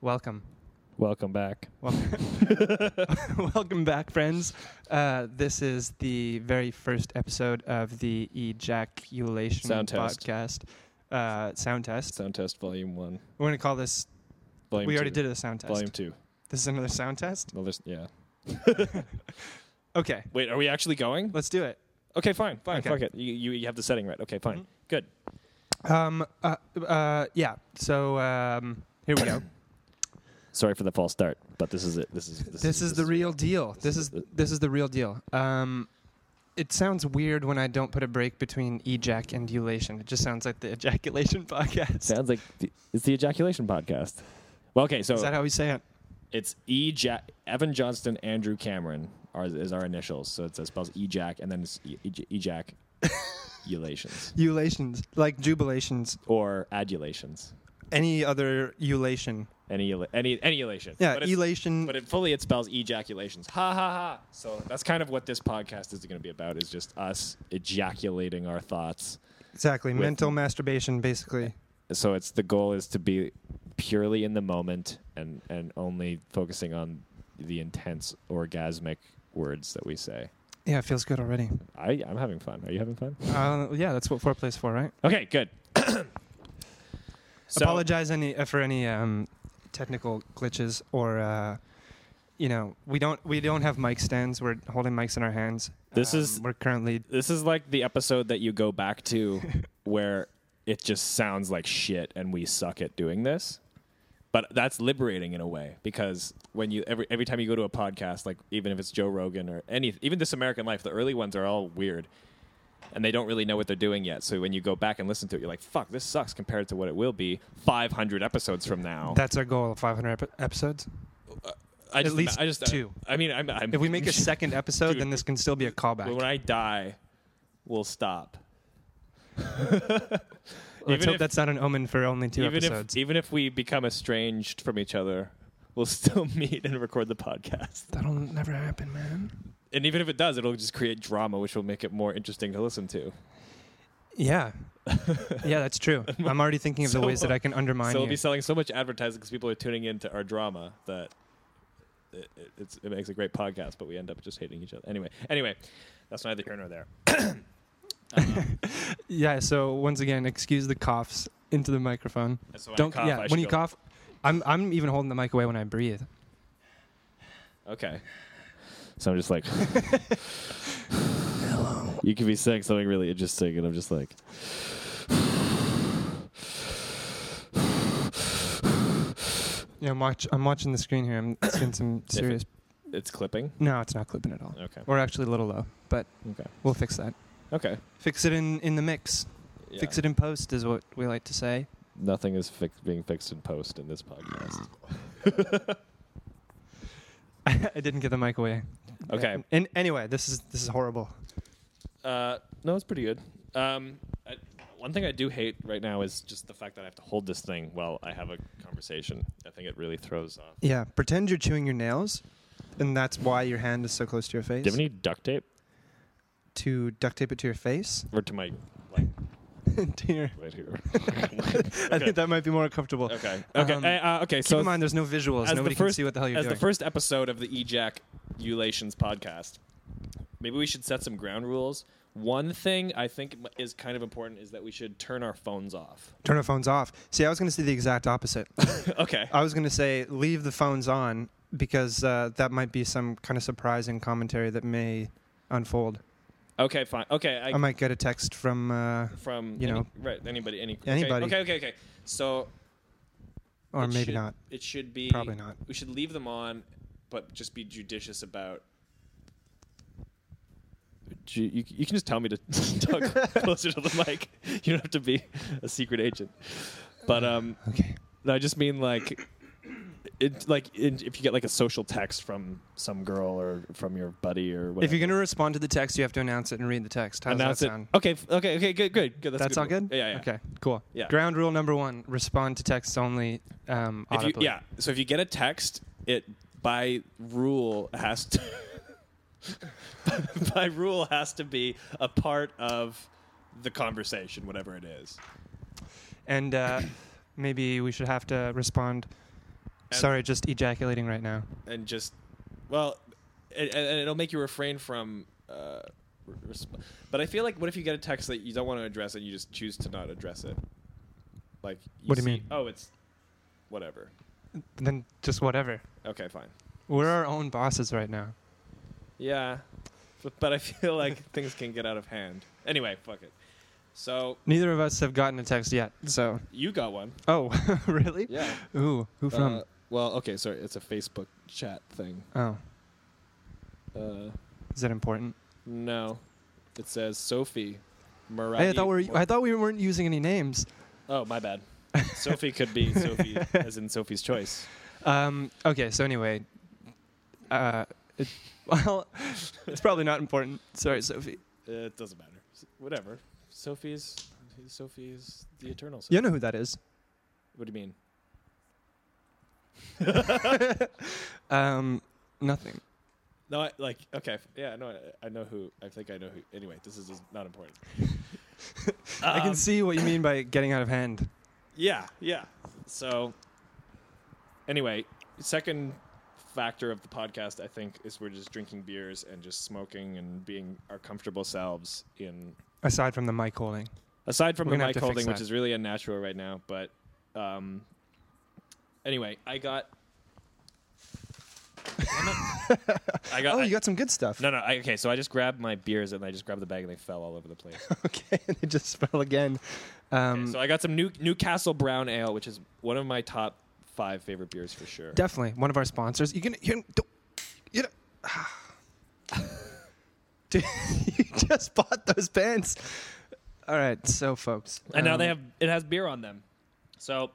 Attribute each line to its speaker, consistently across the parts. Speaker 1: Welcome.
Speaker 2: Welcome back.
Speaker 1: Welcome. Welcome back, friends. Uh, this is the very first episode of the Ejaculation
Speaker 2: Sound test.
Speaker 1: podcast. Uh, sound test.
Speaker 2: Sound test volume one.
Speaker 1: We're going to call this,
Speaker 2: Volume
Speaker 1: we
Speaker 2: two.
Speaker 1: already did a sound test.
Speaker 2: Volume two.
Speaker 1: This is another sound test?
Speaker 2: Well, there's, yeah.
Speaker 1: Okay,
Speaker 2: Wait, are we actually going?
Speaker 1: let's do it.
Speaker 2: Okay, fine, fine.
Speaker 1: Okay.
Speaker 2: Fuck it. You, you, you have the setting right. Okay, fine.
Speaker 1: Mhm.
Speaker 2: Good.
Speaker 1: Um, uh, uh, yeah, so um, here we go.
Speaker 2: Sorry for the false start, but this is it. This is this,
Speaker 1: this is the real deal. This is this is the real deal. Um, it sounds weird when I don't put a break between ejac and ulation. It just sounds like the ejaculation podcast.
Speaker 2: sounds like the, it's the ejaculation podcast. Well, okay, so
Speaker 1: Is that how we say it?
Speaker 2: it's E Jack Evan Johnston Andrew Cameron are is our initials. So it's it spells E Jack and then it's E, e- Jack ulations
Speaker 1: Ulations, like jubilations,
Speaker 2: or adulations.
Speaker 1: any other ulation.
Speaker 2: Any ela- any any elation.
Speaker 1: Yeah,
Speaker 2: But it's-
Speaker 1: elation.
Speaker 2: But it fully it spells ejaculations. Ha ha ha. So that's kind of what this podcast is going to be about is just us ejaculating our thoughts.
Speaker 1: exactly,
Speaker 2: with-
Speaker 1: mental masturbation, basically.
Speaker 2: So it's the goal is to be purely in the moment and and only focusing on the intense orgasmic words that we say.
Speaker 1: Yeah, it feels good already.
Speaker 2: I I'm having fun. Are you having fun?
Speaker 1: Uh, yeah, that's what foreplay's for, right?
Speaker 2: Okay, good. so
Speaker 1: Apologize any uh, for any um, technical glitches or. Uh, you know, we don't we don't have mic stands. We're holding mics in our hands. Um,
Speaker 2: This is-
Speaker 1: we're currently
Speaker 2: this is like the episode that you go back to where it just sounds like shit and we suck at doing this but that's liberating in a way because when you every every time you go to a podcast like even if it's Joe Rogan or any even this American life the early ones are all weird and they don't really know what they're doing yet so when you go back and listen to it you're like fuck this sucks compared to what it will be 500 episodes from now
Speaker 1: That's our goal: 500 ep- episodes.
Speaker 2: Uh, I just,
Speaker 1: least
Speaker 2: I just uh,
Speaker 1: two.
Speaker 2: I mean I'm, I'm
Speaker 1: If we make a second episode,
Speaker 2: Dude.
Speaker 1: then this can still be a callback.
Speaker 2: when I die we'll stop
Speaker 1: Let's
Speaker 2: even
Speaker 1: hope
Speaker 2: if-
Speaker 1: that's not an omen for only two
Speaker 2: even
Speaker 1: episodes.
Speaker 2: If, e- even if we become estranged from each other, we'll still meet and record the podcast.
Speaker 1: That'll never happen, man.
Speaker 2: And even if it does, it'll just create drama, which will make it more interesting to listen to.
Speaker 1: Yeah, yeah, that's true. I'm already thinking of the
Speaker 2: So-
Speaker 1: ways that I can undermine
Speaker 2: so we'll
Speaker 1: you.
Speaker 2: be selling so much advertising because people are tuning in to our drama that it, it, it's, it makes a great podcast, but we end up just hating each other. Anyway, anyway, that's neither here nor there. Uh,
Speaker 1: yeah. So once again, excuse the coughs into the microphone.
Speaker 2: so when I
Speaker 1: Don't.
Speaker 2: cough,
Speaker 1: yeah.
Speaker 2: I should
Speaker 1: when you
Speaker 2: go-
Speaker 1: cough, I'm I'm even holding the mic away when I breathe.
Speaker 2: Okay. So I'm just like, you could be saying something really interesting, and I'm just like,
Speaker 1: Yeah, I'm watch. I'm watching the screen here. I'm seeing some
Speaker 2: it-
Speaker 1: serious.
Speaker 2: it's clipping.
Speaker 1: No, it's not clipping at all.
Speaker 2: Okay.
Speaker 1: We're actually a little low, but
Speaker 2: Okay.
Speaker 1: we'll fix that.
Speaker 2: Okay.
Speaker 1: Fix it in in the mix. Fix it in post is what we like to say.
Speaker 2: Nothing is fix- being fixed in post in this podcast.
Speaker 1: I didn't get the mic away.
Speaker 2: Okay.
Speaker 1: And, and anyway, this is this is horrible.
Speaker 2: Uh, no, it's pretty good. Um, I, one thing I do hate right now is just the fact that I have to hold this thing while I have a conversation. I think it really throws off.
Speaker 1: Yeah. Pretend you're chewing your nails, and that's why your hand is so close to your face.
Speaker 2: Do you have any duct tape
Speaker 1: to duct tape it to your face.
Speaker 2: or to my like
Speaker 1: to your,
Speaker 2: right here?
Speaker 1: I think that might be more comfortable.
Speaker 2: Okay. Okay.
Speaker 1: Um,
Speaker 2: Uh, uh, okay.
Speaker 1: Keep
Speaker 2: so
Speaker 1: in mind, there's no visuals.
Speaker 2: as the
Speaker 1: Nobody can
Speaker 2: first-
Speaker 1: see what the hell you're
Speaker 2: as
Speaker 1: doing.
Speaker 2: the first episode of the ejaculation podcast maybe we should set some ground rules one thing i think m- is kind of important is that we should turn our phones off
Speaker 1: Turn our phones off. See, I was going to say the exact opposite.
Speaker 2: okay
Speaker 1: I was going to say leave the phones on because uh, that might be some kind of surprising commentary that may unfold.
Speaker 2: okay fine okay
Speaker 1: I,
Speaker 2: i
Speaker 1: might get a text from. Uh,
Speaker 2: from
Speaker 1: you
Speaker 2: any-
Speaker 1: know.
Speaker 2: right anybody any okay,
Speaker 1: Anybody.
Speaker 2: okay okay okay so
Speaker 1: or
Speaker 2: it
Speaker 1: maybe
Speaker 2: should-
Speaker 1: not.
Speaker 2: it should be
Speaker 1: Probably not.
Speaker 2: we should leave them on but just be judicious about you, you, you can just tell me to talk closer to the mic you don't have to be a secret agent but um
Speaker 1: Okay.
Speaker 2: No, I just mean like, it like it, if you get like a social text from some girl or from your buddy or whatever.
Speaker 1: If you're going to respond to the text, you have to announce it and read the text. How does
Speaker 2: announce
Speaker 1: that
Speaker 2: it,
Speaker 1: sound?
Speaker 2: okay, f- okay, okay, good, good, good. That's,
Speaker 1: That's
Speaker 2: a
Speaker 1: all
Speaker 2: good.
Speaker 1: good?
Speaker 2: rule. Yeah, yeah.
Speaker 1: Okay, cool.
Speaker 2: Yeah.
Speaker 1: Ground rule number one respond to texts only um,
Speaker 2: If you,
Speaker 1: audibly.
Speaker 2: yeah. So if you get a text, it by rule has to. by rule has to be a part of the conversation, whatever it is.
Speaker 1: And uh, maybe we should have to respond Sorry, just ejaculating right now.
Speaker 2: and just well it, and it'll make you refrain from uh re- resp- but i feel like what if you get a text that you don't want to address and you just choose to not address it like
Speaker 1: What do you
Speaker 2: see-
Speaker 1: mean?
Speaker 2: oh it's whatever
Speaker 1: Then just whatever.
Speaker 2: okay fine
Speaker 1: We're our own bosses right now.
Speaker 2: yeah but, but i feel like things can get out of hand anyway fuck it so
Speaker 1: Neither of us have gotten a text yet. So.
Speaker 2: you got one
Speaker 1: Oh, really?
Speaker 2: yeah
Speaker 1: Ooh, who from?
Speaker 2: Uh, well okay sorry it's a facebook chat thing
Speaker 1: oh,
Speaker 2: uh
Speaker 1: is that important?
Speaker 2: no it says sophie Maradi
Speaker 1: Hey, I thought we were, I thought we weren't using any names.
Speaker 2: Oh, my bad. Sophie could be Sophie, as in Sophie's Choice.
Speaker 1: Um, okay, so anyway, uh, it, well, it's probably not important. Sorry, Sophie.
Speaker 2: It doesn't matter. S- Whatever. Sophie's Sophie's the eternal. Sophie.
Speaker 1: You know who that is.
Speaker 2: What do you mean?
Speaker 1: Um, nothing.
Speaker 2: No, I, like okay, f- yeah, no, I, I know who. I think I know who. Anyway, this is just not important.
Speaker 1: I
Speaker 2: Um,
Speaker 1: can see what you mean by getting out of hand.
Speaker 2: Yeah, yeah. So, anyway, second factor of the podcast, I think, is we're just drinking beers and just smoking and being our comfortable selves in
Speaker 1: Aside from the mic holding,
Speaker 2: aside from
Speaker 1: We're
Speaker 2: the
Speaker 1: gonna have
Speaker 2: mic
Speaker 1: to fix
Speaker 2: holding, which
Speaker 1: that.
Speaker 2: is really unnatural right now. But um, anyway, I got. I got.
Speaker 1: oh,
Speaker 2: I-
Speaker 1: you got some good stuff.
Speaker 2: no, no. I, okay, so I just grabbed my beers and I just grabbed the bag and they fell all over the place.
Speaker 1: Okay, and it just fell again. Um,
Speaker 2: so I got some new Newcastle Brown Ale, which is one of my top five favorite beers for sure.
Speaker 1: definitely one of our sponsors. You can, you can, don't, you know. Dude, you just bought those pants. All right, so folks,
Speaker 2: and now they
Speaker 1: um,
Speaker 2: have it has beer on them. So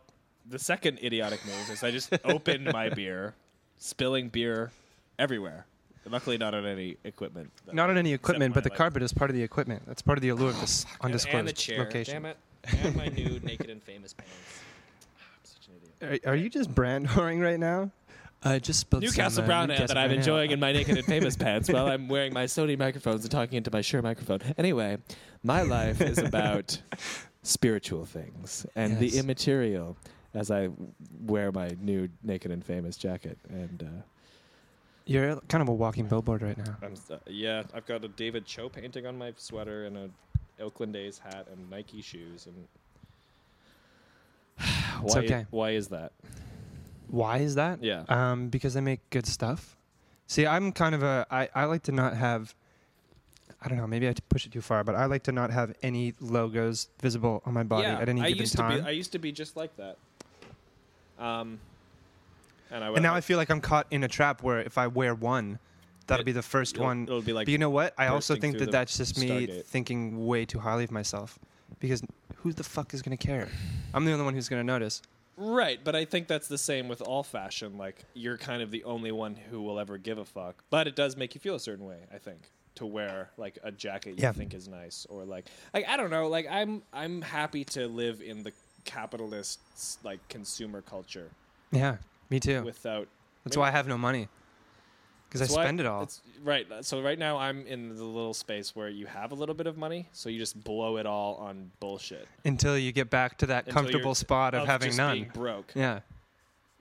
Speaker 2: the second idiotic move is I just opened my beer, spilling beer everywhere. Luckily, not on any equipment. that
Speaker 1: not
Speaker 2: I-
Speaker 1: on any
Speaker 2: except
Speaker 1: equipment,
Speaker 2: my,
Speaker 1: but the
Speaker 2: like,
Speaker 1: carpet is part of the equipment. That's part of the allure of this undisclosed
Speaker 3: and the chair.
Speaker 1: location.
Speaker 3: Damn it. And my new naked and famous pants. I'm such an idiot.
Speaker 1: Are, are you just brand whoring right now? I just spilled
Speaker 2: Newcastle
Speaker 1: some, uh,
Speaker 2: Brown ad
Speaker 1: Newcastle
Speaker 2: that I'm
Speaker 1: Brown ale.
Speaker 2: enjoying in my naked and famous pants while I'm wearing my Sony microphones and talking into my Shure microphone. Anyway, my life is about spiritual things and the
Speaker 1: Yes.
Speaker 2: immaterial as I wear my new naked and famous jacket. And uh,
Speaker 1: You're kind of a walking billboard right now.
Speaker 2: I'm uh, yeah, I've got a David Cho painting on my sweater and a Oakland A's hat and Nike shoes and.
Speaker 1: It's okay.
Speaker 2: Why is that?
Speaker 1: Why is that?
Speaker 2: Yeah.
Speaker 1: Um, because they make good stuff. See, I'm kind of a I, I like to not have I don't know, maybe I push it too far, but I like to not have any logos visible on my body at any
Speaker 2: I
Speaker 1: given
Speaker 2: used
Speaker 1: time.
Speaker 2: To be, I used to be just like that. Um, and I
Speaker 1: and now I feel like I'm caught in a trap where if I wear one, that'll
Speaker 2: It-
Speaker 1: be the 1st
Speaker 2: it'll-
Speaker 1: one.
Speaker 2: It'll be like
Speaker 1: but you know what? I also
Speaker 2: bursting
Speaker 1: think
Speaker 2: through
Speaker 1: that
Speaker 2: the
Speaker 1: that's just me
Speaker 2: Stargate.
Speaker 1: thinking way too highly of myself because who the fuck is going to care? I'm the only one who's going to notice.
Speaker 2: right, but I think that's the same with all fashion. Like you're kind of the only one who will ever give a fuck, but it does make you feel a certain way. I think to wear like a jacket you
Speaker 1: Yeah.
Speaker 2: think is nice, or like like I don't know. Like I'm I'm happy to live in the capitalist s- like consumer culture
Speaker 1: Yeah, me too.
Speaker 2: without
Speaker 1: that's why I have no money. Cuz I
Speaker 2: That's why-
Speaker 1: spend it all.
Speaker 2: that's- Right. uh, So right now I'm in the little space where you have a little bit of money, so you just blow it all on bullshit.
Speaker 1: until you get back to that
Speaker 2: Until
Speaker 1: comfortable
Speaker 2: you're-
Speaker 1: spot of, having
Speaker 2: just
Speaker 1: none.
Speaker 2: being broke.
Speaker 1: Yeah,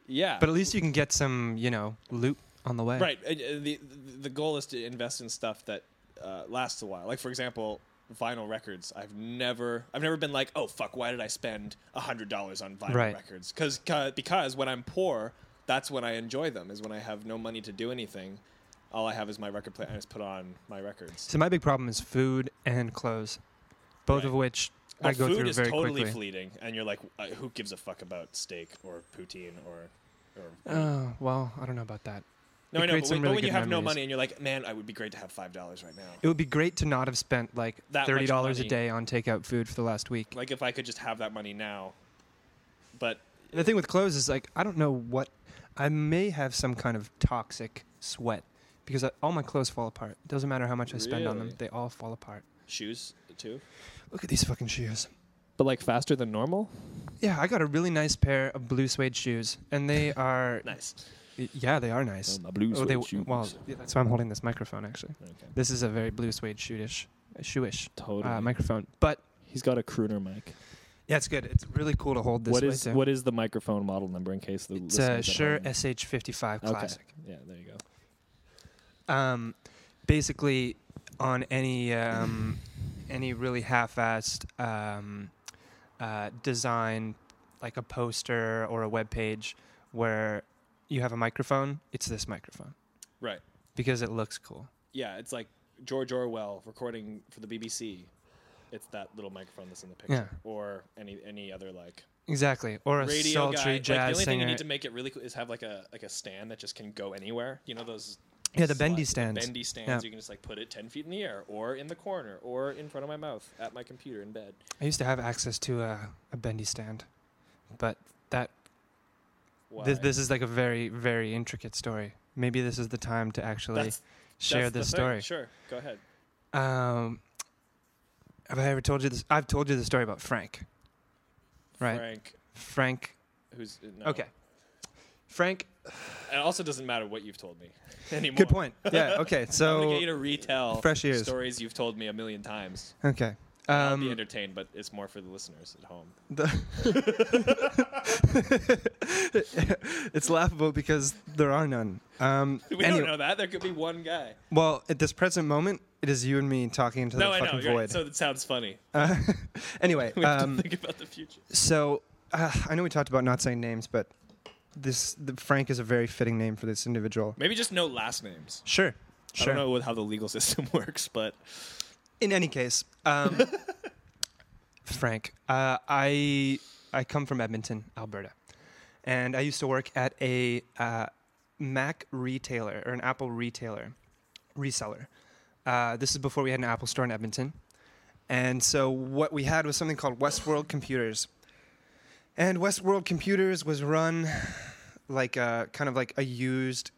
Speaker 2: Yeah.
Speaker 1: but at least you can get some, you know, loot on the way.
Speaker 2: right. Uh, uh, The the goal is to invest in stuff that uh, lasts a while. Like for example, vinyl records. I've never I've never been like, oh fuck, why did I spend hundred dollars on vinyl
Speaker 1: Right.
Speaker 2: records? Because because when I'm poor, that's when I enjoy them. Is when I have no money to do anything. All I have is my record player, and I just put on my records.
Speaker 1: So my big problem is food and clothes, both of
Speaker 2: Right.
Speaker 1: which
Speaker 2: Well,
Speaker 1: I go
Speaker 2: food
Speaker 1: through
Speaker 2: is
Speaker 1: very
Speaker 2: totally
Speaker 1: quickly.
Speaker 2: fleeting, and you're like, uh, who gives a fuck about steak or poutine or. or
Speaker 1: oh well, I don't know about that.
Speaker 2: no, I know,
Speaker 1: creates
Speaker 2: but
Speaker 1: some
Speaker 2: when,
Speaker 1: really
Speaker 2: but when you
Speaker 1: good
Speaker 2: have no
Speaker 1: memories.
Speaker 2: money and you're like, man, I would be great to have five dollars right now.
Speaker 1: It would be great to not have spent like
Speaker 2: That much
Speaker 1: thirty dollars a
Speaker 2: money.
Speaker 1: day on takeout food for the last week.
Speaker 2: Like if I could just have that money now, but
Speaker 1: the thing with clothes is like I don't know what I may have some kind of toxic sweat because I, all my clothes fall apart. It doesn't matter how much I spend on them;
Speaker 2: Really?
Speaker 1: they all fall apart.
Speaker 2: shoes too.
Speaker 1: Look at these fucking shoes.
Speaker 2: But like faster than normal.
Speaker 1: Yeah, I got a really nice pair of blue suede shoes, and they are
Speaker 2: Nice.
Speaker 1: Y- Yeah, they are nice.
Speaker 2: my blue
Speaker 1: oh, they well, yeah, that's why I'm holding this microphone. Actually, this is a very blue suede shoeish, shoeish
Speaker 2: totally.
Speaker 1: uh, microphone. But
Speaker 2: He's got a crooner mic.
Speaker 1: Yeah, it's good. It's really cool to hold this.
Speaker 2: What
Speaker 1: way,
Speaker 2: is
Speaker 1: too.
Speaker 2: what is the microphone model number in case the
Speaker 1: It's
Speaker 2: listeners
Speaker 1: a
Speaker 2: at
Speaker 1: Shure
Speaker 2: home-
Speaker 1: SH55
Speaker 2: Okay.
Speaker 1: Classic.
Speaker 2: Yeah, there you go.
Speaker 1: um, basically on any um, any really half-assed um, uh, design, like a poster or a web page where you have a microphone. It's this microphone
Speaker 3: Right.
Speaker 1: because it looks cool.
Speaker 3: Yeah, it's like George Orwell recording for the BBC. It's that little microphone that's in the picture,
Speaker 1: Yeah.
Speaker 3: or any any other like
Speaker 1: Exactly, or a
Speaker 3: radio guy.
Speaker 1: sultry
Speaker 3: Like, the
Speaker 1: jazz
Speaker 3: only thing you
Speaker 1: singer.
Speaker 3: need to make it really cool is have like a like a stand that just can go anywhere. You know those.
Speaker 1: Yeah, the bendy
Speaker 3: slides, the
Speaker 1: stands.
Speaker 3: Bendy stands.
Speaker 1: Yeah.
Speaker 3: You can just like put it ten feet in the air, or in the corner, or in front of my mouth at my computer in bed.
Speaker 1: I used to have access to a, a bendy stand, but that
Speaker 3: Why?
Speaker 1: this, this is like a very very intricate story. Maybe this is the time to actually
Speaker 3: That's-
Speaker 1: share
Speaker 3: That's the
Speaker 1: this
Speaker 3: thing.
Speaker 1: story.
Speaker 3: Sure, go ahead.
Speaker 1: Um, have I ever told you this? I've told you the story about Frank, right?
Speaker 3: Frank,
Speaker 1: Frank.
Speaker 3: who's no.
Speaker 1: Okay. Frank.
Speaker 3: It also doesn't matter what you've told me anymore.
Speaker 1: Good point. Yeah. Okay.
Speaker 3: I'm gonna get you
Speaker 1: So.
Speaker 3: to retell
Speaker 1: Fresh ears.
Speaker 3: stories you've told me a million times.
Speaker 1: Okay.
Speaker 3: I'll be
Speaker 1: Um,
Speaker 3: entertained, but it's more for the listeners at home.
Speaker 1: the- it's laughable because there are none. Um,
Speaker 3: We
Speaker 1: anyway-
Speaker 3: don't know that. There could be one guy.
Speaker 1: well, at this present moment, it is you and me talking into
Speaker 3: No,
Speaker 1: the
Speaker 3: I know.
Speaker 1: fucking
Speaker 3: you're Right.
Speaker 1: void.
Speaker 3: So it sounds funny.
Speaker 1: Uh, anyway,
Speaker 3: We have
Speaker 1: um,
Speaker 3: to think about the future.
Speaker 1: So uh, I know we talked about not saying names, but this the, Frank is a very fitting name for this individual.
Speaker 3: Maybe just no last names.
Speaker 1: Sure, sure.
Speaker 3: I don't know what- how the legal system works, but
Speaker 1: In any case, um, Frank, uh, I I come from Edmonton, Alberta, and I used to work at a uh, Mac retailer or an Apple retailer reseller. Uh, this is before we had an Apple store in Edmonton, and so what we had was something called Westworld Computers, and Westworld Computers was run like a kind of like a used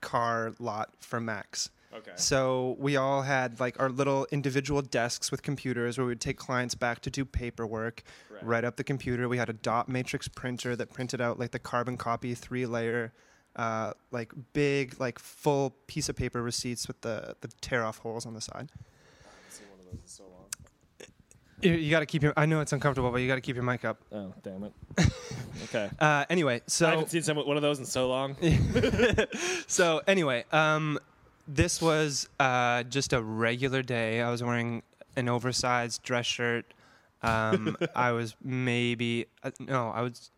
Speaker 1: car lot for Macs.
Speaker 3: okay.
Speaker 1: So we all had like our little individual desks with computers where we would take clients back to do paperwork,
Speaker 3: Right.
Speaker 1: write up the computer. We had a dot matrix printer that printed out like the carbon copy three layer, uh, like big, like full piece of paper receipts with the, the tear off holes on the
Speaker 3: one
Speaker 1: side.
Speaker 3: of those in so long.
Speaker 1: You, you got to keep your, I know it's uncomfortable, but you got to keep your mic up.
Speaker 2: Oh, damn it. okay.
Speaker 1: Uh, anyway, so.
Speaker 3: I haven't seen some, one of those in so long.
Speaker 1: so anyway, um, this was uh, just a regular day. I was wearing an oversized dress shirt. Um, I was maybe uh, no, I was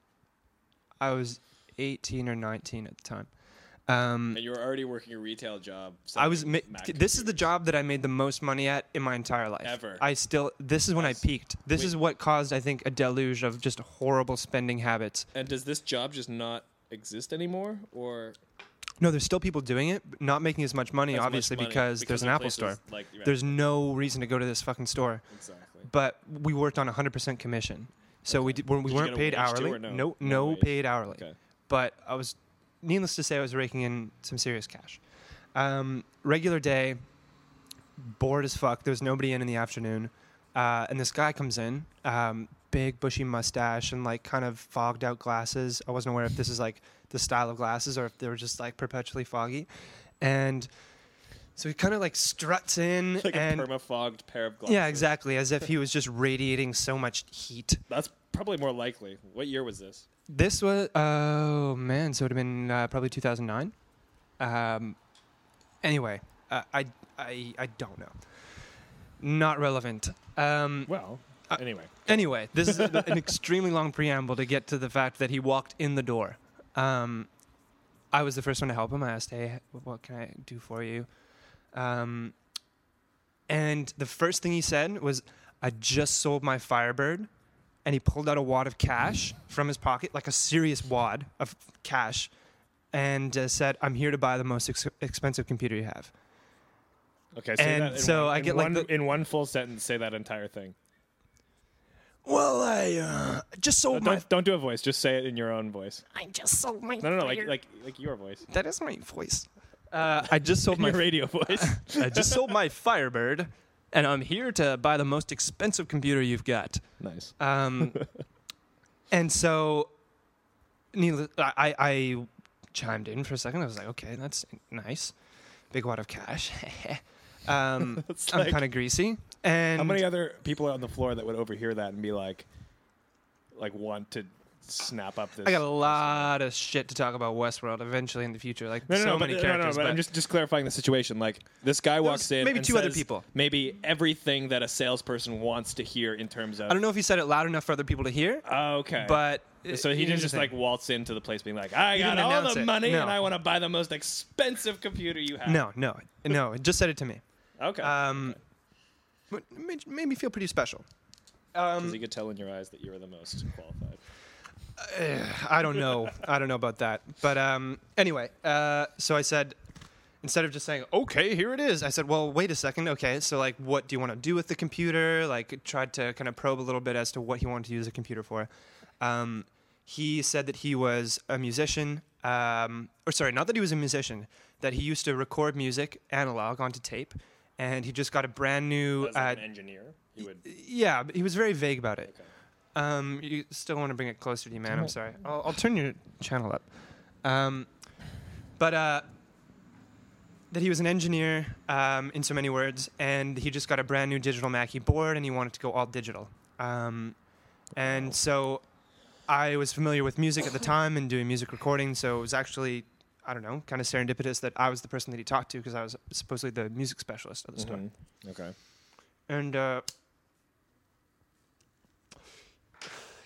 Speaker 1: I was eighteen or nineteen at the time. Um,
Speaker 3: And you were already working a retail job.
Speaker 1: I was. Ma-
Speaker 3: selling Mac
Speaker 1: this is the
Speaker 3: computers.
Speaker 1: job that I made the most money at in my entire life.
Speaker 3: Ever.
Speaker 1: I still. This is when
Speaker 3: Nice.
Speaker 1: I peaked. This
Speaker 3: Wait.
Speaker 1: is what caused, I think, a deluge of just horrible spending habits.
Speaker 3: And does this job just not exist anymore, or
Speaker 1: No, there's still people doing it, but not making as much money,
Speaker 3: as much
Speaker 1: obviously,
Speaker 3: money?
Speaker 1: because, there's an
Speaker 3: the
Speaker 1: Apple
Speaker 3: places,
Speaker 1: store.
Speaker 3: Like, yeah,
Speaker 1: There's no reason to go to this fucking store.
Speaker 3: exactly.
Speaker 1: But we worked on 100% commission. So we, did, we
Speaker 3: you get
Speaker 1: weren't
Speaker 3: a wage
Speaker 1: paid
Speaker 3: too,
Speaker 1: hourly.
Speaker 3: or no?
Speaker 1: no,
Speaker 3: No
Speaker 1: no
Speaker 3: wage.
Speaker 1: paid hourly.
Speaker 3: Okay.
Speaker 1: But I was, needless to say, I was raking in some serious cash. Um, regular day, bored as fuck. There's nobody in in the afternoon. Uh, and this guy comes in, um, big bushy mustache and like kind of fogged out glasses. I wasn't aware if this is like the style of glasses or if they were just like perpetually foggy. And so he kind of like struts in
Speaker 3: Like
Speaker 1: and
Speaker 3: a perma fogged pair of glasses.
Speaker 1: yeah, exactly. As if he was just radiating so much heat.
Speaker 3: That's probably more likely. What year was this?
Speaker 1: This was, oh man, so it would have been uh, probably 2009. Um, anyway, uh, I, I, I don't know. Not relevant. Um,
Speaker 2: Well,
Speaker 1: Uh,
Speaker 2: anyway.
Speaker 1: anyway, this is an extremely long preamble to get to the fact that he walked in the door. Um, I was the first one to help him. I asked, "Hey, what can I do for you?" Um, and the first thing he said was, "I just sold my Firebird," and he pulled out a wad of cash from his pocket, like a serious wad of cash, and uh, said, "I'm here to buy the most ex- expensive computer you have."
Speaker 2: Okay, say
Speaker 1: and
Speaker 2: that in
Speaker 1: so
Speaker 2: one-
Speaker 1: I
Speaker 2: in
Speaker 1: get, like,
Speaker 2: one,
Speaker 1: the-
Speaker 2: in one full sentence say that entire thing.
Speaker 1: Well, I uh, just
Speaker 2: No,
Speaker 1: sold my.
Speaker 2: don't don't do a voice, just say it in your own voice.
Speaker 1: I just sold my.
Speaker 2: No, no, no, like
Speaker 1: Firebird."
Speaker 2: like like your voice.
Speaker 1: That is my voice. Uh, I just sold my
Speaker 2: Your radio voice.
Speaker 1: I just sold my Firebird, and I'm here to buy the most expensive computer you've got.
Speaker 2: nice.
Speaker 1: Um, and so, needless, I, I- I chimed in for a second. I was like, okay, that's nice, big wad of cash. um,
Speaker 2: It's
Speaker 1: I'm
Speaker 2: like-
Speaker 1: kind of greasy, and
Speaker 2: How many other people are on the floor that would overhear that and be like,
Speaker 3: like want to snap up this.
Speaker 1: I got a lot of shit to talk about Westworld eventually in the future. Like
Speaker 3: No, no,
Speaker 1: so
Speaker 3: no, but-
Speaker 1: many
Speaker 3: no, no,
Speaker 1: characters.
Speaker 3: No, but,
Speaker 1: but
Speaker 3: I'm just, just clarifying the situation. Like this guy walks in,
Speaker 1: maybe
Speaker 3: and
Speaker 1: two other
Speaker 3: says
Speaker 1: people.
Speaker 3: maybe everything that a salesperson wants to hear in terms of.
Speaker 1: I don't know if you said it loud enough for other people to hear,
Speaker 3: Oh, okay,
Speaker 1: but
Speaker 3: so he
Speaker 1: Uh, here's
Speaker 3: didn't
Speaker 1: the
Speaker 3: just
Speaker 1: thing.
Speaker 3: like waltz into the place being like, "I got
Speaker 1: didn't
Speaker 3: all
Speaker 1: announce
Speaker 3: the
Speaker 1: it.
Speaker 3: money
Speaker 1: No.
Speaker 3: and I want to buy the most expensive computer you
Speaker 2: Uh,
Speaker 3: have."
Speaker 1: no, no, no. It just said it to me.
Speaker 3: okay,
Speaker 1: Um, but it made, made me feel pretty special.
Speaker 3: because you could tell in your eyes that you were the most qualified.
Speaker 1: I don't know. I don't know about that. But um, anyway, uh, so I said, instead of just saying, okay, here it is, I said, well, wait a second. Okay, so like, what do you want to do with the computer? Like, tried to kind of probe a little bit as to what he wanted to use the computer for. Um, he said that he was a musician, um, or sorry, not that he was a musician, that he used to record music analog onto tape. And he just got a brand new.
Speaker 3: As
Speaker 1: Uh,
Speaker 3: an engineer, you would.
Speaker 1: yeah, but he was very vague about it.
Speaker 3: Okay.
Speaker 1: Um, you still want to bring it closer to you, man. I'm sorry. I'll, I'll turn your channel up. Um, but uh, that he was an engineer, um, in so many words, and he just got a brand new digital Mackie board, and he wanted to go all digital. Um, and so I was familiar with music at the time and doing music recording, so it was actually, I don't know, kind of serendipitous that I was the person that he talked to because I was supposedly the music specialist of the store.
Speaker 2: Mhm. Okay.
Speaker 1: And uh,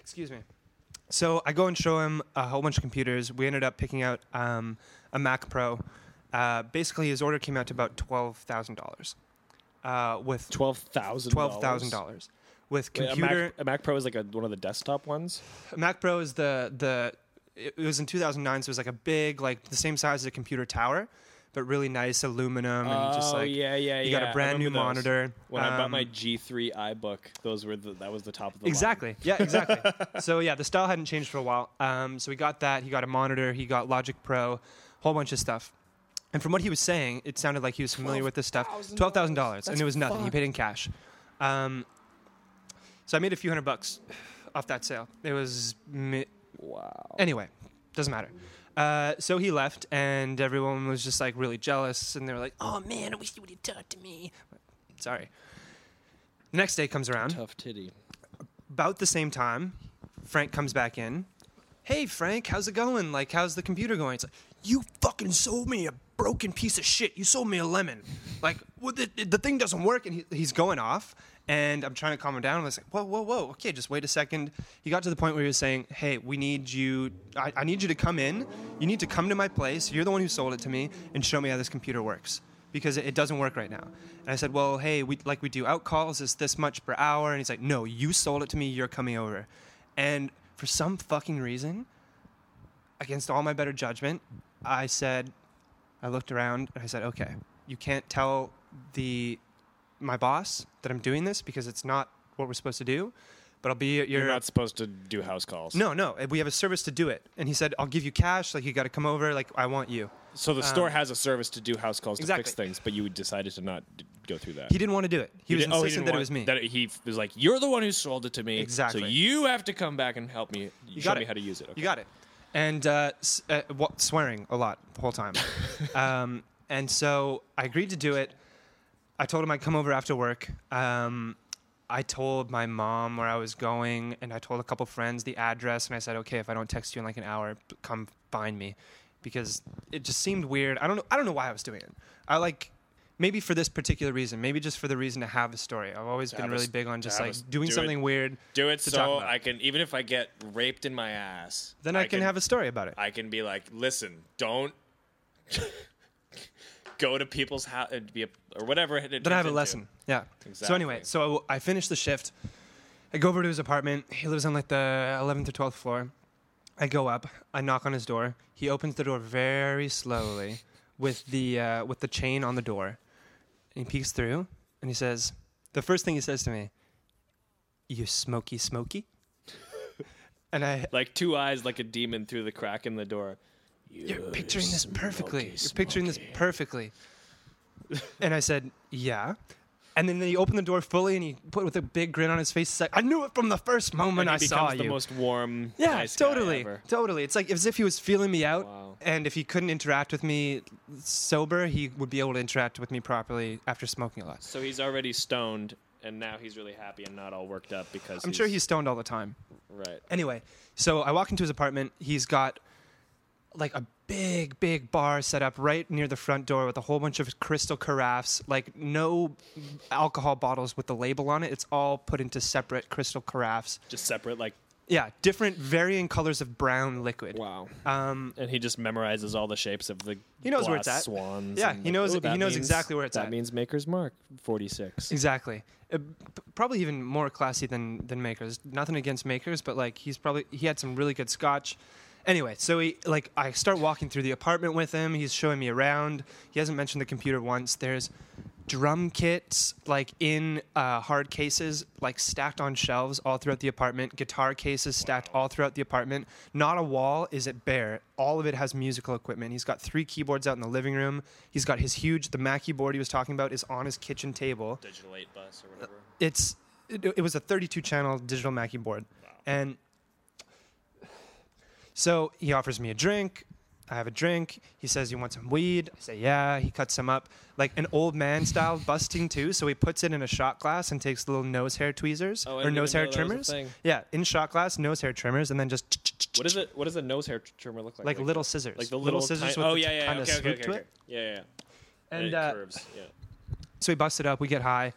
Speaker 1: excuse me. So I go and show him a whole bunch of computers. We ended up picking out um, a Mac Pro. Uh, basically, his order came out to about twelve thousand dollars, uh, with
Speaker 2: Twelve thousand.
Speaker 1: twelve thousand dollars with computer.
Speaker 2: A Mac, Pro is like a, one of the desktop ones.
Speaker 1: Mac Pro is the the it it was in 2009, so it was like a big like the same size as a computer tower, but really nice aluminum Um, and
Speaker 3: Oh,
Speaker 1: just like
Speaker 2: yeah, Oh, yeah,
Speaker 1: you got a brand new monitor.
Speaker 3: When I bought
Speaker 1: Um,
Speaker 3: my G3 iBook, those were the, that was the top of the line.
Speaker 1: Exactly. Yeah, exactly. so yeah, the style hadn't changed for a while. Um, so we got that. He got a monitor. He got Logic Pro, whole bunch of stuff. And from what he was saying, it sounded like he was familiar with this stuff. Twelve thousand dollars, and it was nothing. He paid in cash. Um, so I made a few hundred bucks off that sale. It was mi-
Speaker 3: Wow.
Speaker 1: Anyway, doesn't matter. Uh, so he left, and everyone was just like really jealous, and they were like, "Oh man, I wish you would have talked to me." Sorry. The next day comes around
Speaker 3: Tough titty.
Speaker 1: about the same time, Frank comes back in. Hey, Frank, how's it going? Like, how's the computer going? It's like, you fucking sold me a broken piece of shit. You sold me a lemon. Like, well, the, the thing doesn't work. And he, he's going off. And I'm trying to calm him down. I'm like, whoa, whoa, whoa. Okay, just wait a second. He got to the point where he was saying, hey, we need you. I, I need you to come in. You need to come to my place. You're the one who sold it to me and show me how this computer works because it, it doesn't work right now. And I said, well, hey, we, like we do out calls, it's this much per hour. And he's like, no, you sold it to me, you're coming over. And for some fucking reason, against all my better judgment, I said, I looked around and I said, okay, you can't tell the my boss that I'm doing this because it's not what we're supposed to do. But I'll be at your
Speaker 2: You're not supposed to do house calls.
Speaker 1: no, no. We have a service to do it, and he said, "I'll give you cash. Like you got to come over. Like I want you."
Speaker 2: So the store has a service to do house calls
Speaker 1: Um, Exactly.
Speaker 2: to fix things, but you decided to not d- go through that.
Speaker 1: He didn't want to do it. He, was
Speaker 2: did- oh,
Speaker 1: insistent
Speaker 2: didn't
Speaker 1: that it
Speaker 2: want-
Speaker 1: was me.
Speaker 2: That it- he f- was like, "You're the one who sold it to me,
Speaker 1: Exactly.
Speaker 2: So you have to come back and help me. You show
Speaker 1: got
Speaker 2: me
Speaker 1: it.
Speaker 2: how to use it." Okay.
Speaker 1: You got it. And uh, s- uh, wa- swearing a lot the whole time. um, and so I agreed to do it. I told him I'd come over after work. Um, I told my mom where I was going, and I told a couple friends the address. And I said, "Okay, if I don't text you in like an hour, p- come find me," because it just seemed weird. I don't know. I don't know why I was doing it. I like maybe for this particular reason, maybe just for the reason to have a story. I've always been
Speaker 2: have a
Speaker 1: really
Speaker 2: s-
Speaker 1: big on
Speaker 2: to
Speaker 1: just
Speaker 2: have a
Speaker 1: like
Speaker 2: s-
Speaker 1: doing
Speaker 2: do it-
Speaker 1: something weird.
Speaker 2: Do it
Speaker 1: talk
Speaker 2: so
Speaker 1: about.
Speaker 2: I can, even if I get raped in my ass,
Speaker 1: Then I, can, have a story about it.
Speaker 2: I can be like, listen, don't go to people's house and be a, or whatever. it
Speaker 1: Then I have a
Speaker 2: turns
Speaker 1: lesson. Yeah. So
Speaker 2: Exactly.
Speaker 1: anyway, so I, I finish the shift. I go over to his apartment. He lives on like the 11th or 12th floor. I go up. I knock on his door. He opens the door very slowly with the uh, with the chain on the door. And he peeks through and he says, the first thing he says to me, "You smoky smoky." and I
Speaker 3: Like two eyes, like a demon through the crack in the door.
Speaker 1: You're picturing this perfectly. You're picturing this perfectly. and I said, Yeah. And then he opened the door fully and he put with a big grin on his face. He's like, I knew it from the first moment
Speaker 3: he
Speaker 1: I
Speaker 3: becomes
Speaker 1: saw
Speaker 3: the
Speaker 1: you.
Speaker 3: most warm.
Speaker 1: yeah,
Speaker 3: nice guy
Speaker 1: totally.
Speaker 3: ever.
Speaker 1: Totally. It's like as if he was feeling me out.
Speaker 3: Wow.
Speaker 1: And if he couldn't interact with me sober, he would be able to interact with me properly after smoking a lot.
Speaker 3: So he's already stoned,
Speaker 2: and now he's really happy and not all worked up because
Speaker 1: I'm sure he's stoned all the time.
Speaker 2: right.
Speaker 1: Anyway, so I walk into his apartment. He's got like a big, big bar set up right near the front door with a whole bunch of crystal carafes, like no alcohol bottles with the label on it. It's all put into separate crystal carafes.
Speaker 2: Just separate, like
Speaker 1: Yeah, different, varying colors of brown liquid.
Speaker 2: wow.
Speaker 1: Um,
Speaker 2: And he just memorizes all the shapes of the
Speaker 1: He knows where
Speaker 2: glass
Speaker 1: it's at.
Speaker 2: swans.
Speaker 1: Yeah,
Speaker 2: and
Speaker 1: he
Speaker 2: like,
Speaker 1: knows-
Speaker 2: "Oh,
Speaker 1: he
Speaker 2: that
Speaker 1: knows
Speaker 2: means-
Speaker 1: exactly where it's
Speaker 2: that
Speaker 1: at."
Speaker 2: means Maker's Mark forty six.
Speaker 1: exactly. Uh, p- probably even more classy than than Makers. Nothing against Makers, but like he's probably he had some really good scotch. Anyway, so he like I start walking through the apartment with him. He's showing me around. He hasn't mentioned the computer once. There's drum kits like in uh, hard cases, like stacked on shelves all throughout the apartment. Guitar cases stacked all throughout the apartment. Not a wall is it bare. All of it has musical equipment. He's got three keyboards out in the living room. He's got his huge the Mackie board he was talking about is on his kitchen table
Speaker 2: Digital eight bus or whatever.
Speaker 1: it's it, it was a 32 channel digital Mackie board, and so he offers me a drink. I have a drink. He says, "You want some weed?" I say, "Yeah." He cuts some up like an old man style, busting too. So he puts it in a shot glass and takes little nose hair tweezers
Speaker 2: Oh, I
Speaker 1: or
Speaker 2: didn't
Speaker 1: nose
Speaker 2: even
Speaker 1: hair
Speaker 2: know that was
Speaker 1: trimmers.
Speaker 2: a thing.
Speaker 1: Yeah, in shot glass, nose hair trimmers, and then just
Speaker 2: What is it? What does a nose hair tr- trimmer look like?
Speaker 1: like little scissors,
Speaker 2: like the little,
Speaker 1: scissors
Speaker 2: tiny-
Speaker 1: with
Speaker 2: oh
Speaker 1: the
Speaker 2: yeah, yeah,
Speaker 1: kind
Speaker 2: okay,
Speaker 1: of
Speaker 2: okay,
Speaker 1: swoop
Speaker 2: okay,
Speaker 1: to
Speaker 2: okay.
Speaker 1: it,
Speaker 2: Yeah, yeah, yeah.
Speaker 1: and,
Speaker 2: it
Speaker 1: uh,
Speaker 2: curves. Yeah,
Speaker 1: so we bust it up. We get high.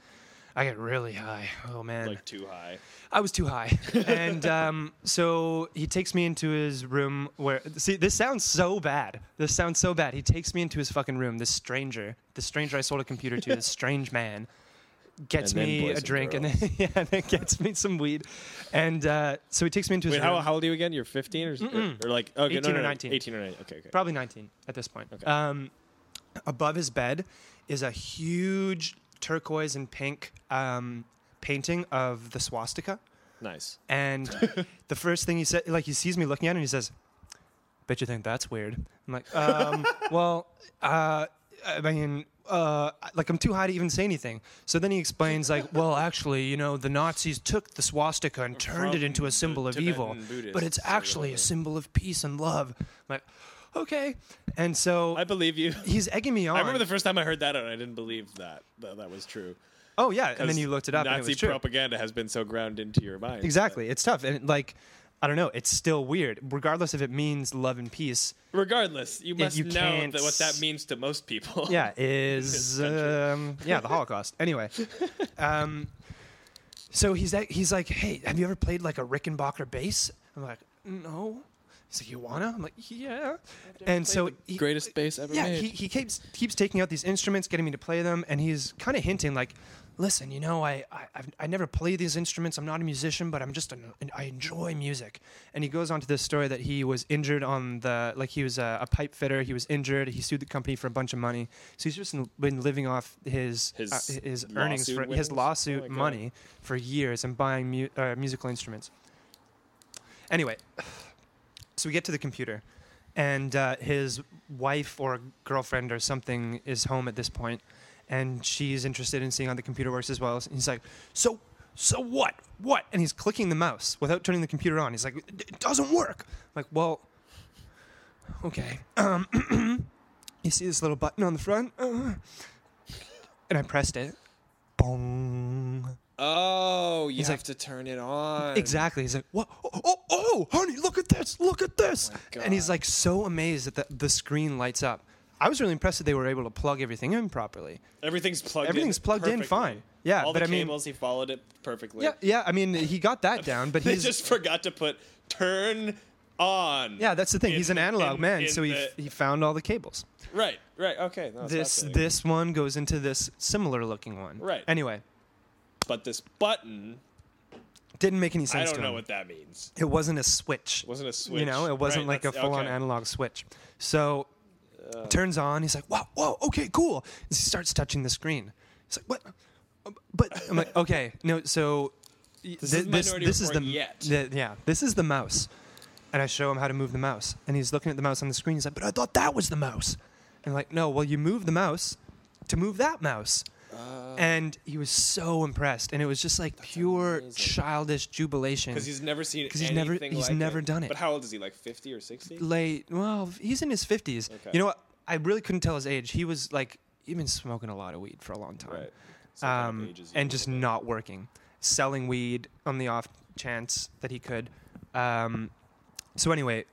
Speaker 1: I get really high. Oh man,
Speaker 2: like too high.
Speaker 1: I was too high, and um, so he takes me into his room. Where see, this sounds so bad. This sounds so bad. He takes me into his fucking room. This stranger, this stranger I sold a computer to, this strange man, gets
Speaker 4: And then
Speaker 1: me
Speaker 4: boys
Speaker 1: a
Speaker 4: and
Speaker 1: drink, and then yeah, and then gets me some weed, and uh, so he takes me into his
Speaker 2: Wait,
Speaker 1: room.
Speaker 2: how, how old are you again? You're 15 or, or, or like okay,
Speaker 1: 18
Speaker 2: no,
Speaker 1: or
Speaker 2: no, no,
Speaker 1: 19.
Speaker 2: 18 or 19. Okay, okay.
Speaker 1: Probably 19 at this point.
Speaker 2: Okay.
Speaker 1: Um, above his bed is a huge turquoise and pink um, painting of the swastika.
Speaker 2: Nice.
Speaker 1: And the first thing he said, like he sees me looking at it and he says, Bet you think that's weird. I'm like, um, well, uh, I mean, uh, like I'm too high to even say anything. So then he explains, like, well, actually, you know, the Nazis took the swastika and turned it
Speaker 2: From
Speaker 1: into a
Speaker 2: the
Speaker 1: symbol of
Speaker 2: Tibetan
Speaker 1: evil,
Speaker 2: Buddhists
Speaker 1: but it's
Speaker 2: or
Speaker 1: actually
Speaker 2: whatever.
Speaker 1: a symbol of peace and love. I'm like, okay. And so
Speaker 2: I believe you.
Speaker 1: he's egging me on.
Speaker 2: I remember the first time I heard that, and I didn't believe that that, that was true.
Speaker 1: oh yeah, and then you looked it up
Speaker 2: Nazi
Speaker 1: and it was true.
Speaker 2: propaganda has been so ground into your mind.
Speaker 1: Exactly, it's tough, and like, I don't know, it's still weird, regardless if it means love and peace.
Speaker 2: But regardless, you must
Speaker 1: you
Speaker 2: know
Speaker 1: can't
Speaker 2: that what that
Speaker 1: s-
Speaker 2: means to most people.
Speaker 1: yeah is um, yeah the holocaust anyway um, so he's that, he's like hey have you ever played like a rickenbacker bass i'm like no he's like you wanna i'm like yeah and so he,
Speaker 2: Greatest bass ever
Speaker 1: yeah
Speaker 2: made.
Speaker 1: he, he keeps keeps taking out these instruments getting me to play them and he's kind of hinting like listen you know i I, I've, I never play these instruments i'm not a musician but i'm just an, i enjoy music and he goes on to this story that he was injured on the like he was a, a pipe fitter he was injured he sued the company for a bunch of money so he's just been living off his
Speaker 2: His
Speaker 1: uh, his earnings
Speaker 2: lawsuit
Speaker 1: for
Speaker 2: winnings?
Speaker 1: his
Speaker 2: Oh my
Speaker 1: lawsuit
Speaker 2: God.
Speaker 1: money for years and buying mu- uh, musical instruments anyway so we get to the computer, and uh, his wife or girlfriend or something is home at this point, and she's interested in seeing how the computer works as well. And he's like, "So, so what? What?" And he's clicking the mouse without turning the computer on. He's like, "It it doesn't work." I'm like, well, okay. Um, you see this little button on the front, Uh, and I pressed it. Boom.
Speaker 2: Oh, you
Speaker 1: He's
Speaker 2: have
Speaker 1: like-
Speaker 2: to turn it on.
Speaker 1: Exactly. He's like, "What? Oh, oh, oh, honey, look at this! Look at this!"
Speaker 2: Oh my
Speaker 1: and he's
Speaker 2: God.
Speaker 1: like so amazed that the, the screen lights up. I was really impressed that they were able to plug everything in properly.
Speaker 2: Everything's plugged.
Speaker 1: Everything's
Speaker 2: in
Speaker 1: plugged in
Speaker 2: perfectly.
Speaker 1: fine. Yeah,
Speaker 2: All
Speaker 1: but
Speaker 2: the
Speaker 1: I mean-
Speaker 2: cables. He followed it perfectly.
Speaker 1: Yeah, yeah. I mean, he got that down, but
Speaker 2: They
Speaker 1: he's
Speaker 2: just forgot to put turn on.
Speaker 1: yeah. That's the thing. he's
Speaker 2: in-
Speaker 1: an analog
Speaker 2: in-
Speaker 1: man,
Speaker 2: in
Speaker 1: so he
Speaker 2: the-
Speaker 1: he found all the cables.
Speaker 2: Right. Right. Okay. No, it's
Speaker 1: This
Speaker 2: fascinating.
Speaker 1: this one goes into this similar looking one.
Speaker 2: Right.
Speaker 1: Anyway,
Speaker 2: But this button,
Speaker 1: didn't make any sense. to
Speaker 2: I don't know
Speaker 1: him.
Speaker 2: what that means.
Speaker 1: It wasn't a switch.
Speaker 2: Wasn't a
Speaker 1: You know,
Speaker 2: switch.
Speaker 1: it wasn't
Speaker 2: Right,
Speaker 1: like a
Speaker 2: that's-
Speaker 1: full-on
Speaker 2: okay.
Speaker 1: analog switch. So turns on. He's like, "Wow, whoa, okay, cool." And he starts touching the screen. He's like, "What?" Uh, But I'm like, "Okay, no." So y-
Speaker 2: This
Speaker 1: thi-
Speaker 2: isn't
Speaker 1: this,
Speaker 2: Minority
Speaker 1: this is the
Speaker 2: Report yet.
Speaker 1: the- yeah, this is the mouse. And I show him how to move the mouse, and he's looking at the mouse on the screen. He's like, "But I thought that was the mouse." And I'm like, "No, well, you move the mouse to move that mouse." Uh,
Speaker 2: Uh.
Speaker 1: and he was so impressed, and it was just like pure
Speaker 2: amazing.
Speaker 1: childish jubilation.
Speaker 2: Because he's never seen.
Speaker 1: 'Cause he's never-
Speaker 2: anything
Speaker 1: he's
Speaker 2: like
Speaker 1: never done it.
Speaker 2: But how old is he? Like fifty or sixty?
Speaker 1: late. Well, he's in his fifties.
Speaker 2: Okay.
Speaker 1: You know what? I really couldn't tell his age. He was like he'd been smoking a lot of weed for a long time.
Speaker 2: Right. some kind of
Speaker 1: um,
Speaker 2: ages you
Speaker 1: and
Speaker 2: a
Speaker 1: just
Speaker 2: little bit.
Speaker 1: not working, selling weed on the off chance that he could. Um, so anyway,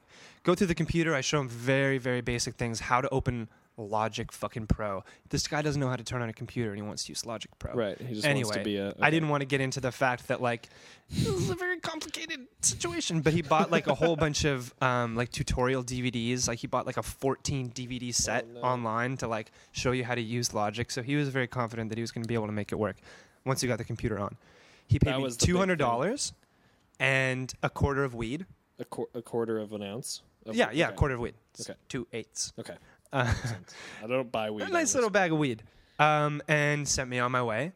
Speaker 1: go through the computer. I show him very, very basic things: how to open Logic fucking Pro. This guy doesn't know how to turn on a computer, and he wants to use Logic Pro.
Speaker 5: Right. He just
Speaker 1: anyway,
Speaker 5: wants to be a.
Speaker 1: I didn't want to get into the fact that like this is a very complicated situation, but he bought like a whole bunch of um, like tutorial DVDs. Like he bought like a 14 DVD set
Speaker 2: Oh, no.
Speaker 1: online to like show you how to use Logic. So he was very confident that he was going to be able to make it work once he got the computer on. He paid
Speaker 2: That
Speaker 1: me
Speaker 2: was the big
Speaker 1: two
Speaker 2: thing.
Speaker 1: hundred dollars and a quarter of weed.
Speaker 2: a, qu- a quarter of an ounce. Of
Speaker 1: yeah, yeah, a
Speaker 2: Oh, okay.
Speaker 1: quarter of weed. It's
Speaker 2: Okay.
Speaker 1: two eighths.
Speaker 2: Okay,
Speaker 1: Uh,
Speaker 2: I don't buy weed.
Speaker 1: a nice little bag of weed um, and sent me on my way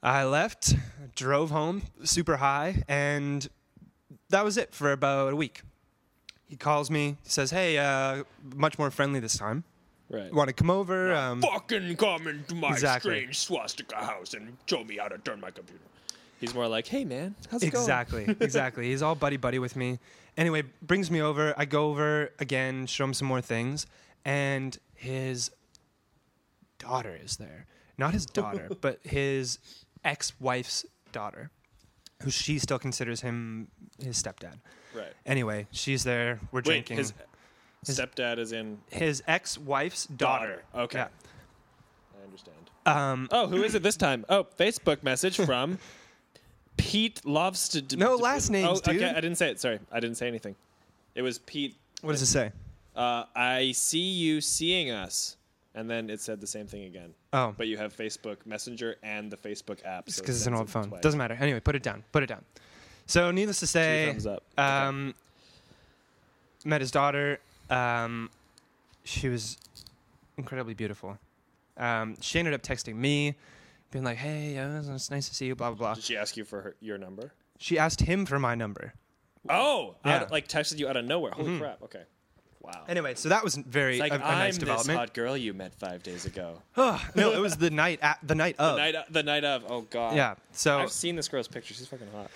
Speaker 1: i left drove home super high and that was it for about a week he calls me says hey uh, much more friendly this time
Speaker 2: Right.
Speaker 1: want to come over um,
Speaker 6: fucking come into my
Speaker 1: Exactly.
Speaker 6: strange swastika house and show me how to turn my computer.
Speaker 2: He's more like, hey man, how's it
Speaker 1: exactly exactly he's all buddy buddy with me anyway brings me over i go over again show him some more things and his daughter is there not his daughter but his ex-wife's daughter who she still considers him his stepdad
Speaker 2: going? Right.
Speaker 1: anyway she's there we're
Speaker 2: Wait,
Speaker 1: drinking
Speaker 2: his,
Speaker 1: his, His-
Speaker 2: stepdad is in.
Speaker 1: ex-wife's daughter,
Speaker 2: Daughter, okay.
Speaker 1: Yeah.
Speaker 2: I understand. Um.
Speaker 1: Um,
Speaker 2: Oh, who is it this time? Oh, Facebook message from Pete Lobster.
Speaker 1: No last names,
Speaker 2: oh,
Speaker 1: dude.
Speaker 2: Okay, I didn't say it. Sorry, I didn't say anything. It was Pete.
Speaker 1: what does it say
Speaker 2: Uh, I see you seeing us, and then it said the same thing again.
Speaker 1: oh
Speaker 2: But you have Facebook Messenger and the Facebook app. so it
Speaker 1: because it's an
Speaker 2: sends
Speaker 1: old
Speaker 2: it
Speaker 1: phone.
Speaker 2: twice.
Speaker 1: Doesn't matter. Anyway, put it down. Put it down. So, needless to say,
Speaker 2: thumbs up.
Speaker 1: Um, met his daughter. Um, she was incredibly beautiful. Um, she ended up texting me, being like, "Hey, uh, it's- it's nice to see you." Blah blah blah.
Speaker 2: Did she ask you for her, your number?
Speaker 1: She asked him for my number.
Speaker 2: Oh,
Speaker 1: Yeah.
Speaker 2: out of- like texted you out of nowhere. Holy crap! Okay, wow.
Speaker 1: Anyway, so that was very
Speaker 2: it's like
Speaker 1: a,
Speaker 2: i
Speaker 1: a
Speaker 2: I'm
Speaker 1: nice
Speaker 2: this
Speaker 1: development.
Speaker 2: hot girl you met five days ago.
Speaker 1: no, it was the night at the night of.
Speaker 2: The night, o- the night of. Oh god.
Speaker 1: Oh. yeah. So
Speaker 2: I've seen this girl's picture. She's fucking hot.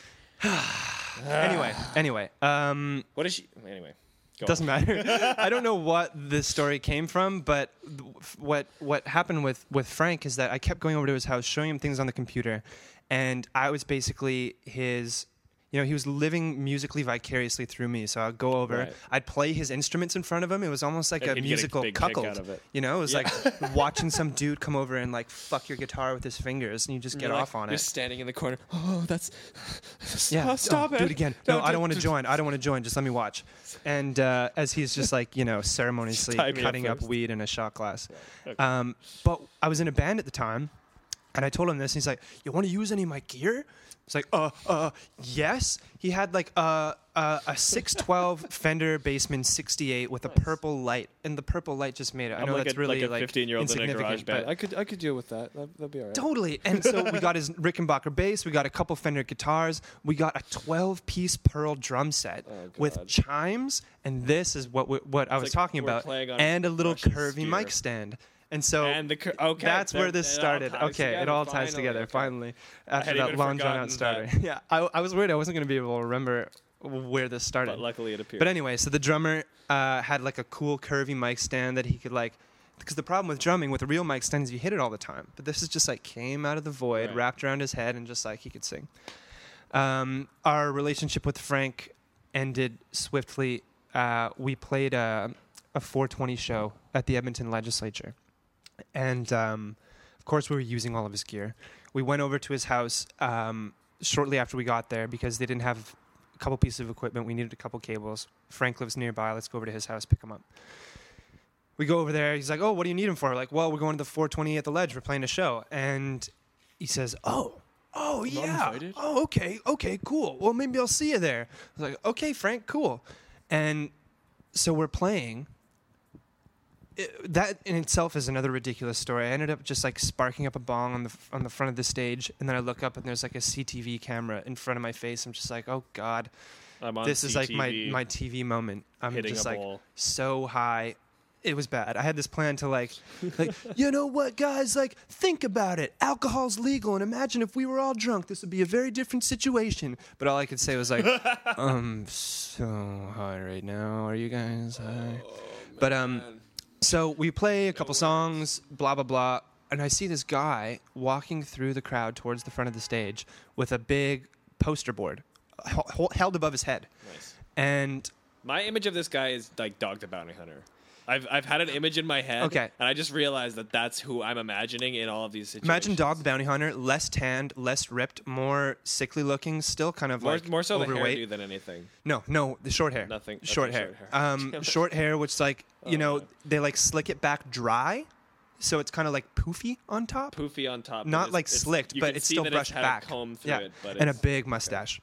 Speaker 1: anyway, anyway. Um,
Speaker 2: What is she? Anyway, go on.
Speaker 1: Doesn't matter. I don't know what this story came from, but th- what what happened with with Frank is that I kept going over to his house, showing him things on the computer, and I was basically his. You know, he was living musically vicariously through me. So I'd go over,
Speaker 2: Right.
Speaker 1: I'd play his instruments in front of him. It was almost like
Speaker 2: And
Speaker 1: a
Speaker 2: he'd get a
Speaker 1: musical
Speaker 2: big kick out
Speaker 1: cuckold.
Speaker 2: of it.
Speaker 1: You know, it was like watching some dude come over and like fuck your guitar with his fingers, and you just get
Speaker 2: You're like-
Speaker 1: off on
Speaker 2: You're
Speaker 1: it.
Speaker 2: standing in the corner. Oh, that's.
Speaker 1: Yeah,
Speaker 2: Oh, stop
Speaker 1: Oh,
Speaker 2: it.
Speaker 1: Do it again. No, I
Speaker 2: do-
Speaker 1: don't want to
Speaker 2: do-
Speaker 1: join. I don't want to join. Just let me watch. And uh, as he's just like you know ceremoniously
Speaker 2: Tie me up
Speaker 1: cutting up
Speaker 2: first.
Speaker 1: weed in a shot glass. Um, but I was in a band at the time, and I told him this. And he's like, "You want to use any of my gear?" It's like, "Uh, uh, yes." He had like uh, uh, a six twelve Fender Bassman sixty eight with a purple light, and the purple light just made it. I
Speaker 2: I'm
Speaker 1: know
Speaker 2: like
Speaker 1: that's
Speaker 2: a,
Speaker 1: really
Speaker 2: like a 15 year old in a
Speaker 1: insignificant,
Speaker 2: garage band.
Speaker 1: but-
Speaker 2: I could I could deal with that. That'd, that'd be alright.
Speaker 1: Totally. And so we got his Rickenbacker bass, we got a couple Fender guitars, we got a 12 piece Pearl drum set with
Speaker 2: Oh, God.
Speaker 1: chimes, and this is what we, what I was
Speaker 2: like
Speaker 1: talking
Speaker 2: we're
Speaker 1: about,
Speaker 2: playing on
Speaker 1: and a little
Speaker 2: Russian
Speaker 1: curvy
Speaker 2: spear.
Speaker 1: mic stand. And so
Speaker 2: And the cur- okay,
Speaker 1: that's
Speaker 2: then
Speaker 1: where this
Speaker 2: it all
Speaker 1: started.
Speaker 2: ties
Speaker 1: okay, it
Speaker 2: together,
Speaker 1: all ties
Speaker 2: finally.
Speaker 1: together
Speaker 2: Okay.
Speaker 1: finally after
Speaker 2: had
Speaker 1: that
Speaker 2: even
Speaker 1: long drawn out starter.
Speaker 2: forgotten
Speaker 1: Yeah, I, I was worried I wasn't going to be able to remember where this started.
Speaker 2: But luckily it appeared.
Speaker 1: But anyway, so the drummer uh, had like a cool curvy mic stand that he could like. Because the problem with drumming with a real mic stand is you hit it all the time. But this is just like came out of the void,
Speaker 2: Right.
Speaker 1: wrapped around his head, and just like he could sing. Um, our relationship with Frank ended swiftly. Uh, we played a, a 420 show at the Edmonton Legislature. And um, of course, we were using all of his gear. We went over to his house um, shortly after we got there because they didn't have a couple pieces of equipment. We needed a couple cables. Frank lives nearby. Let's go over to his house, pick him up. We go over there. He's like, "Oh, what do you need him for?" We're like, "Well, we're going to the 420 at the ledge. We're playing a show." And he says, "Oh, oh yeah,
Speaker 2: invited?
Speaker 1: oh okay, okay, cool. Well, maybe I'll see you there." I was like, "Okay, Frank, cool." And so we're playing. It- that in itself is another ridiculous story. I ended up just like sparking up a bong on the on the front of the stage, and then I look up and there's like a CTV camera in front of my face. I'm just like, "Oh God."
Speaker 2: I'm on
Speaker 1: this is like my
Speaker 2: CTV.
Speaker 1: my TV moment. I'm
Speaker 2: hitting
Speaker 1: just
Speaker 2: a
Speaker 1: like
Speaker 2: ball.
Speaker 1: so high. It was bad. I had this plan to like, like you know what, guys? Like, think about it. Alcohol's legal, and imagine if we were all drunk. This would be a very different situation. But all I could say was like, I'm so high right now. Are you guys high? but um, so we play a couple songs, blah blah blah. and I see this guy walking through the crowd towards the front of the stage with a big poster board h- h- held above his head.
Speaker 3: Nice.
Speaker 1: And
Speaker 3: My image of this guy is like Dog the Bounty Hunter. I've, I've had an image in my head.
Speaker 1: Okay.
Speaker 3: And I just realized that that's who I'm imagining in all of these situations.
Speaker 1: imagine Dog the Bounty Hunter, less tanned, less ripped, more sickly looking, still kind of
Speaker 3: More,
Speaker 1: like
Speaker 3: more so the
Speaker 1: overweight.
Speaker 3: hairdo than anything.
Speaker 1: No, no, the short hair.
Speaker 3: Nothing-
Speaker 1: Short
Speaker 3: okay,
Speaker 1: hair.
Speaker 3: short hair. Oh,
Speaker 1: Um, short hair, which like you know they like slick it back dry, so it's kind of like poofy on top,
Speaker 3: Poofy on top. but
Speaker 1: not
Speaker 3: it's-
Speaker 1: like
Speaker 3: it's-
Speaker 1: slicked,
Speaker 3: you
Speaker 1: but
Speaker 3: can
Speaker 1: it's
Speaker 3: see
Speaker 1: still
Speaker 3: that
Speaker 1: brushed
Speaker 3: had
Speaker 1: back.
Speaker 3: A comb through
Speaker 1: yeah,
Speaker 3: it, but
Speaker 1: and a
Speaker 3: it's-
Speaker 1: big mustache.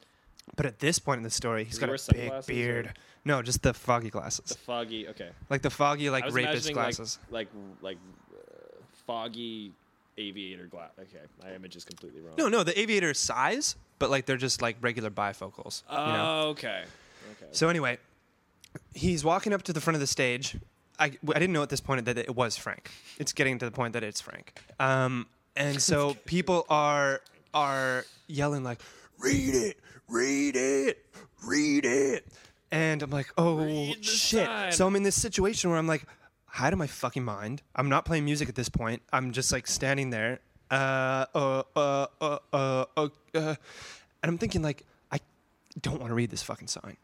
Speaker 1: But at this point in the story, he's
Speaker 3: he
Speaker 1: got
Speaker 3: wear
Speaker 1: a big
Speaker 3: sunglasses or-
Speaker 1: beard. No, just the foggy glasses,
Speaker 3: foggy. Okay.
Speaker 1: like the foggy
Speaker 3: I
Speaker 1: like
Speaker 3: was
Speaker 1: rapist
Speaker 3: imagining like,
Speaker 1: glasses.
Speaker 3: like like uh, foggy aviator glass. Okay, my image is completely wrong.
Speaker 1: no, no, the aviator is size, but like they're just like regular bifocals.
Speaker 3: Oh,
Speaker 1: you know?
Speaker 3: okay. Okay.
Speaker 1: So anyway, he's walking up to the front of the stage. I, I didn't know at this point that it was Frank. It's getting to the point that it's Frank. Um, and so people are are yelling like, "Read it, read it, read it," and I'm like, "Oh
Speaker 3: the
Speaker 1: shit!"
Speaker 3: sign.
Speaker 1: So I'm in this situation where I'm like, "Hide of my fucking mind." I'm not playing music at this point. I'm just like standing there. Uh, uh, uh, uh, uh, uh, uh, and I'm thinking like, I don't want to read this fucking sign.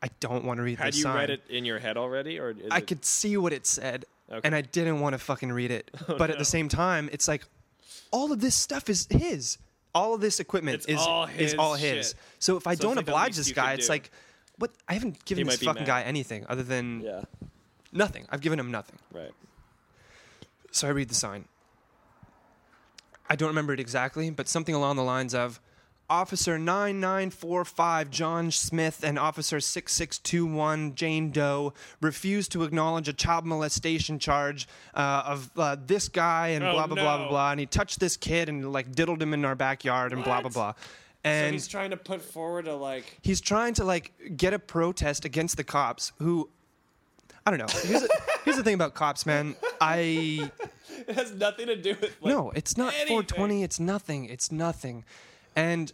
Speaker 1: I don't want to read
Speaker 3: Had
Speaker 1: this
Speaker 3: you
Speaker 1: sign.
Speaker 3: read it in your head already, or is
Speaker 1: I
Speaker 3: it-
Speaker 1: could see what it said,
Speaker 3: Okay. Oh,
Speaker 1: and I didn't want to fucking read it. but at the same time, it's like all of this stuff is his. All of this equipment
Speaker 3: It's
Speaker 1: is
Speaker 3: all
Speaker 1: is all
Speaker 3: his
Speaker 1: his.
Speaker 3: shit.
Speaker 1: So if
Speaker 3: So
Speaker 1: I
Speaker 3: it's
Speaker 1: don't
Speaker 3: like the
Speaker 1: oblige
Speaker 3: least
Speaker 1: this
Speaker 3: you could
Speaker 1: guy, it's
Speaker 3: do.
Speaker 1: like, what? I haven't given
Speaker 3: might
Speaker 1: this
Speaker 3: be
Speaker 1: fucking
Speaker 3: mad.
Speaker 1: guy anything other than
Speaker 3: Yeah.
Speaker 1: nothing. I've given him nothing.
Speaker 3: Right.
Speaker 1: So I read the sign. I don't remember it exactly, but something along the lines of Officer 9945 John Smith and Officer 6621 Jane Doe refuse to acknowledge a child molestation charge uh, of uh, this guy and
Speaker 3: Oh,
Speaker 1: blah, blah, blah, blah,
Speaker 3: no.
Speaker 1: blah. And he touched this kid and like diddled him in our backyard and blah, blah,
Speaker 3: What?
Speaker 1: blah. And
Speaker 3: so he's trying to put forward a like.
Speaker 1: he's trying to like get a protest against the cops who. I don't know. Here's, the- here's the thing about cops, man. I
Speaker 3: It has nothing to do with. Like,
Speaker 1: no, it's not 420. It's nothing. It's nothing. And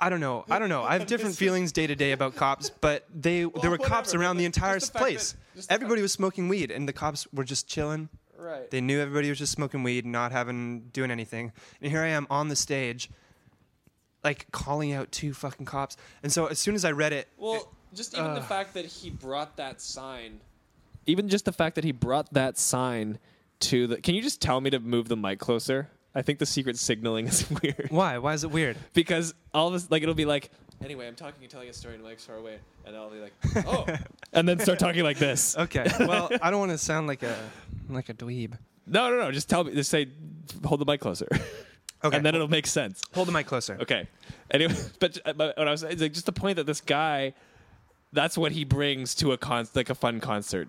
Speaker 1: I don't know. I don't know. I have different feelings day to day about cops, but they there were cops
Speaker 3: whatever,
Speaker 1: around
Speaker 3: but
Speaker 1: the
Speaker 3: just
Speaker 1: entire
Speaker 3: the fact
Speaker 1: place.
Speaker 3: that- just the
Speaker 1: Everybody was smoking weed, and the cops were just chilling.
Speaker 3: Right.
Speaker 1: They knew everybody was just smoking weed, not having doing anything. And here I am on the stage, like calling out two fucking cops. And so as soon as I read it,
Speaker 3: well,
Speaker 2: Eh,
Speaker 3: just even the fact that he brought that sign.
Speaker 2: uh. Even just the fact that he brought that sign to the. Can you just tell me to move the mic closer? I think the secret signaling is weird
Speaker 1: why? Why is it weird?
Speaker 2: because all this like it'll be like
Speaker 3: Anyway, I'm talking and telling a story, and Mike's far away, and I'll be like, "Oh,
Speaker 2: and then start talking like this.
Speaker 1: Okay. Well, I don't want to sound like a like a dweeb.
Speaker 2: No, no, no. Just tell me. Just say, hold the mic closer,
Speaker 1: Okay.
Speaker 2: and then it'll make sense.
Speaker 1: hold the mic closer.
Speaker 2: Okay. Anyway, but, uh, but what I was it's like just the point that this guy, that's what he brings to a con like a fun concert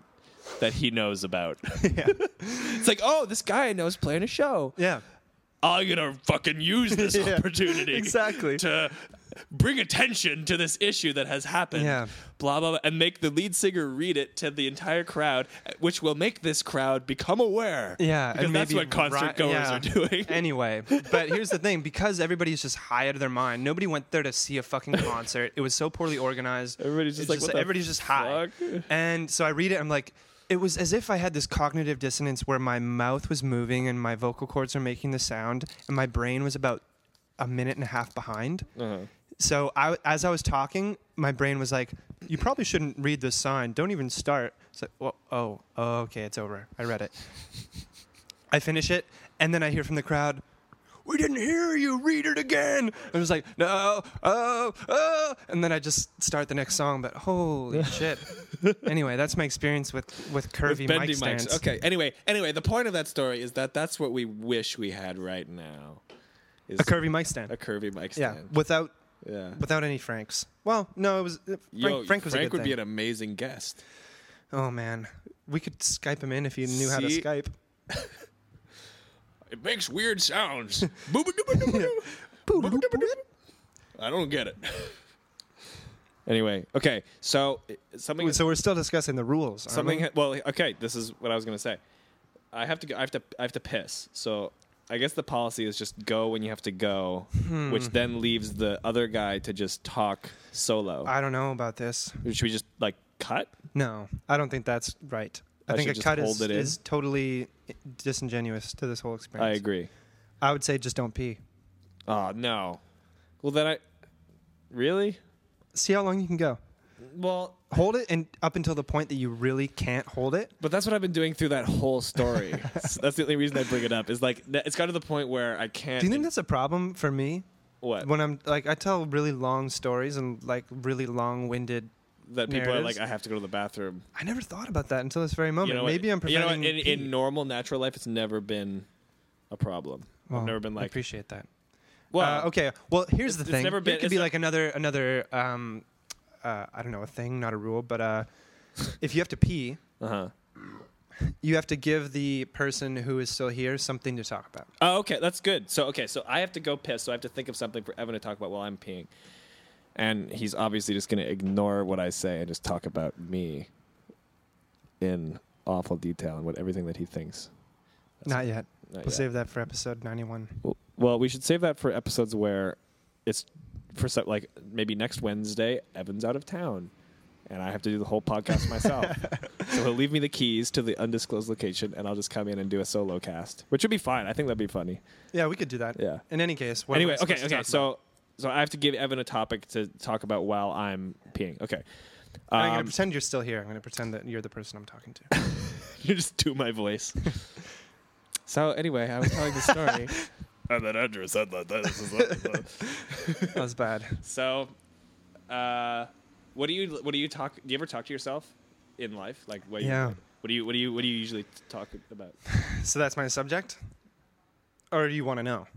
Speaker 2: that he knows about. it's like, oh, this guy I know is playing a show.
Speaker 1: Yeah.
Speaker 2: I'm gonna fucking use this opportunity
Speaker 1: Exactly.
Speaker 2: to bring attention to this issue that has happened.
Speaker 1: Yeah.
Speaker 2: Blah, blah blah, and make the lead singer read it to the entire crowd, which will make this crowd become aware.
Speaker 1: Yeah,
Speaker 2: because
Speaker 1: and
Speaker 2: that's
Speaker 1: maybe
Speaker 2: what concert
Speaker 1: ri-
Speaker 2: goers
Speaker 1: yeah.
Speaker 2: are doing.
Speaker 1: Anyway, but here's the thing: because everybody's just high out of their mind, nobody went there to see a fucking concert. It was so poorly organized.
Speaker 2: Everybody's just
Speaker 1: It's
Speaker 2: like, "What the
Speaker 1: everybody's just high.
Speaker 2: fuck?"
Speaker 1: And so I read it. I'm like, it was as if I had this cognitive dissonance where my mouth was moving and my vocal cords are making the sound, and my brain was about a minute and a half behind.
Speaker 2: Uh-huh.
Speaker 1: So I, as I was talking, my brain was like, "You probably shouldn't read this sign. Don't even start." It's like, well, "Oh, oh, okay, it's over. I read it." I finish it, and then I hear from the crowd, "We didn't hear you. Read it again." I was like, "No, oh, oh," and then I just start the next song. But holy shit! Anyway, that's my experience with with curvy
Speaker 2: Bendy
Speaker 1: mic
Speaker 2: mics.
Speaker 1: stands.
Speaker 3: okay." Anyway, anyway, the point of that story is that that's what we wish we had right now. Is
Speaker 1: a curvy mic stand.
Speaker 3: a curvy mic
Speaker 1: yeah,
Speaker 3: stand.
Speaker 1: without
Speaker 3: Yeah.
Speaker 1: without any Franks. Well, no, it was uh, Frank.
Speaker 3: Yo,
Speaker 1: Frank was a
Speaker 3: Frank
Speaker 1: good
Speaker 3: would
Speaker 1: thing.
Speaker 3: be an amazing guest.
Speaker 1: Oh man, we could Skype him in if you knew how to
Speaker 3: See?
Speaker 1: Skype.
Speaker 7: It makes weird sounds. Booba-dooba-dooba-doo.
Speaker 3: I don't get it. anyway, okay, so uh, something
Speaker 1: So we're still discussing the rules. aren't
Speaker 3: something
Speaker 1: we?
Speaker 3: ha- well okay this is what i was going to say i have to go i have to i have to piss so i guess the policy is just go when you have to go
Speaker 1: Hmm.
Speaker 3: which then leaves the other guy to just talk solo
Speaker 1: I don't know about this.
Speaker 3: should we just like cut
Speaker 1: No, I don't think that's right. I, think
Speaker 2: should
Speaker 1: a
Speaker 2: just
Speaker 1: cut is,
Speaker 2: hold it in.
Speaker 1: is totally disingenuous to this whole
Speaker 2: I
Speaker 1: experience.
Speaker 2: agree.
Speaker 1: I would say just don't pee.
Speaker 2: Oh no. Well then I really
Speaker 1: See how long you can go.
Speaker 2: well,
Speaker 1: Hold it and up until the point that you really can't hold it.
Speaker 2: but that's what I've been doing through that whole story. So that's the only reason I bring it up. Is like th- it's got to the point where I can't.
Speaker 1: Do you think that's a problem for me?
Speaker 2: what
Speaker 1: When I'm like, I tell really long stories and like really long winded.
Speaker 2: that people are
Speaker 1: narratives?
Speaker 2: like? I have to go to the bathroom.
Speaker 1: I never thought about that until this very moment.
Speaker 2: You know what-
Speaker 1: Maybe I'm
Speaker 2: you know what,
Speaker 1: preventing.
Speaker 2: in, in
Speaker 1: pee.
Speaker 2: normal natural life, it's never been a problem.
Speaker 1: Well,
Speaker 2: I've never been
Speaker 1: I
Speaker 2: like
Speaker 1: appreciate that.
Speaker 2: well.
Speaker 1: uh, okay. Well, here's
Speaker 2: it's-
Speaker 1: the
Speaker 2: it's
Speaker 1: thing.
Speaker 2: never been-
Speaker 1: it could
Speaker 2: it's
Speaker 1: be
Speaker 2: not-
Speaker 1: like another another um, uh, I don't know a thing, not a rule, but uh, if you have to pee,
Speaker 2: Uh huh.
Speaker 1: you have to give the person who is still here something to talk about.
Speaker 2: Oh, okay, that's good. So, okay, so I have to go piss, so I have to think of something for Evan to talk about while I'm peeing. And he's obviously just going to ignore what I say and just talk about me in awful detail and what everything that he thinks.
Speaker 1: Not yet.
Speaker 2: Not
Speaker 1: We'll
Speaker 2: yet.
Speaker 1: save that for episode 91.
Speaker 2: Well- well, we should save that for episodes where it's for some, like maybe next Wednesday, Evan's out of town. And I have to do the whole podcast myself. so he'll leave me the keys to the undisclosed location, and I'll just come in and do a solo cast, which would be fine. I think that'd be funny.
Speaker 1: Yeah, we could do that.
Speaker 2: Yeah.
Speaker 1: In any case, what am I
Speaker 2: anyway, okay,
Speaker 1: supposed to
Speaker 2: okay.
Speaker 1: talk
Speaker 2: So, so I have to give Evan a topic to talk about while I'm peeing. Okay,
Speaker 1: about? I'm going to
Speaker 2: Um,
Speaker 1: pretend you're still here. I'm going to pretend that you're the person I'm talking to.
Speaker 2: you just do my voice. so anyway, I was telling the story.
Speaker 8: And then Andrew said that this is that.
Speaker 1: that was bad.
Speaker 2: so, uh, what do you what do you talk? Do you ever talk to yourself in life? Like, what do you-
Speaker 1: Yeah.
Speaker 2: what do you what do you what do you usually talk about?
Speaker 1: So that's my subject? Or do you want to know?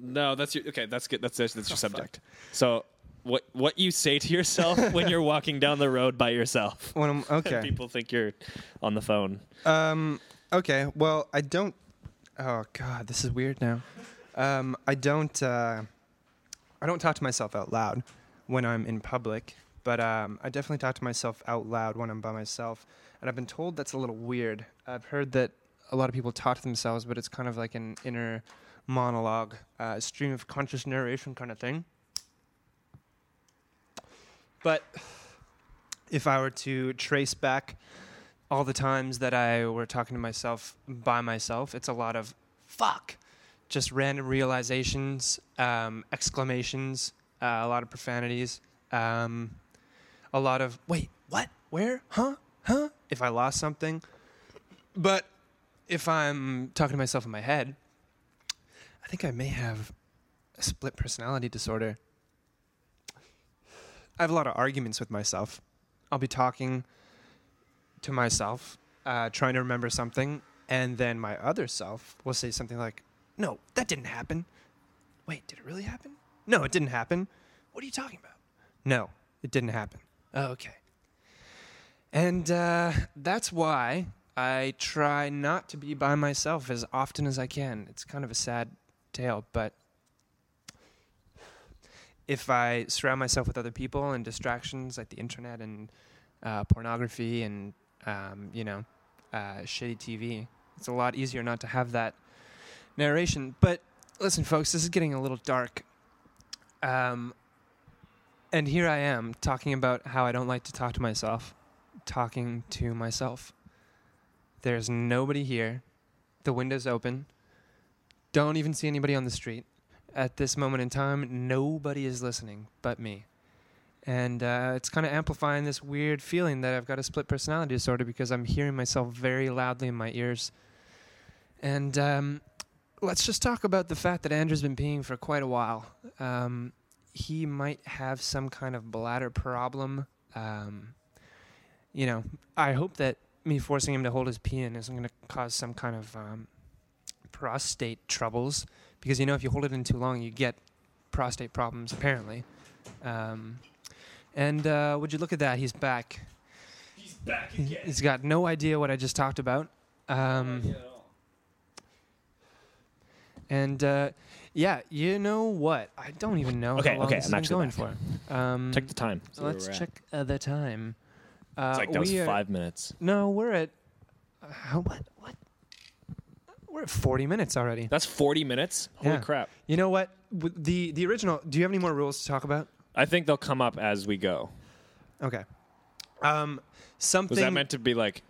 Speaker 2: No, that's your okay. That's good. That's that's your subject. So, what what you say to yourself when you're walking down the road by yourself?
Speaker 1: When I'm, okay.
Speaker 2: And people think you're on the phone.
Speaker 1: Um. Okay. Well, I don't. Oh God, this is weird now. Um. I don't. Uh, I don't talk to myself out loud when I'm in public, but um, I definitely talk to myself out loud when I'm by myself. And I've been told that's a little weird. I've heard that a lot of people talk to themselves, but it's kind of like an inner monologue, uh, stream of conscious narration kind of thing. But if I were to trace back all the times that I were talking to myself by myself, it's a lot of fuck, just random realizations, um, exclamations, uh, a lot of profanities, um, a lot of wait, what, where, huh, huh? If I lost something, but if I'm talking to myself in my head, I think I may have a split personality disorder. I have a lot of arguments with myself. I'll be talking to myself, uh, trying to remember something, and then my other self will say something like, "No, that didn't happen. Wait, did it really happen? No, it didn't happen. What are you talking about? No, it didn't happen. Oh, okay." And uh, that's why I try not to be by myself as often as I can. It's kind of a sad tale, but if I surround myself with other people and distractions like the internet and uh, pornography and um, you know uh, shitty TV, it's a lot easier not to have that narration. But listen, folks, this is getting a little dark. Um, and here I am talking about how I don't like to talk to myself, talking to myself. There's nobody here. The window's open. Don't even see anybody on the street at this moment in time, nobody is listening but me. And uh, it's kind of amplifying this weird feeling that I've got a split personality disorder because I'm hearing myself very loudly in my ears. And um, let's just talk about the fact that Andrew's been peeing for quite a while. Um, he might have some kind of bladder problem. Um, you know, I hope that me forcing him to hold his pee in isn't going to cause some kind of um, prostate troubles because you know if you hold it in too long, you get prostate problems apparently. Um, and uh, would you look at that? He's back.
Speaker 8: He's back
Speaker 1: He- He's got no idea what I just talked about. Um, and uh, yeah, you know what? I don't even know
Speaker 9: Okay,
Speaker 1: how long
Speaker 9: okay,
Speaker 1: this
Speaker 9: I'm
Speaker 1: has been going
Speaker 9: actually
Speaker 1: for. Um,
Speaker 9: Check the time.
Speaker 2: see where
Speaker 1: let's
Speaker 2: we're at.
Speaker 1: check uh, the time. Uh,
Speaker 9: It's like that was
Speaker 1: we are-
Speaker 9: five minutes.
Speaker 1: No, we're at uh, what? What? We're at forty minutes already.
Speaker 2: That's 40 minutes. Holy
Speaker 1: Yeah.
Speaker 2: crap!
Speaker 1: You know what? W- The the original. Do you have any more rules to talk about?
Speaker 2: I think they'll come up as we go.
Speaker 1: Okay. Um, something.
Speaker 2: Was that meant to be like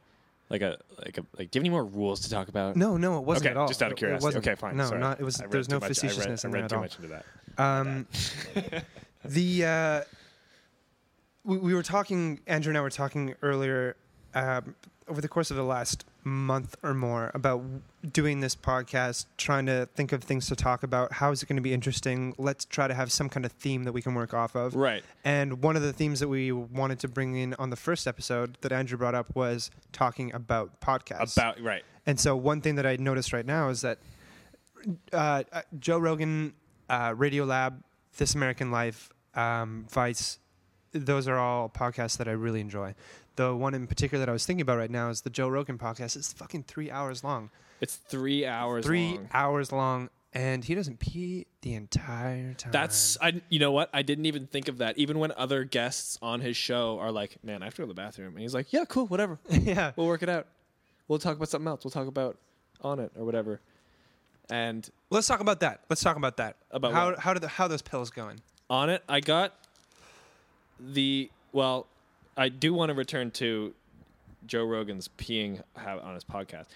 Speaker 2: like a like a like. Do you have any more rules to talk about?
Speaker 1: No, no, it wasn't
Speaker 2: Okay,
Speaker 1: at all.
Speaker 2: just out
Speaker 1: It- it
Speaker 2: of curiosity.
Speaker 1: wasn't.
Speaker 2: Okay, fine.
Speaker 1: No,
Speaker 2: sorry.
Speaker 1: not it was.
Speaker 2: I read
Speaker 1: There's
Speaker 2: too
Speaker 1: no
Speaker 2: much- I read-
Speaker 1: facetiousness
Speaker 2: I
Speaker 1: in
Speaker 2: read
Speaker 1: there at
Speaker 2: too
Speaker 1: all.
Speaker 2: much into that.
Speaker 1: Um, the uh, we, we were talking. Andrew and I were talking earlier um, over the course of the last month or more about doing this podcast, trying to think of things to talk about. How is it going to be interesting? Let's try to have some kind of theme that we can work off of.
Speaker 2: Right.
Speaker 1: And one of the themes that we wanted to bring in on the first episode that Andrew brought up was talking about podcasts.
Speaker 2: About right.
Speaker 1: And so one thing that I noticed right now is that uh, uh, Joe Rogan, uh, Radio Lab, This American Life, um, Vice, those are all podcasts that I really enjoy. The one in particular that I was thinking about right now is the Joe Rogan podcast. It's fucking three hours long.
Speaker 2: It's three hours.
Speaker 1: three
Speaker 2: long.
Speaker 1: hours long, and he doesn't pee the entire time.
Speaker 2: That's I. You know what? I didn't even think of that. Even when other guests on his show are like, "Man, I have to go to the bathroom," and he's like, "Yeah, cool, whatever.
Speaker 1: yeah.
Speaker 2: We'll work it out. We'll talk about something else. We'll talk about on it or whatever." And
Speaker 1: Let's talk about that. Let's talk about that.
Speaker 2: About
Speaker 1: how
Speaker 2: what?
Speaker 1: how do the, how those pills going?
Speaker 2: on it, I got the well. I do want to return to Joe Rogan's peeing habit on his podcast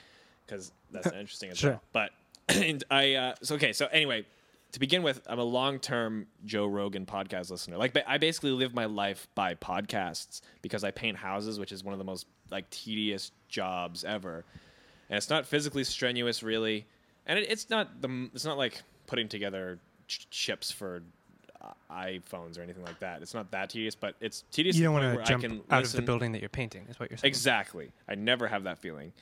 Speaker 2: because that's interesting as
Speaker 1: Sure.
Speaker 2: well. But and I uh, so okay. So anyway, to begin with, I'm a long term Joe Rogan podcast listener. Like ba- I basically live my life by podcasts because I paint houses, which is one of the most like tedious jobs ever, and it's not physically strenuous really, and it, it's not the m- it's not like putting together ch- chips for uh, iPhones or anything like that. It's not that tedious, but it's tedious.
Speaker 1: You don't
Speaker 2: want
Speaker 1: want
Speaker 2: to
Speaker 1: to jump
Speaker 2: can
Speaker 1: out of
Speaker 2: listen-
Speaker 1: the building that you're painting. Is what you're saying.
Speaker 2: Exactly. I never have that feeling.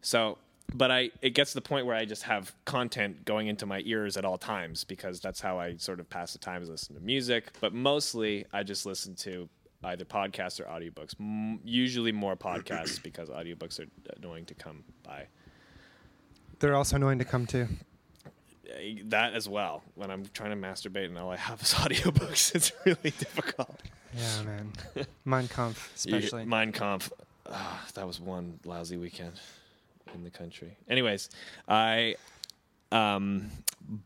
Speaker 2: So, but I it gets to the point where I just have content going into my ears at all times because that's how I sort of pass the time is listen to music, but mostly I just listen to either podcasts or audiobooks. M- usually more podcasts because audiobooks are annoying to come by.
Speaker 1: They're also annoying to come to.
Speaker 2: Uh, That as well. When I'm trying to masturbate and all I have is audiobooks, it's really difficult.
Speaker 1: Yeah, man. Mein Kampf,
Speaker 2: You-
Speaker 1: especially.
Speaker 2: Mein Kampf. Ah, that was one lousy weekend in the country. Anyways, I um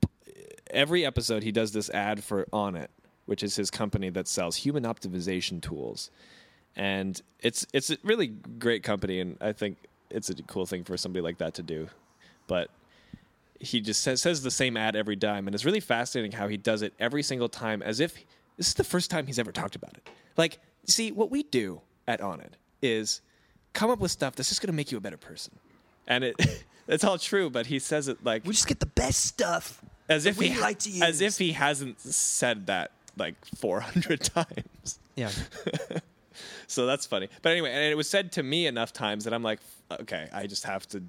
Speaker 2: b- every episode he does this ad for On It, which is his company that sells human optimization tools. And it's it's a really great company and I think it's a cool thing for somebody like that to do. But he just says, says the same ad every time and it's really fascinating how he does it every single time as if this is the first time he's ever talked about it like see what we do at onit is come up with stuff that's just going to make you a better person and it it's all true but he says it like
Speaker 10: just get the best stuff.
Speaker 2: as if
Speaker 10: we
Speaker 2: he
Speaker 10: like to use.
Speaker 2: as if he hasn't said that like 400 times
Speaker 1: yeah.
Speaker 2: so that's funny but anyway and it was said to me enough times that i'm like okay i just have to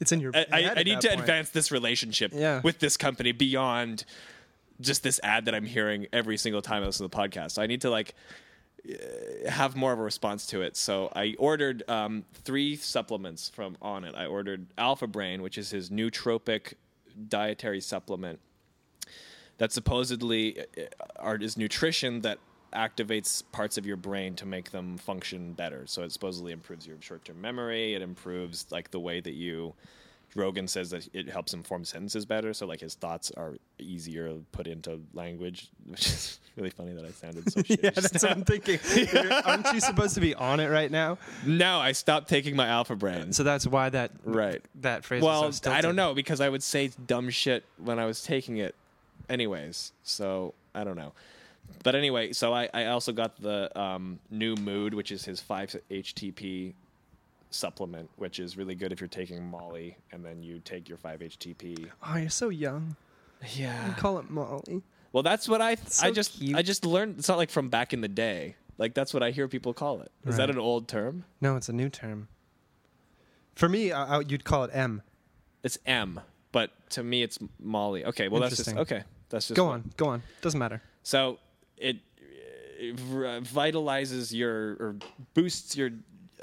Speaker 1: It's in your.
Speaker 2: I, I,
Speaker 1: head
Speaker 2: I
Speaker 1: at
Speaker 2: need
Speaker 1: that
Speaker 2: to
Speaker 1: point.
Speaker 2: advance this relationship
Speaker 1: Yeah.
Speaker 2: with this company beyond just this ad that I'm hearing every single time I listen to the podcast. So I need to like uh, have more of a response to it. So I ordered um, three supplements from On It. I ordered Alpha Brain, which is his nootropic dietary supplement that supposedly uh, are is nutrition that activates parts of your brain to make them function better. So it supposedly improves your short-term memory. It improves like the way that you. Rogan says that it helps him form sentences better, so like his thoughts are easier to put into language, which is really funny that I sounded so shit.
Speaker 1: Yeah,
Speaker 2: just
Speaker 1: that's what I'm thinking. Aren't you supposed to be on it right now?
Speaker 2: no, I stopped taking my alpha brain.
Speaker 1: So that's why that
Speaker 2: Right.
Speaker 1: that phrase.
Speaker 2: Well,
Speaker 1: is so
Speaker 2: I don't
Speaker 1: stilted.
Speaker 2: know because I would say dumb shit when I was taking it, anyways. So I don't know. But anyway, so I, I also got the um, new mood, which is his five HTP supplement, which is really good if you're taking Molly and then you take your five HTP.
Speaker 1: Oh, you're so young.
Speaker 2: Yeah.
Speaker 1: Call it Molly.
Speaker 2: Well, that's what I
Speaker 1: so
Speaker 2: I just
Speaker 1: cute.
Speaker 2: I just learned. It's not like from back in the day. Like that's what I hear people call it. Is that
Speaker 1: Right.
Speaker 2: an old term?
Speaker 1: No, it's a new term. For me, I, I, you'd call it M.
Speaker 2: It's M, but to me it's Molly. Okay, well that's just
Speaker 1: Interesting.
Speaker 2: okay. That's just
Speaker 1: Go
Speaker 2: what-
Speaker 1: on, go on. Doesn't matter.
Speaker 2: So it, it vitalizes your or boosts your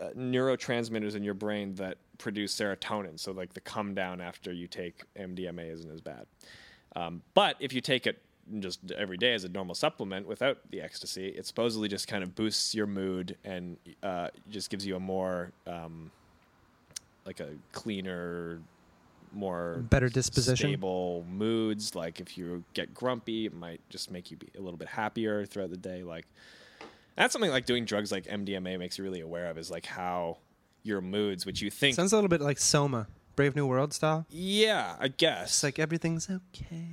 Speaker 2: uh, neurotransmitters in your brain that produce serotonin. So like the come down after you take MDMA isn't as bad. Um, but if you take it just every day as a normal supplement without the ecstasy, it supposedly just kind of boosts your mood and uh, just gives you a more um, like a cleaner, more
Speaker 1: Better disposition.
Speaker 2: stable moods. Like if you get grumpy, it might just make you be a little bit happier throughout the day. Like that's something like doing drugs like MDMA makes you really aware of is like how your moods, which you think.
Speaker 1: Sounds a little bit like Soma, Brave New World style.
Speaker 2: yeah, I guess.
Speaker 1: It's like everything's okay.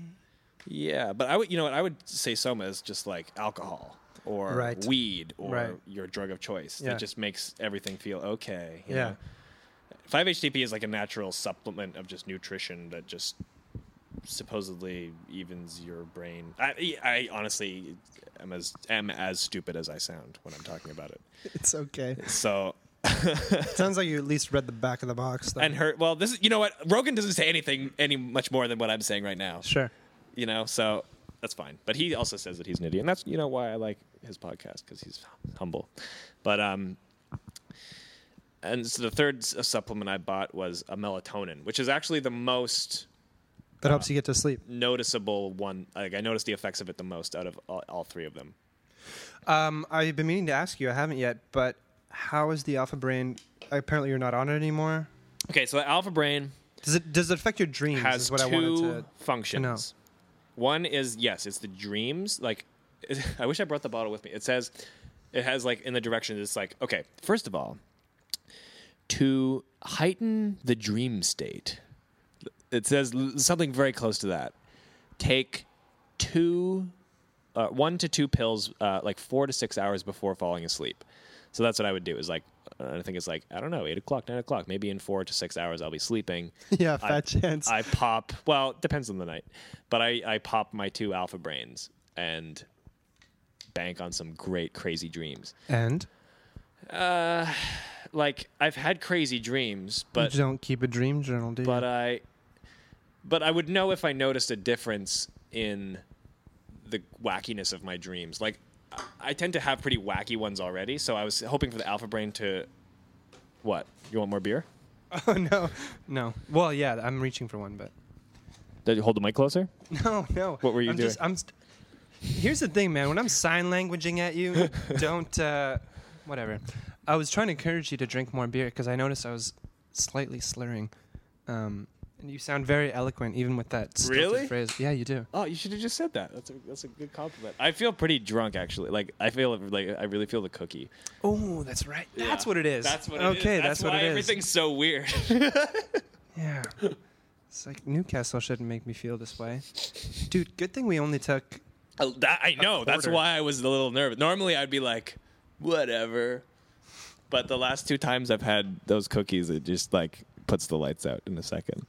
Speaker 2: yeah, but I would. You know what? I would say soma is just like alcohol or
Speaker 1: Right.
Speaker 2: weed or
Speaker 1: Right.
Speaker 2: your drug of choice.
Speaker 1: Yeah.
Speaker 2: That just makes everything feel okay. you
Speaker 1: Yeah.
Speaker 2: know? 5-HTP is like a natural supplement of just nutrition that just supposedly evens your brain. I, I honestly am as am as stupid as I sound when I'm talking about it.
Speaker 1: It's okay.
Speaker 2: So
Speaker 1: Sounds like you at least read the back of the box. Though.
Speaker 2: and her well, this is you know what Rogan doesn't say anything any much more than what I'm saying right now.
Speaker 1: sure.
Speaker 2: You know, so that's fine. But he also says that he's an idiot, and that's you know why I like his podcast because he's humble. But um, and so the third s- supplement I bought was a melatonin, which is actually the most Uh-huh.
Speaker 1: That helps you get to sleep.
Speaker 2: noticeable one. Like I noticed the effects of it the most out of all, all three of them.
Speaker 1: Um, I've been meaning to ask you. I haven't yet, but how is the Alpha Brain? Apparently, you're not on it anymore.
Speaker 2: Okay, so Alpha Brain
Speaker 1: Does it does it affect your dreams?
Speaker 2: has
Speaker 1: is what I wanted
Speaker 2: two
Speaker 1: to.
Speaker 2: functions. One is yes, it's the dreams. Like, I wish I brought the bottle with me. It says, it has like in the direction. It's like okay, first of all, to heighten the dream state, it says l- something very close to that. Take two, uh, one to two pills, uh, like four to six hours before falling asleep. So that's what I would do. Is like. uh, I think it's like I don't know, eight o'clock, nine o'clock. Maybe in four to six hours, I'll be sleeping.
Speaker 1: Yeah, fat
Speaker 2: I-
Speaker 1: chance.
Speaker 2: I pop. Well, it depends on the night, but I I pop my two alpha brains and bank on some great crazy dreams.
Speaker 1: and
Speaker 2: Like I've had crazy dreams, but
Speaker 1: you don't keep a dream journal, do you?
Speaker 2: but I but I would know if I noticed a difference in the wackiness of my dreams. Like I- I tend to have pretty wacky ones already, so I was hoping for the alpha brain to what? You want more beer?
Speaker 1: oh no, no. Well, yeah, I'm reaching for one, but
Speaker 2: Did you hold the mic closer?
Speaker 1: no, Oh, no.
Speaker 2: What were you
Speaker 1: I'm Just, I'm. St- Here's the thing, man. When I'm sign languaging at you, don't. Uh, whatever. I was trying to encourage you to drink more beer because I noticed I was slightly slurring, um, and you sound very eloquent even with that stilted
Speaker 2: Really?
Speaker 1: phrase. Yeah, you do.
Speaker 2: Oh, you should have just said that. That's a that's a good compliment. I feel pretty drunk actually. Like I feel like I really feel the cookie.
Speaker 1: Oh, that's right. That's what it is.
Speaker 2: That's what. It is.
Speaker 1: okay, that's, what
Speaker 2: why
Speaker 1: it is.
Speaker 2: everything's so weird.
Speaker 1: Yeah. It's like Newcastle shouldn't make me feel this way. Dude, good thing we only took
Speaker 2: Oh, that- I know. That's
Speaker 1: quarter.
Speaker 2: why I was a little nervous. Normally I'd be like, whatever. But the last two times I've had those cookies, it just like puts the lights out in a second.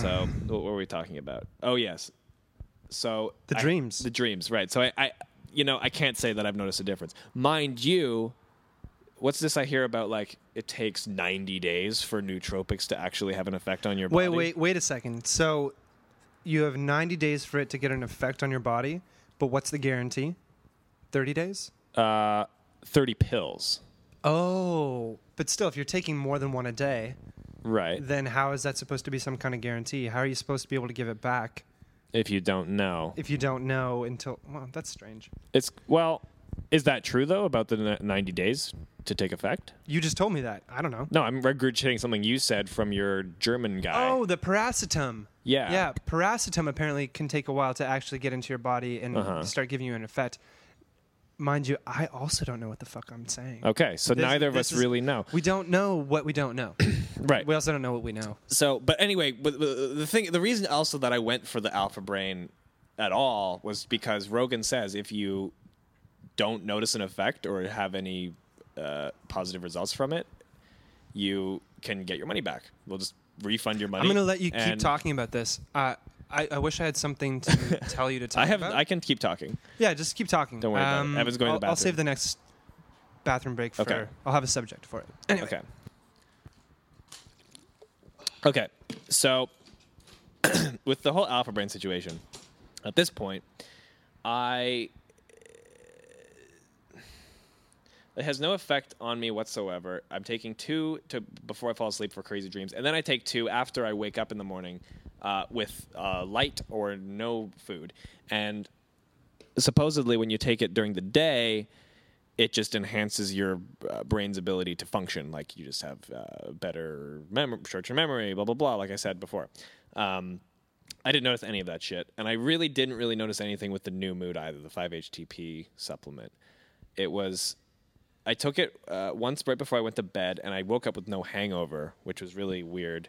Speaker 2: So what were we talking about? Oh yes. So
Speaker 1: The
Speaker 2: I-
Speaker 1: dreams.
Speaker 2: The dreams, right? So I, I, you know, I can't say that I've noticed a difference. Mind you, what's this I hear about? Like it takes ninety days for nootropics to actually have an effect on your
Speaker 1: Wait,
Speaker 2: body.
Speaker 1: wait, wait a second. So you have 90 days for it to get an effect on your body, but what's the guarantee? 30 days?
Speaker 2: Uh, thirty pills.
Speaker 1: Oh, but still if you're taking more than one a day,
Speaker 2: Right.
Speaker 1: then how is that supposed to be some kind of guarantee? How are you supposed to be able to give it back
Speaker 2: If you don't know,
Speaker 1: if you don't know until well, that's strange.
Speaker 2: It's well, is that true though about the n- ninety days to take effect?
Speaker 1: You just told me that. I don't know.
Speaker 2: No, I'm regurgitating something you said from your German guy.
Speaker 1: Oh, the paracetam.
Speaker 2: Yeah.
Speaker 1: Yeah, paracetam apparently can take a while to actually get into your body and
Speaker 2: Uh-huh.
Speaker 1: start giving you an effect. Mind you, I also don't know what the fuck I'm saying.
Speaker 2: Okay, so
Speaker 1: This-
Speaker 2: neither of
Speaker 1: this
Speaker 2: us
Speaker 1: is-
Speaker 2: really know,
Speaker 1: We don't know what we don't know.
Speaker 2: right?
Speaker 1: we also don't know what we know.
Speaker 2: so, but anyway, but- but the thing, the reason also that I went for the Alpha Brain at all was because Rogan says if you don't notice an effect or have any uh, positive results from it, you can get your money back. We'll just refund your money.
Speaker 1: I'm going to let you keep
Speaker 2: and
Speaker 1: talking about this. Uh, I, I wish I had something to tell you to talk
Speaker 2: I have.
Speaker 1: about.
Speaker 2: I can keep talking.
Speaker 1: yeah, just keep talking. Um,
Speaker 2: Don't worry about it. Evan's going to
Speaker 1: I'll,
Speaker 2: the
Speaker 1: I'll save
Speaker 2: bathroom.
Speaker 1: the next bathroom break for.
Speaker 2: Okay.
Speaker 1: I'll have a subject for it. Anyway,
Speaker 2: Okay. Okay. So, with the whole Alpha Brain situation, at this point, I. It has no effect on me whatsoever. I'm taking two to before I fall asleep for crazy dreams, and then I take two after I wake up in the morning, uh, with uh, light or no food. And supposedly, when you take it during the day, it just enhances your uh, brain's ability to function. Like you just have uh, better mem- short-term memory, blah blah blah. Like I said before, um, I didn't notice any of that shit, and I really didn't really notice anything with the new mood either. The 5-HTP supplement, it was I took it uh, once right before I went to bed, and I woke up with no hangover, which was really weird.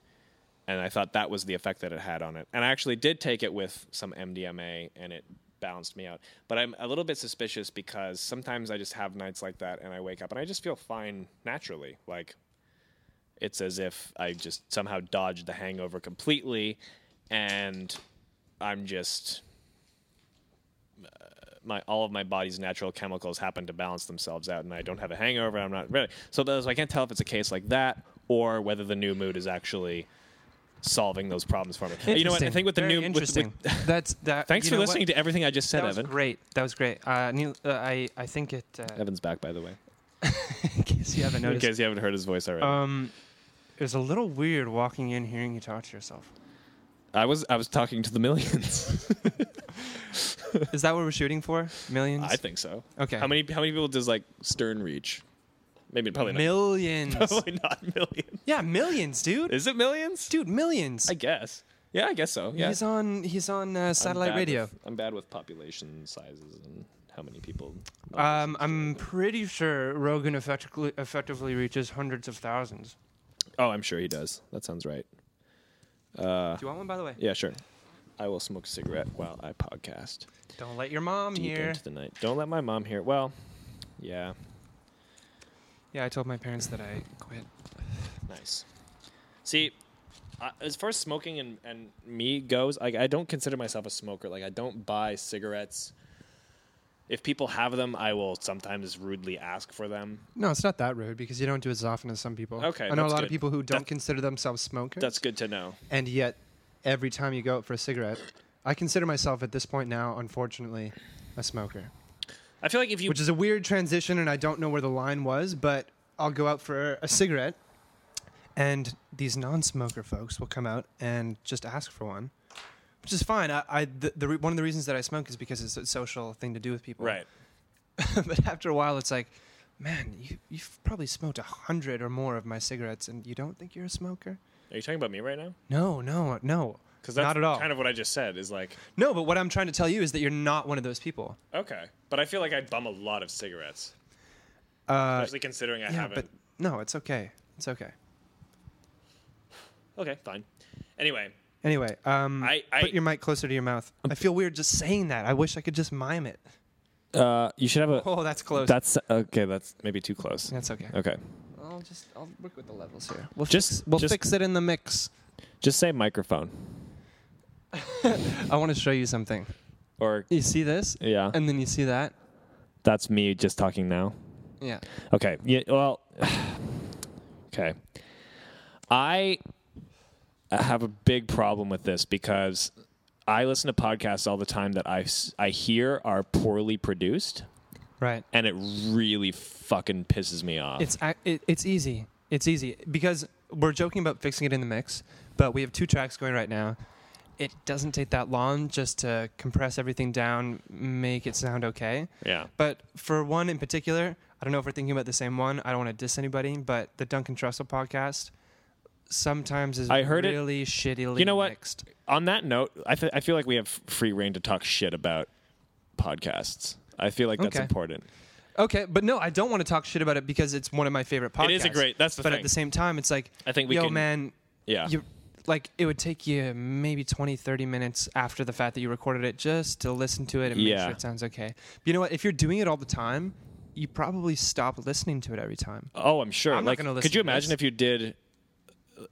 Speaker 2: And I thought that was the effect that it had on it. And I actually did take it with some MDMA, and it balanced me out. But I'm a little bit suspicious because sometimes I just have nights like that, and I wake up and I just feel fine naturally. Like it's as if I just somehow dodged the hangover completely, and I'm just uh, my all of my body's natural chemicals happen to balance themselves out, and I don't have a hangover. I'm not ready. So, those, I can't tell if it's a case like that or whether the new mood is actually solving those problems for me. Uh, You know what? I
Speaker 1: Interesting.
Speaker 2: think with the
Speaker 1: Very
Speaker 2: new with- with-
Speaker 1: interesting. That's that.
Speaker 2: thanks
Speaker 1: you
Speaker 2: for
Speaker 1: know what?
Speaker 2: listening to everything I just said,
Speaker 1: That was
Speaker 2: Evan.
Speaker 1: great. That was great. Uh, Neil, uh, I I think it. Uh,
Speaker 2: Evan's back, by the way.
Speaker 1: in case you haven't
Speaker 2: In
Speaker 1: noticed,
Speaker 2: case you haven't heard his voice already,
Speaker 1: um, it was a little weird walking in, hearing you talk to yourself.
Speaker 2: I was I was talking to the millions.
Speaker 1: Is that what we're shooting for? Millions.
Speaker 2: I think so.
Speaker 1: Okay.
Speaker 2: How many how many people does like Stern reach? Maybe probably not.
Speaker 1: Millions.
Speaker 2: Probably not millions.
Speaker 1: yeah, millions, dude.
Speaker 2: Is it millions?
Speaker 1: dude, millions.
Speaker 2: I guess. Yeah, I guess so. Yeah.
Speaker 1: He's on. He's on uh,
Speaker 2: I'm
Speaker 1: satellite
Speaker 2: bad
Speaker 1: radio.
Speaker 2: with- I'm bad with population sizes and how many people.
Speaker 1: Um, I'm pretty sure Rogan effectively effectively reaches hundreds of thousands.
Speaker 2: oh, I'm sure he does. That sounds right. Uh,
Speaker 1: Do you want one, by the way?
Speaker 2: Yeah, sure. I will smoke a cigarette while I podcast
Speaker 1: Don't let your mom
Speaker 2: deep
Speaker 1: hear.
Speaker 2: into the night. Don't let my mom hear. Well, yeah,
Speaker 1: Yeah, I told my parents that I quit.
Speaker 2: nice. See, I, as far as smoking and, and me goes, like I don't consider myself a smoker. Like I don't buy cigarettes. If people have them, I will sometimes rudely ask for them.
Speaker 1: No, it's not that rude because you don't do it as often as some people.
Speaker 2: Okay,
Speaker 1: I know a
Speaker 2: that's
Speaker 1: lot
Speaker 2: good.
Speaker 1: of people who don't
Speaker 2: That-
Speaker 1: consider themselves smokers,
Speaker 2: That's good to know.
Speaker 1: and yet every time you go out for a cigarette, I consider myself at this point now, unfortunately, a smoker,
Speaker 2: I feel like if you
Speaker 1: which is a weird transition, and I don't know where the line was, but I'll go out for a cigarette, and these non-smoker folks will come out and just ask for one, which is fine. I, I the, the re- one of the reasons that I smoke is because it's a social thing to do with people,
Speaker 2: right.
Speaker 1: but after a while, it's like, man, you, you've probably smoked a hundred or more of my cigarettes, and you don't think you're a smoker?
Speaker 2: Are you talking about me right now?
Speaker 1: No, no, no.
Speaker 2: Because that's
Speaker 1: Not at all.
Speaker 2: kind of what I just said is like,
Speaker 1: No, but what I'm trying to tell you is that you're not one of those people.
Speaker 2: okay. But I feel like I bum a lot of cigarettes,
Speaker 1: Uh,
Speaker 2: especially considering I
Speaker 1: yeah,
Speaker 2: haven't.
Speaker 1: but no, it's okay. It's okay.
Speaker 2: Okay, fine. Anyway,
Speaker 1: Anyway, um,
Speaker 2: I- I-
Speaker 1: put your mic closer to your mouth. I feel weird just saying that. I wish I could just mime it.
Speaker 11: Uh, you should have a.
Speaker 1: Oh, that's close.
Speaker 11: That's okay.
Speaker 2: that's maybe too close.
Speaker 1: that's okay.
Speaker 2: Okay.
Speaker 1: I'll just I'll work with the levels here. We'll
Speaker 2: Just-
Speaker 1: fix, we'll
Speaker 2: just-
Speaker 1: fix it in the mix.
Speaker 2: Just say microphone.
Speaker 1: I want to show you something.
Speaker 2: Or,
Speaker 1: You see this,
Speaker 2: yeah,
Speaker 1: and then you see that.
Speaker 2: that's me just talking now.
Speaker 1: Yeah.
Speaker 2: Okay. Yeah, well, okay. I have a big problem with this because I listen to podcasts all the time that I, s- I hear are poorly produced,
Speaker 1: Right.
Speaker 2: and it really fucking pisses me off.
Speaker 1: It's ac- it, it's easy. It's easy because we're joking about fixing it in the mix, but we have two tracks going right now. It doesn't take that long just to compress everything down, make it sound okay.
Speaker 2: yeah.
Speaker 1: But for one in particular, I don't know if we're thinking about the same one. I don't want to diss anybody, but the Duncan Trussell podcast sometimes is
Speaker 2: I heard it-
Speaker 1: really shittily
Speaker 2: You know what?
Speaker 1: mixed.
Speaker 2: on that note, I, th- I feel like we have free reign to talk shit about podcasts. I feel like that's
Speaker 1: Okay.
Speaker 2: important.
Speaker 1: Okay, but no, I don't want to talk shit about it because it's one of my favorite podcasts.
Speaker 2: It is a great- that's the
Speaker 1: but
Speaker 2: thing.
Speaker 1: at the same time, it's like
Speaker 2: I think we
Speaker 1: yo
Speaker 2: can-
Speaker 1: man,
Speaker 2: Yeah.
Speaker 1: you like it would take you maybe 20 30 minutes after the fact that you recorded it just to listen to it and make
Speaker 2: Yeah.
Speaker 1: sure it sounds okay but you know what if you're doing it all the time you probably stop listening to it every time
Speaker 2: oh, I'm sure.
Speaker 1: I'm not
Speaker 2: like,
Speaker 1: gonna listen
Speaker 2: could you
Speaker 1: to this.
Speaker 2: imagine if you did,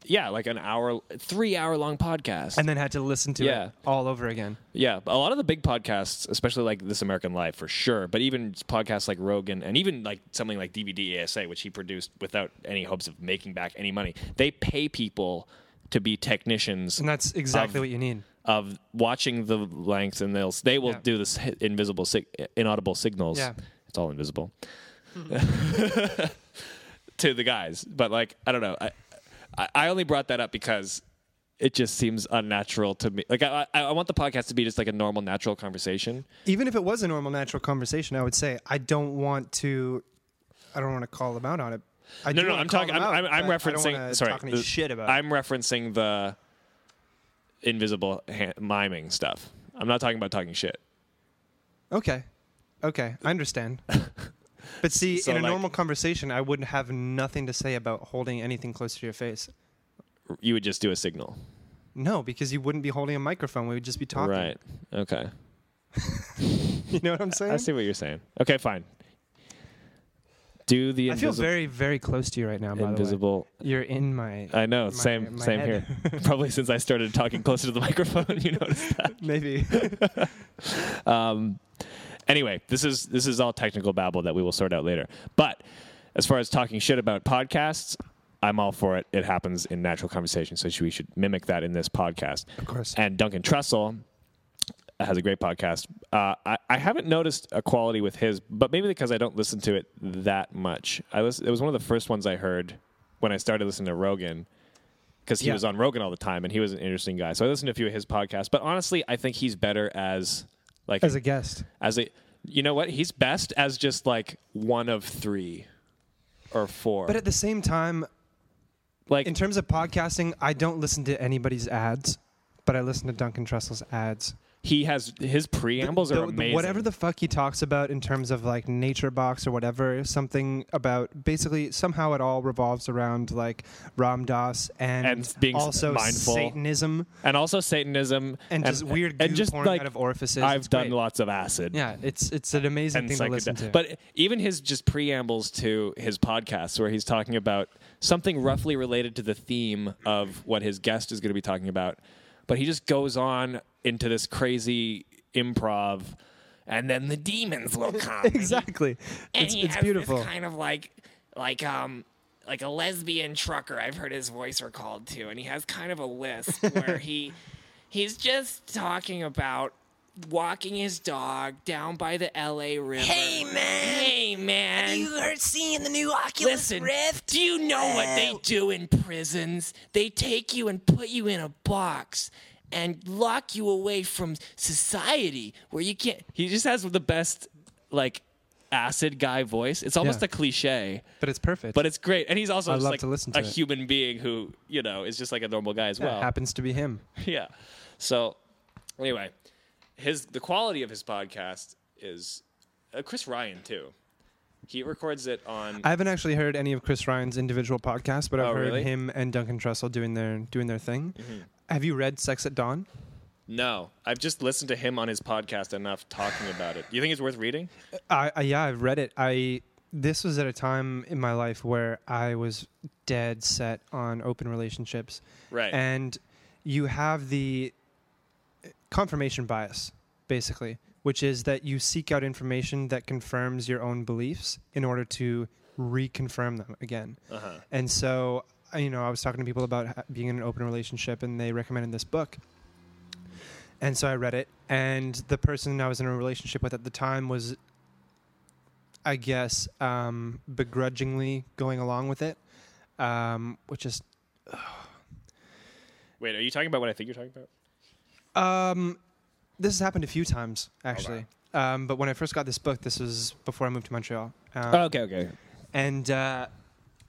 Speaker 2: yeah, like an hour, three hour long podcast?
Speaker 1: and then had to listen to
Speaker 2: Yeah.
Speaker 1: it all over again
Speaker 2: yeah. A lot of the big podcasts, especially like This American Life for sure, but even podcasts like Rogan and even like something like DVD ASA, which he produced without any hopes of making back any money, they pay people to be technicians
Speaker 1: and that's exactly
Speaker 2: Of-
Speaker 1: what you need
Speaker 2: of watching the length, and they'll they will
Speaker 1: Yeah.
Speaker 2: do this hi- invisible sig- inaudible signals.
Speaker 1: Yeah.
Speaker 2: It's all invisible to the guys, but like I don't know. I I- I only brought that up because it just seems unnatural to me. Like I I I want the podcast to be just like a normal, natural conversation.
Speaker 1: even if it was a normal natural conversation i would say i don't want to i don't want to call them out on it I
Speaker 2: No,
Speaker 1: do
Speaker 2: no,
Speaker 1: wanna
Speaker 2: I'm
Speaker 1: call
Speaker 2: talking.
Speaker 1: them
Speaker 2: I'm,
Speaker 1: out,
Speaker 2: I'm, I'm
Speaker 1: but I don't
Speaker 2: referencing.
Speaker 1: wanna
Speaker 2: sorry,
Speaker 1: talk any
Speaker 2: the-
Speaker 1: shit about it.
Speaker 2: I'm referencing the invisible hand, miming stuff. I'm not talking about talking shit.
Speaker 1: Okay. Okay. I understand. But see,
Speaker 2: So,
Speaker 1: in a
Speaker 2: like-
Speaker 1: normal conversation, I would have nothing to say about holding anything close to your face.
Speaker 2: You would just do a signal.
Speaker 1: No, because you wouldn't be holding a microphone. We would just be talking.
Speaker 2: Right. Okay.
Speaker 1: You know what I'm saying?
Speaker 2: I see what you're saying. Okay, fine. Do the
Speaker 1: I feel
Speaker 2: invisible.
Speaker 1: very, very close to you right now. By
Speaker 2: invisible.
Speaker 1: the way, you're in my.
Speaker 2: I know.
Speaker 1: my-
Speaker 2: same.
Speaker 1: my
Speaker 2: same
Speaker 1: head.
Speaker 2: here. Probably since I started talking closer to the microphone, you noticed that.
Speaker 1: Maybe.
Speaker 2: Um, anyway, this is this is all technical babble that we will sort out later. But as far as talking shit about podcasts, I'm all for it. It happens in natural conversation, so we should mimic that in this podcast.
Speaker 1: Of course.
Speaker 2: And Duncan Trussell has a great podcast. Uh, I, I haven't noticed a quality with his, but maybe because I don't listen to it that much. I listen, it was one of the first ones I heard when I started listening to Rogan because he
Speaker 1: Yeah.
Speaker 2: was on Rogan all the time and he was an interesting guy. So I listened to a few of his podcasts, but honestly, I think he's better as like
Speaker 1: As a guest.
Speaker 2: as a you know what he's best as just like one of three or four.
Speaker 1: But at the same time,
Speaker 2: like
Speaker 1: in terms of podcasting, I don't listen to anybody's ads, but I listen to Duncan Trussell's ads.
Speaker 2: he has his preambles
Speaker 1: The-
Speaker 2: are
Speaker 1: the-
Speaker 2: amazing.
Speaker 1: Whatever the fuck he talks about in terms of like nature box or whatever, something about basically somehow it all revolves around like Ram Dass and,
Speaker 2: And being s-
Speaker 1: also
Speaker 2: mindful.
Speaker 1: Satanism
Speaker 2: and also Satanism
Speaker 1: and, just weird goo
Speaker 2: and just
Speaker 1: pouring
Speaker 2: like
Speaker 1: out of orifices. It's
Speaker 2: I've done
Speaker 1: great.
Speaker 2: lots of acid.
Speaker 1: Yeah, it's it's an amazing
Speaker 2: and
Speaker 1: thing to listen to.
Speaker 2: psychedelic. But even his just preambles to his podcasts, where he's talking about something roughly related to the theme of what his guest is going to be talking about, but he just goes on into this crazy improv, and then the demons will come.
Speaker 1: exactly,
Speaker 10: And
Speaker 1: it's,
Speaker 10: he
Speaker 1: it's
Speaker 10: has this
Speaker 1: beautiful.
Speaker 10: kind of like, like um, like a lesbian trucker. I've heard his voice recalled to, and he has kind of a lisp where he, he's just talking about walking his dog down by the L.A. River. Hey man, hey man, have you heard seeing the new Oculus Rift? Uh, Do you know what they do in prisons? They take you and put you in a box. And lock you away from society, where you can't.
Speaker 2: He just has the best, like, acid guy voice. It's almost
Speaker 1: Yeah.
Speaker 2: a cliche,
Speaker 1: But it's perfect.
Speaker 2: but it's great. And he's also
Speaker 1: I
Speaker 2: just
Speaker 1: love
Speaker 2: like
Speaker 1: to listen to
Speaker 2: a
Speaker 1: it.
Speaker 2: human being who you know is just like a normal guy as
Speaker 1: Yeah,
Speaker 2: well.
Speaker 1: happens to be him.
Speaker 2: yeah. So anyway, his the quality of his podcast is uh, Chris Ryan too. He records it on
Speaker 1: I haven't actually heard any of Chris Ryan's individual podcasts, but I've
Speaker 2: Oh,
Speaker 1: heard
Speaker 2: really? Mm-hmm.
Speaker 1: him and Duncan Trussell doing their doing their thing. Have you read Sex at Dawn?
Speaker 2: no. I've just listened to him on his podcast enough talking about it. Do you think it's worth reading?
Speaker 1: I, I yeah, I've read it. I this was at a time in my life where I was dead set on open relationships,
Speaker 2: Right.
Speaker 1: and you have the confirmation bias, basically, which is that you seek out information that confirms your own beliefs in order to reconfirm them again.
Speaker 2: Uh-huh.
Speaker 1: And so, I- you know, I was talking to people about ha- being in an open relationship, and they recommended this book. And so I read it, and the person I was in a relationship with at the time was, I guess, um, begrudgingly going along with it, um, which is
Speaker 2: Wait, are you talking about what I think you're talking about?
Speaker 1: Um, this has happened a few times actually. Um, but when I first got this book, this was before I moved to Montreal. Um,
Speaker 2: Oh, okay, okay.
Speaker 1: and uh,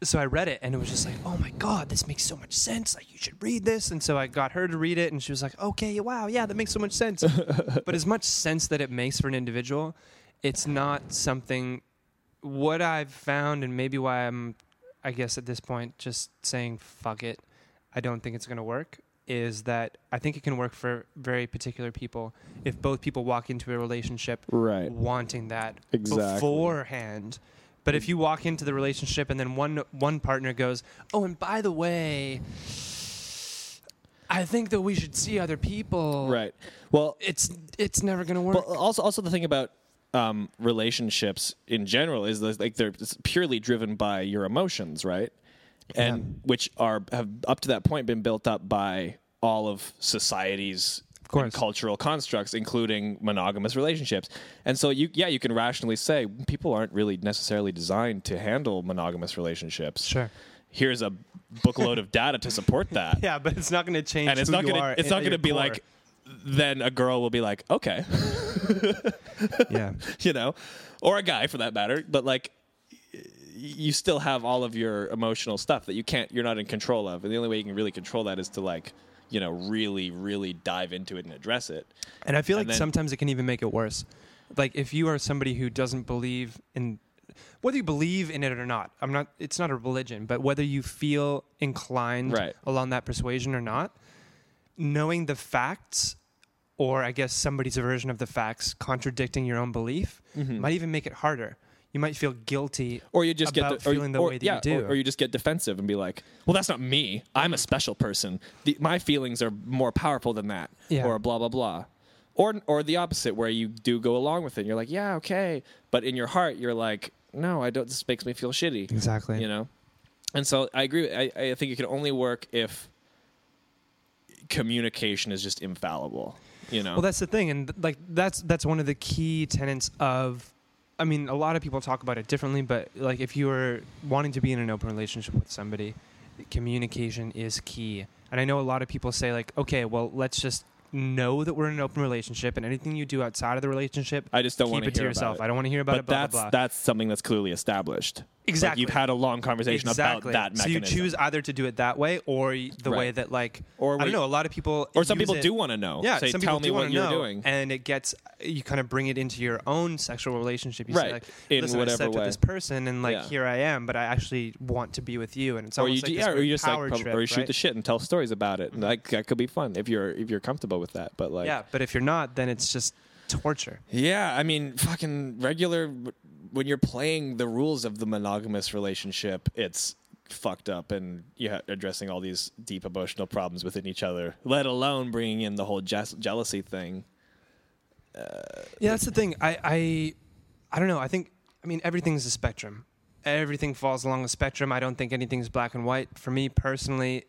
Speaker 1: so I read it, and it was just like, oh my god, this makes so much sense. Like you should read this. And so I got her to read it, and she was like, okay, wow, yeah, that makes so much sense. but as much sense that it makes for an individual, it's not something. What I've found, and maybe why I'm, I guess at this point, just saying fuck it, I don't think it's going to work. Is that I think it can work for very particular people if both people walk into a relationship
Speaker 3: Right.
Speaker 1: wanting that
Speaker 3: Exactly.
Speaker 1: beforehand. But if you walk into the relationship and then one one partner goes, "Oh, and by the way, I think that we should see other people."
Speaker 2: Right.
Speaker 3: Well,
Speaker 1: It's it's never going to work.
Speaker 2: But also, also the thing about um, relationships in general is that, like they're it's purely driven by your emotions, right? And which are have up to that point been built up by all of society's
Speaker 1: course.
Speaker 2: and cultural constructs, including monogamous relationships. And so, you yeah, you can rationally say people aren't really necessarily designed to handle monogamous relationships.
Speaker 1: Sure.
Speaker 2: Here's a bookload of data to support that
Speaker 1: yeah, but it's not going to change
Speaker 2: and it's
Speaker 1: who
Speaker 2: not
Speaker 1: you
Speaker 2: gonna
Speaker 1: are
Speaker 2: it's
Speaker 1: at
Speaker 2: not
Speaker 1: your
Speaker 2: gonna be
Speaker 1: core.
Speaker 2: like then a girl will be like okay
Speaker 1: yeah.
Speaker 2: you know or a guy for that matter but like y- you still have all of your emotional stuff that you can't you're not in control of and the only way you can really control that is to like you know really really dive into it and address it
Speaker 1: And I feel
Speaker 2: And
Speaker 1: like
Speaker 2: then-
Speaker 1: sometimes it can even make it worse. Like if you are somebody who doesn't believe in whether you believe in it or not. I'm not. It's not a religion, but whether you feel inclined
Speaker 2: Right.
Speaker 1: along that persuasion or not, knowing the facts, or I guess somebody's version of the facts contradicting your own belief,
Speaker 2: Mm-hmm.
Speaker 1: might even make it harder. You might feel guilty,
Speaker 2: or you just
Speaker 1: about
Speaker 2: get the, or,
Speaker 1: feeling the
Speaker 2: or-
Speaker 1: way that
Speaker 2: yeah,
Speaker 1: you do,
Speaker 2: Or, or you just get defensive and be like, "Well, that's not me. I'm a special person. The, my feelings are more powerful than that."
Speaker 1: Yeah.
Speaker 2: Or blah blah blah. Or or the opposite, where you do go along with it. And you're like, "Yeah, okay," but in your heart, you're like, "No, I don't. This makes me feel shitty."
Speaker 1: Exactly.
Speaker 2: You know. And so I agree. I, I think it can only work if communication is just infallible. You know.
Speaker 1: Well, that's the thing, and th- like that's that's one of the key tenets of. I mean, a lot of people talk about it differently, but like if you are wanting to be in an open relationship with somebody, communication is key. And I know a lot of people say like, okay, well, let's just know that we're in an open relationship, and anything you do outside of the relationship,
Speaker 2: I just don't
Speaker 1: keep
Speaker 2: wanna
Speaker 1: it to
Speaker 2: hear about
Speaker 1: yourself.
Speaker 2: it.
Speaker 1: I don't want to hear about
Speaker 2: but
Speaker 1: it. Blah
Speaker 2: that's
Speaker 1: blah blah.
Speaker 2: that's something that's clearly established. Like,
Speaker 1: Exactly.
Speaker 2: you've had a long conversation
Speaker 1: exactly.
Speaker 2: about that
Speaker 1: so you
Speaker 2: mechanism.
Speaker 1: choose either to do it that way or y- the way
Speaker 2: Right.
Speaker 1: that like,
Speaker 2: Or
Speaker 1: I don't
Speaker 2: we-
Speaker 1: know. A lot of people
Speaker 2: or some
Speaker 1: use
Speaker 2: people
Speaker 1: it-
Speaker 2: do want to know.
Speaker 1: Yeah,
Speaker 2: Say,
Speaker 1: some people
Speaker 2: tell me
Speaker 1: do
Speaker 2: what
Speaker 1: wanna
Speaker 2: you're
Speaker 1: know,
Speaker 2: doing.
Speaker 1: and it gets you kind of bring it into your own sexual relationship. You say
Speaker 2: Right,
Speaker 1: like,
Speaker 2: in
Speaker 1: listen, I
Speaker 2: whatever
Speaker 1: slept with
Speaker 2: way.
Speaker 1: this person, and like
Speaker 2: Yeah.
Speaker 1: here I am, but I actually want to be with you, and it's
Speaker 2: or
Speaker 1: almost like
Speaker 2: you, do-
Speaker 1: this
Speaker 2: yeah, or
Speaker 1: weird
Speaker 2: you just
Speaker 1: power
Speaker 2: like, pub-
Speaker 1: trip,
Speaker 2: or you shoot
Speaker 1: right?
Speaker 2: the shit and tell stories about it. And Like that could be fun if you're if you're comfortable with that. But like,
Speaker 1: yeah, but if you're not, then it's just torture.
Speaker 2: Yeah, I mean, fucking regular. When you're playing the rules of the monogamous relationship, it's fucked up, and you're addressing all these deep emotional problems within each other. Let alone bringing in the whole jeas- jealousy thing.
Speaker 1: Yeah, that's the thing. I, I, I don't know. I think. I mean, everything's a spectrum. Everything falls along a spectrum. I don't think anything's black and white. For me personally,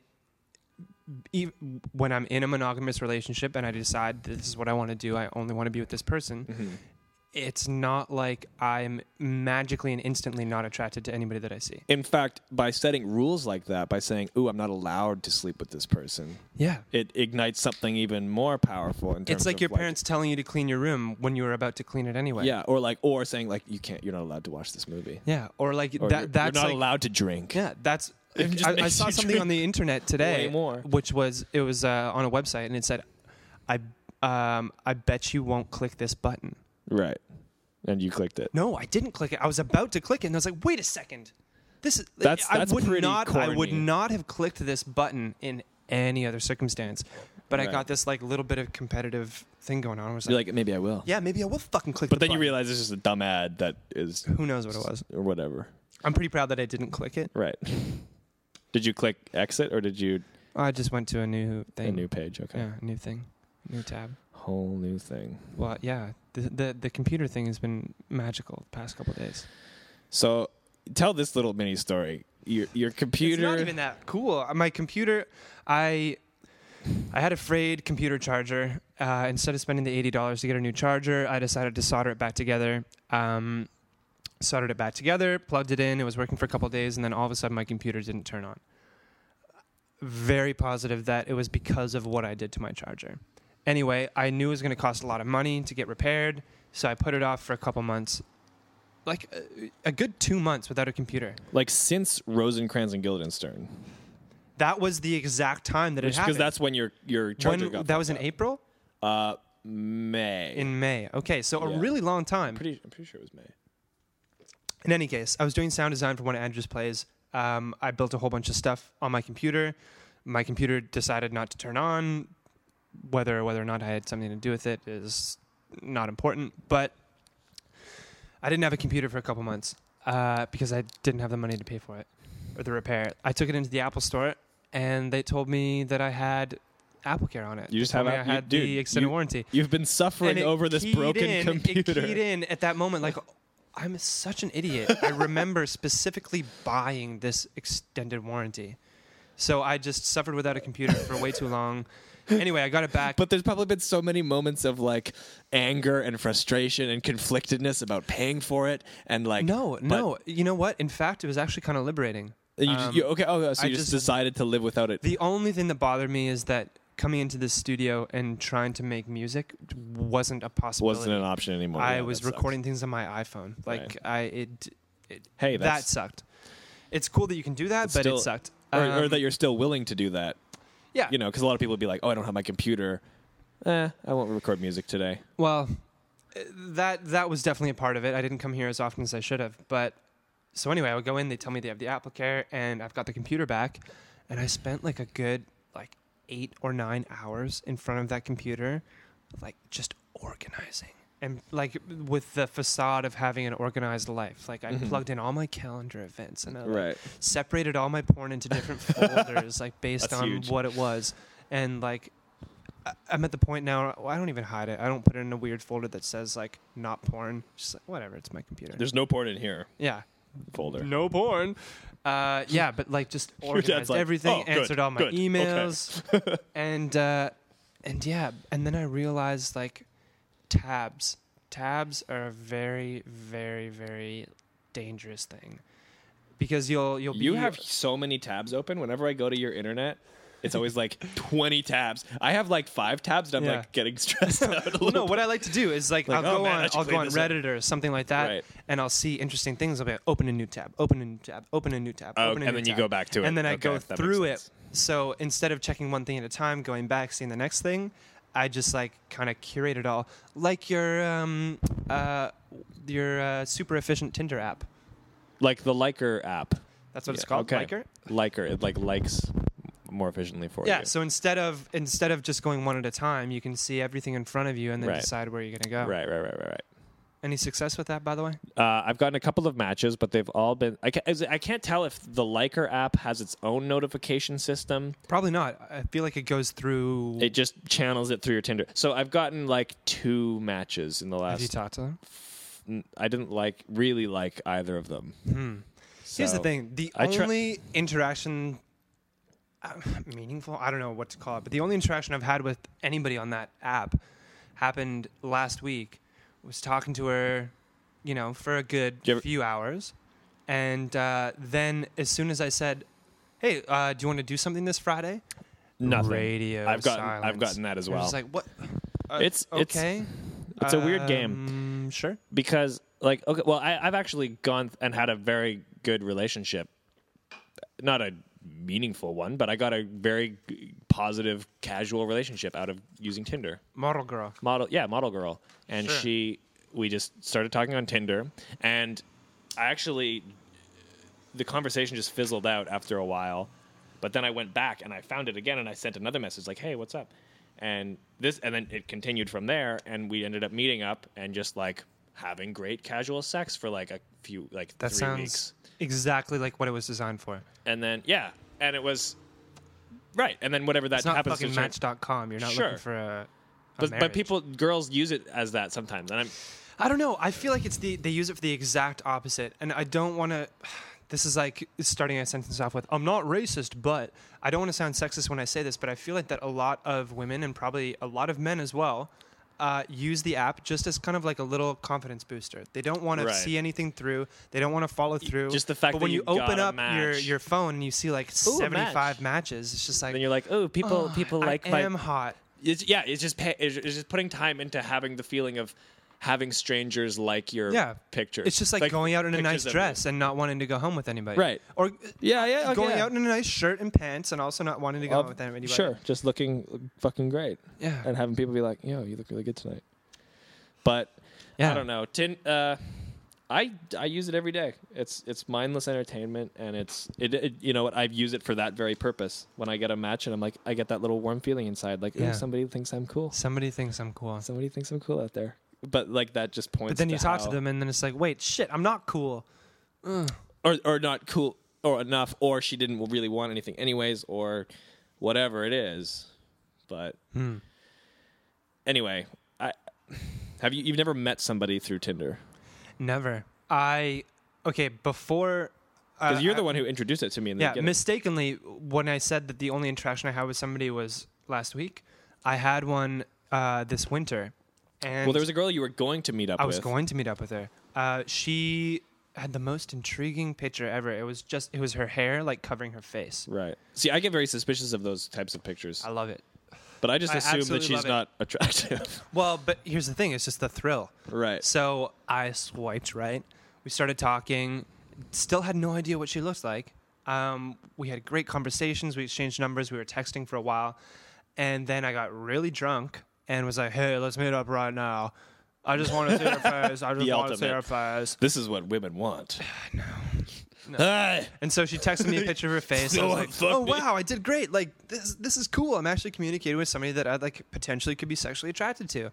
Speaker 1: e- when I'm in a monogamous relationship and I decide this is what I want to do, I only want to be with this person. It's not like I'm magically and instantly not attracted to anybody that I see.
Speaker 2: In fact, by setting rules like that, by saying, "Ooh, I'm not allowed to sleep with this person,"
Speaker 1: Yeah.
Speaker 2: it ignites something even more powerful. In terms
Speaker 1: It's like
Speaker 2: of,
Speaker 1: your parents telling you to clean your room when you were about to clean it anyway.
Speaker 2: yeah, or like, or saying like, "You can't. You're not allowed to watch this movie."
Speaker 1: Yeah. Or like
Speaker 2: Or
Speaker 1: that.
Speaker 2: you're,
Speaker 1: that's
Speaker 2: you're not
Speaker 1: like,
Speaker 2: allowed to drink.
Speaker 1: Yeah, that's.
Speaker 2: It just
Speaker 1: I, I
Speaker 2: makes
Speaker 1: saw
Speaker 2: you
Speaker 1: something on the internet today,
Speaker 2: way more.
Speaker 1: which was it was uh, on a website, and it said, "I, um, I bet you won't click this button."
Speaker 2: Right, and you clicked it.
Speaker 1: No, I didn't click it. I was about to click it, and I was like, "Wait a second, this is
Speaker 2: That's-
Speaker 1: I
Speaker 2: that's
Speaker 1: would
Speaker 2: pretty
Speaker 1: not, I would
Speaker 2: corny.
Speaker 1: not have clicked this button in any other circumstance." But I
Speaker 2: Right.
Speaker 1: got this like little bit of competitive thing going on. I was like,
Speaker 2: You're like, maybe I will.
Speaker 1: "Yeah, maybe I will fucking click."
Speaker 2: But
Speaker 1: the
Speaker 2: then you
Speaker 1: button."
Speaker 2: realize it's just a dumb ad that is
Speaker 1: who knows what it was.
Speaker 2: or whatever.
Speaker 1: I'm pretty proud that I didn't click it.
Speaker 2: Right. did you click exit or did you
Speaker 1: I just went to a new thing.
Speaker 2: a new page? Okay.
Speaker 1: yeah, new thing, new tab.
Speaker 2: Whole new thing.
Speaker 1: Well, yeah, the, the the computer thing has been magical the past couple of days.
Speaker 2: So tell this little mini story. Your your computer
Speaker 1: It's not even that cool. Uh, My computer, I I had a frayed computer charger. Uh, instead of spending the eighty dollars to get a new charger, I decided to solder it back together. Um, soldered it back together, plugged it in. It was working for a couple of days, and then all of a sudden, my computer didn't turn on. Very positive that it was because of what I did to my charger. Anyway, I knew it was going to cost a lot of money to get repaired, so I put it off for a couple months, like a, a good two months without a computer.
Speaker 2: like since Rosencrantz and Guildenstern.
Speaker 1: That was the exact time that it happened.
Speaker 2: Because that's when your your charger
Speaker 1: when,
Speaker 2: got
Speaker 1: that was in
Speaker 2: fucked
Speaker 1: April,
Speaker 2: up. uh May.
Speaker 1: in May. Okay, so a
Speaker 2: Yeah.
Speaker 1: really long time.
Speaker 2: pretty I'm pretty sure it was May.
Speaker 1: in any case, I was doing sound design for one of Andrew's plays. Um, I built a whole bunch of stuff on my computer. My computer decided not to turn on. Whether whether or not I had something to do with it is not important. But I didn't have a computer for a couple months uh, because I didn't have the money to pay for it or the repair. I took it into the Apple store and they told me that I had AppleCare on it.
Speaker 2: You just
Speaker 1: They told
Speaker 2: have
Speaker 1: me I
Speaker 2: App- you-
Speaker 1: had the
Speaker 2: dude,
Speaker 1: extended
Speaker 2: you-
Speaker 1: warranty.
Speaker 2: You've been suffering
Speaker 1: And it
Speaker 2: over this
Speaker 1: keyed
Speaker 2: broken
Speaker 1: in-
Speaker 2: computer.
Speaker 1: It keyed in at that moment, like I'm such an idiot. I remember specifically buying this extended warranty, so I just suffered without a computer for way too long. Anyway, I got it back.
Speaker 2: But there's probably been so many moments of like anger and frustration and conflictedness about paying for it and like
Speaker 1: no,
Speaker 2: but
Speaker 1: no. You know what? In fact, it was actually kind of liberating.
Speaker 2: You, just,
Speaker 1: Um,
Speaker 2: you okay? Oh, so
Speaker 1: I
Speaker 2: you just,
Speaker 1: just-
Speaker 2: decided to live without it.
Speaker 1: The only thing that bothered me is that coming into this studio and trying to make music wasn't a possibility.
Speaker 2: wasn't an option anymore.
Speaker 1: I
Speaker 2: Yeah,
Speaker 1: was
Speaker 2: that sucks.
Speaker 1: recording things on my iPhone. Like I, it, it
Speaker 2: Hey,
Speaker 1: that
Speaker 2: that's
Speaker 1: sucked. It's cool that you can do that, but
Speaker 2: still-
Speaker 1: it sucked.
Speaker 2: or, or
Speaker 1: Um,
Speaker 2: that you're still willing to do that.
Speaker 1: yeah,
Speaker 2: You know, because a lot of people would be like, "Oh, I don't have my computer. Eh, I won't record music today."
Speaker 1: Well, that that was definitely a part of it. I didn't come here as often as I should have, but so anyway, I would go in. They tell me they have the AppleCare, and I've got the computer back, and I spent like a good like eight or nine hours in front of that computer, like just organizing and like with the facade of having an organized life. Like I
Speaker 2: Mm-hmm.
Speaker 1: plugged in all my calendar events and I like,
Speaker 3: Right.
Speaker 1: separated all my porn into different folders, like based
Speaker 3: That's
Speaker 1: on
Speaker 3: huge.
Speaker 1: what it was, and like I- I'm at the point now. well, I don't even hide it. I don't put it in a weird folder that says like not porn. Just like whatever, it's my computer.
Speaker 2: There's no porn in here
Speaker 1: yeah,
Speaker 2: folder.
Speaker 1: no porn. Uh, yeah, but like just organized
Speaker 2: like,
Speaker 1: everything,
Speaker 2: "Oh, good,
Speaker 1: answered all my
Speaker 2: good, okay."
Speaker 1: emails, and uh, and yeah, and then I realized like tabs. Tabs are a very, very, very dangerous thing because you'll you'll be
Speaker 2: You have so many tabs open. Whenever I go to your internet, it's always like 20 tabs. I have like five tabs, and I'm
Speaker 1: Yeah.
Speaker 2: like getting stressed out a little.
Speaker 1: Well, no, what I like to do is like, I'll
Speaker 2: oh,
Speaker 1: go
Speaker 2: man, I
Speaker 1: on,
Speaker 2: should
Speaker 1: I'll go
Speaker 2: clean
Speaker 1: on
Speaker 2: this up.
Speaker 1: Reddit or something like that,
Speaker 2: Right.
Speaker 1: and I'll see interesting things. I'll be like, open a new tab, open a new tab, open a new tab,
Speaker 2: Oh,
Speaker 1: open a
Speaker 2: and
Speaker 1: new
Speaker 2: then you
Speaker 1: tab.
Speaker 2: go back to it.
Speaker 1: and then I
Speaker 2: Okay,
Speaker 1: go
Speaker 2: that makes
Speaker 1: through it.
Speaker 2: sense.
Speaker 1: So instead of checking one thing at a time, going back, seeing the next thing, I just like kind of curate it all, like your um, uh, your uh, super efficient Tinder app.
Speaker 2: Like the Liker app.
Speaker 1: That's what it's called,
Speaker 2: okay.
Speaker 1: Liker?
Speaker 2: Liker. It like likes more efficiently for
Speaker 1: Yeah.
Speaker 2: you.
Speaker 1: So instead of instead of just going one at a time, you can see everything in front of you and then
Speaker 2: Right.
Speaker 1: decide where you're gonna go.
Speaker 2: Right, right, right, right, right.
Speaker 1: Any success with that, by the way?
Speaker 2: Uh, I've gotten a couple of matches, but they've all been. I can't, I can't tell if the Liker app has its own notification system.
Speaker 1: Probably not. I feel like it goes through.
Speaker 2: It just channels it through your Tinder. So I've gotten like two matches in the
Speaker 1: Have you
Speaker 2: last.
Speaker 1: talked to them?
Speaker 2: n- I didn't like really like either of them.
Speaker 1: Here's the
Speaker 2: So-
Speaker 1: thing: the
Speaker 2: I try-
Speaker 1: only interaction uh, meaningful, I don't know what to call it, but the only interaction I've had with anybody on that app happened last week. Was talking to her, you know, for a good
Speaker 2: Do you ever-
Speaker 1: few hours, and uh, then as soon as I said, "Hey, uh, do you want to do something this Friday?"
Speaker 2: Nothing.
Speaker 1: Radio
Speaker 2: I've gotten
Speaker 1: silence.
Speaker 2: I've gotten that as
Speaker 1: I was
Speaker 2: well.
Speaker 1: just like, "What? Uh,
Speaker 2: It's- it's-
Speaker 1: okay."
Speaker 2: it's a weird game.
Speaker 1: Um, Sure.
Speaker 2: because like okay well I, i've actually gone and had a very good relationship not a meaningful one but i got a very g- positive casual relationship out of using tinder
Speaker 1: Model girl.
Speaker 2: model yeah model girl and
Speaker 1: Sure.
Speaker 2: she we just started talking on tinder and i actually the conversation just fizzled out after a while but then i went back and i found it again and i sent another message like hey what's up and this and then it continued from there and we ended up meeting up and just like having great casual sex for like a few like
Speaker 1: That
Speaker 2: three
Speaker 1: sounds
Speaker 2: weeks
Speaker 1: exactly like what it was designed for.
Speaker 2: and then yeah and it was right and then whatever that
Speaker 1: It's not
Speaker 2: happens
Speaker 1: fucking
Speaker 2: to turn-
Speaker 1: match.com. You're not
Speaker 2: Sure.
Speaker 1: looking for a, a
Speaker 2: but,
Speaker 1: marriage.
Speaker 2: but people girls use it as that sometimes and i'm
Speaker 1: I don't know. I feel like it's the they use it for the exact opposite, and I don't want to. This is like starting a sentence off with "I'm not racist," but I don't want to sound sexist when I say this, but I feel like that a lot of women and probably a lot of men as well uh, use the app just as kind of like a little confidence booster. They don't want
Speaker 2: Right.
Speaker 1: to see anything through. They don't want to follow through.
Speaker 2: just the fact
Speaker 1: but
Speaker 2: that
Speaker 1: when
Speaker 2: you
Speaker 1: you open
Speaker 2: got a
Speaker 1: up your
Speaker 2: match.
Speaker 1: your phone and you see like
Speaker 2: Ooh, a match.
Speaker 1: 75 matches, it's just like
Speaker 2: then you're like oh people
Speaker 1: "Oh,
Speaker 2: people like
Speaker 1: I
Speaker 2: my
Speaker 1: am hot.
Speaker 2: it's, yeah, it's just pay, it's, it's just putting time into having the feeling of having strangers like your
Speaker 1: yeah
Speaker 2: picture.
Speaker 1: It's just like, going out in a nice
Speaker 2: pictures of you.
Speaker 1: dress and not wanting to go home with anybody,
Speaker 2: Right.
Speaker 1: Or
Speaker 2: Yeah, yeah, okay,
Speaker 1: going
Speaker 2: yeah.
Speaker 1: out in a nice shirt and pants and also not wanting to go home with anybody.
Speaker 3: Sure, just looking fucking great.
Speaker 1: Yeah.
Speaker 3: And having people be like, yo, you look really good tonight.
Speaker 2: But
Speaker 1: Yeah.
Speaker 2: I don't know. Tin, uh, I I use it every day. It's it's mindless entertainment, and it's it, it you know what I use it for that very purpose. When I get a match, and I'm like, I get that little warm feeling inside, like,
Speaker 1: Yeah.
Speaker 2: oh, somebody thinks I'm cool.
Speaker 1: Somebody thinks I'm cool,
Speaker 2: Somebody thinks I'm cool out there. But like that just points.
Speaker 1: but then you talk
Speaker 2: how-
Speaker 1: to them and then it's like, wait, shit, I'm not cool.
Speaker 2: or or not cool or enough, or she didn't really want anything anyways, or whatever it is. But
Speaker 1: Hmm.
Speaker 2: anyway, I have you you've never met somebody through Tinder
Speaker 1: Never. I okay before. Uh,
Speaker 2: because you're
Speaker 1: I-
Speaker 2: the one who introduced it to me. In the
Speaker 1: Yeah,
Speaker 2: beginning.
Speaker 1: mistakenly, when I said that the only interaction I had with somebody was last week, I had one uh, this winter. And
Speaker 2: Well, there was a girl you were going to meet up
Speaker 1: I
Speaker 2: with.
Speaker 1: was going to meet up with her. Uh, she had the most intriguing picture ever. It was just it was her hair like covering her face.
Speaker 2: Right. See, I get very suspicious of those types of pictures,
Speaker 1: I love it.
Speaker 2: but I just
Speaker 1: I
Speaker 2: assume that
Speaker 1: absolutely
Speaker 2: she's
Speaker 1: love it.
Speaker 2: not attractive.
Speaker 1: Well, but here's the thing: it's just the thrill.
Speaker 2: Right.
Speaker 1: So I swiped right. We started talking. Still had no idea what she looked like. Um, we had great conversations. We exchanged numbers. We were texting for a while, and then I got really drunk and was like, "Hey, let's meet up right now." I just want to see her face. I just
Speaker 12: The
Speaker 1: want to see her
Speaker 12: ultimate.
Speaker 1: face.
Speaker 12: This is what women want. no.
Speaker 1: And so she texted me a picture of her face. and I
Speaker 12: So,
Speaker 1: was like,
Speaker 12: fuck
Speaker 1: oh
Speaker 12: me."
Speaker 1: wow, I did great. Like this, this is cool. I'm actually communicating with somebody that I like potentially could be sexually attracted to. Right.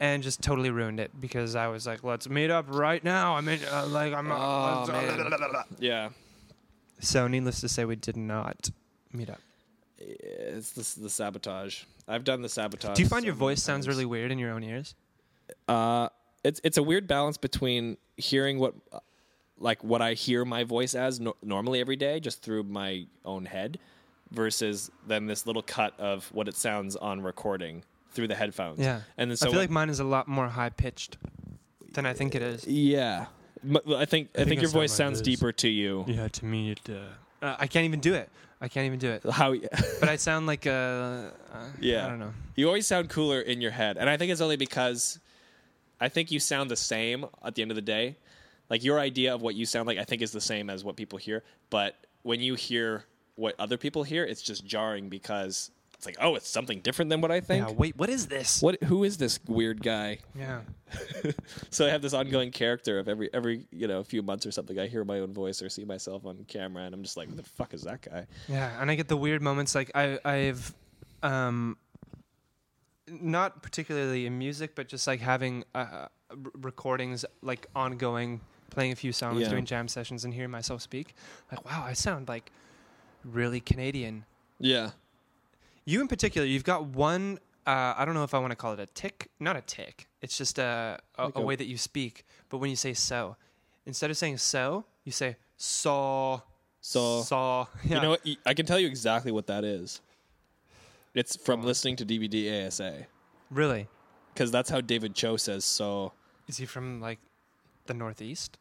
Speaker 1: And just totally ruined it because I was like, let's meet up right now. I mean, uh, like I'm.
Speaker 13: Oh,
Speaker 1: uh,
Speaker 13: man.
Speaker 2: Yeah.
Speaker 1: So needless to say, we did not meet up.
Speaker 2: It's the, the sabotage. I've done the sabotage.
Speaker 1: Do you find
Speaker 2: so
Speaker 1: your
Speaker 2: many
Speaker 1: voice sounds
Speaker 2: times.
Speaker 1: really weird in your own ears?
Speaker 2: Uh, it's it's a weird balance between hearing what, like what I hear my voice as no- normally every day, just through my own head, versus then this little cut of what it sounds on recording through the headphones.
Speaker 1: Yeah.
Speaker 2: and then so
Speaker 1: I feel like mine is a lot more high pitched than I think it is.
Speaker 2: yeah, M- well, I think I,
Speaker 1: think
Speaker 2: think
Speaker 1: I
Speaker 2: your
Speaker 1: sound
Speaker 2: voice
Speaker 1: like
Speaker 2: sounds
Speaker 1: this.
Speaker 2: deeper to you.
Speaker 1: Yeah, to me it. Uh, I can't even do it. I can't even do it.
Speaker 2: How
Speaker 1: But I sound like a. Uh,
Speaker 2: Yeah.
Speaker 1: I don't know.
Speaker 2: you always sound cooler in your head, and I think it's only because I think you sound the same at the end of the day. Like your idea of what you sound like, I think is the same as what people hear. But when you hear what other people hear, it's just jarring because it's like, oh, it's something different than what I think.
Speaker 1: Yeah. Wait, what is this?
Speaker 2: What? Who is this weird guy?
Speaker 1: Yeah.
Speaker 2: So I have this ongoing character of every every you know few months or something, I hear my own voice or see myself on camera, and I'm just like, the fuck is that guy?
Speaker 1: Yeah, and I get the weird moments like I I've um not particularly in music but just like having uh, r- recordings like ongoing playing a few songs
Speaker 2: Yeah.
Speaker 1: doing jam sessions and hearing myself speak like wow, I sound like really Canadian.
Speaker 2: Yeah,
Speaker 1: You in particular, you've got one uh, I don't know if I want to call it a tick, not a tick. It's just a a, a way that you speak, but when you say so, instead of saying so, you say saw
Speaker 2: So-
Speaker 1: saw. Yeah.
Speaker 2: You know what? I can tell you exactly what that is. It's from listening to DVD ASA
Speaker 1: Really?
Speaker 2: because that's how David Cho says so.
Speaker 1: Is he from like the Northeast?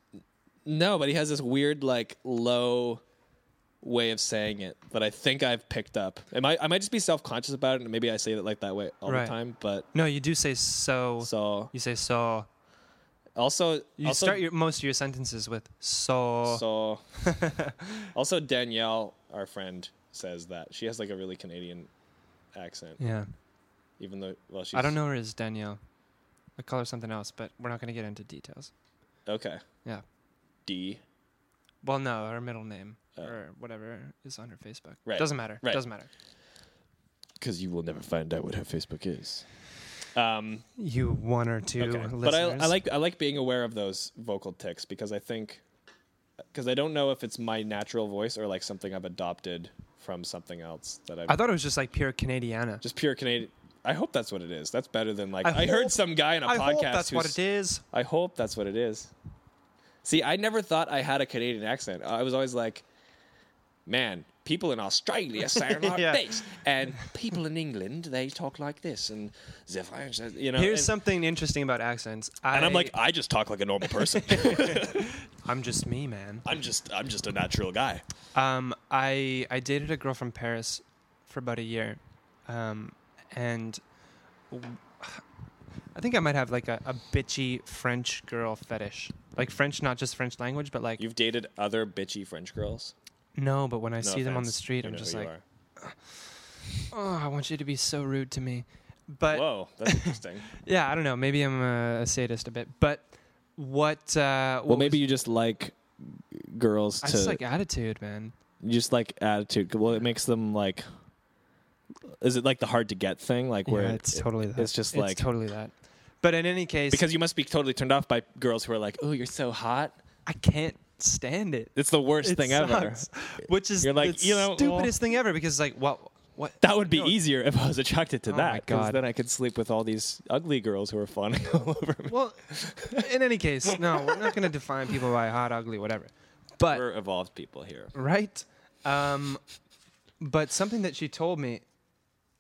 Speaker 2: No, but he has this weird like low way of saying it that I think I've picked up. Am I I might just be self-conscious about it and maybe I say it like that way all
Speaker 1: Right.
Speaker 2: the time, but
Speaker 1: No, you do say so.
Speaker 2: so
Speaker 1: You say so.
Speaker 2: also
Speaker 1: You
Speaker 2: also,
Speaker 1: start your, most of your sentences with so.
Speaker 2: so also Danielle, our friend, says that. She has like a really Canadian accent
Speaker 1: Yeah.
Speaker 2: even though well she's
Speaker 1: I don't know her as Danielle. I call her something else, but we're not going to get into details.
Speaker 2: Okay.
Speaker 1: Yeah.
Speaker 2: D
Speaker 1: Well, no, her middle name
Speaker 2: Oh.
Speaker 1: or whatever is on her Facebook.
Speaker 2: Right.
Speaker 1: Doesn't matter.
Speaker 2: Right.
Speaker 1: Doesn't matter.
Speaker 12: Because you will never find out what her Facebook is.
Speaker 2: um
Speaker 1: You one or two
Speaker 2: Okay.
Speaker 1: listeners.
Speaker 2: But I, I like I like being aware of those vocal ticks because I think because I don't know if it's my natural voice or like something I've adopted from something else that I've
Speaker 1: I thought it was just like pure Canadiana.
Speaker 2: just pure Canadian. I hope that's what it is. That's better than like
Speaker 1: I
Speaker 2: I, heard
Speaker 1: hope-
Speaker 2: some guy in a
Speaker 1: I
Speaker 2: podcast.
Speaker 1: hope that's what
Speaker 2: who's-
Speaker 1: it is.
Speaker 2: I hope that's what it is. See, I never thought I had a Canadian accent. I was always like, man, people in Australia sound like
Speaker 1: Yeah.
Speaker 2: this, and people in England they talk like this, and the French, you know.
Speaker 1: Here's
Speaker 2: and,
Speaker 1: something interesting about accents. I,
Speaker 12: And I'm like, I just talk like a normal person.
Speaker 1: I'm just me, man.
Speaker 12: I'm just, I'm just a natural guy.
Speaker 1: Um, I I dated a girl from Paris for about a year, um, and w- I think I might have like a, a bitchy French girl fetish. Like French, not just French language, but like
Speaker 2: You've dated other bitchy French girls.
Speaker 1: no. But when I
Speaker 2: No
Speaker 1: see them on the
Speaker 2: offense.
Speaker 1: street,
Speaker 2: You
Speaker 1: I'm
Speaker 2: know
Speaker 1: just
Speaker 2: who you
Speaker 1: like,
Speaker 2: are.
Speaker 1: oh, I want you to be so rude to me. But
Speaker 2: whoa, that's interesting.
Speaker 1: yeah, I don't know. Maybe I'm a, a sadist a bit. But what? Uh,
Speaker 2: well, maybe you just like girls
Speaker 1: I
Speaker 2: to
Speaker 1: just
Speaker 2: just
Speaker 1: like
Speaker 2: like,
Speaker 1: attitude, man.
Speaker 2: attitude. Well, it makes them like. Is it like the hard to get thing? Like where
Speaker 1: yeah, it's
Speaker 2: it-
Speaker 1: totally that.
Speaker 2: it's just like
Speaker 1: it's totally that. But in any case,
Speaker 2: because you must be totally turned off by girls who are like, "Oh, you're so hot."
Speaker 1: I can't stand it.
Speaker 2: It's the worst
Speaker 1: It
Speaker 2: thing ever.
Speaker 1: sucks. Which is
Speaker 2: You're like,
Speaker 1: the
Speaker 2: you know, well-
Speaker 1: stupidest thing ever because it's like, what, what?
Speaker 2: That would be
Speaker 1: No.
Speaker 2: easier if I was attracted to
Speaker 1: Oh my
Speaker 2: that because
Speaker 1: God.
Speaker 2: then I could sleep with all these ugly girls who are fawning all over me.
Speaker 1: Well, in any case, no, we're not going to define people by hot, ugly, whatever. But
Speaker 2: We're evolved people here.
Speaker 1: right, um, but something that she told me,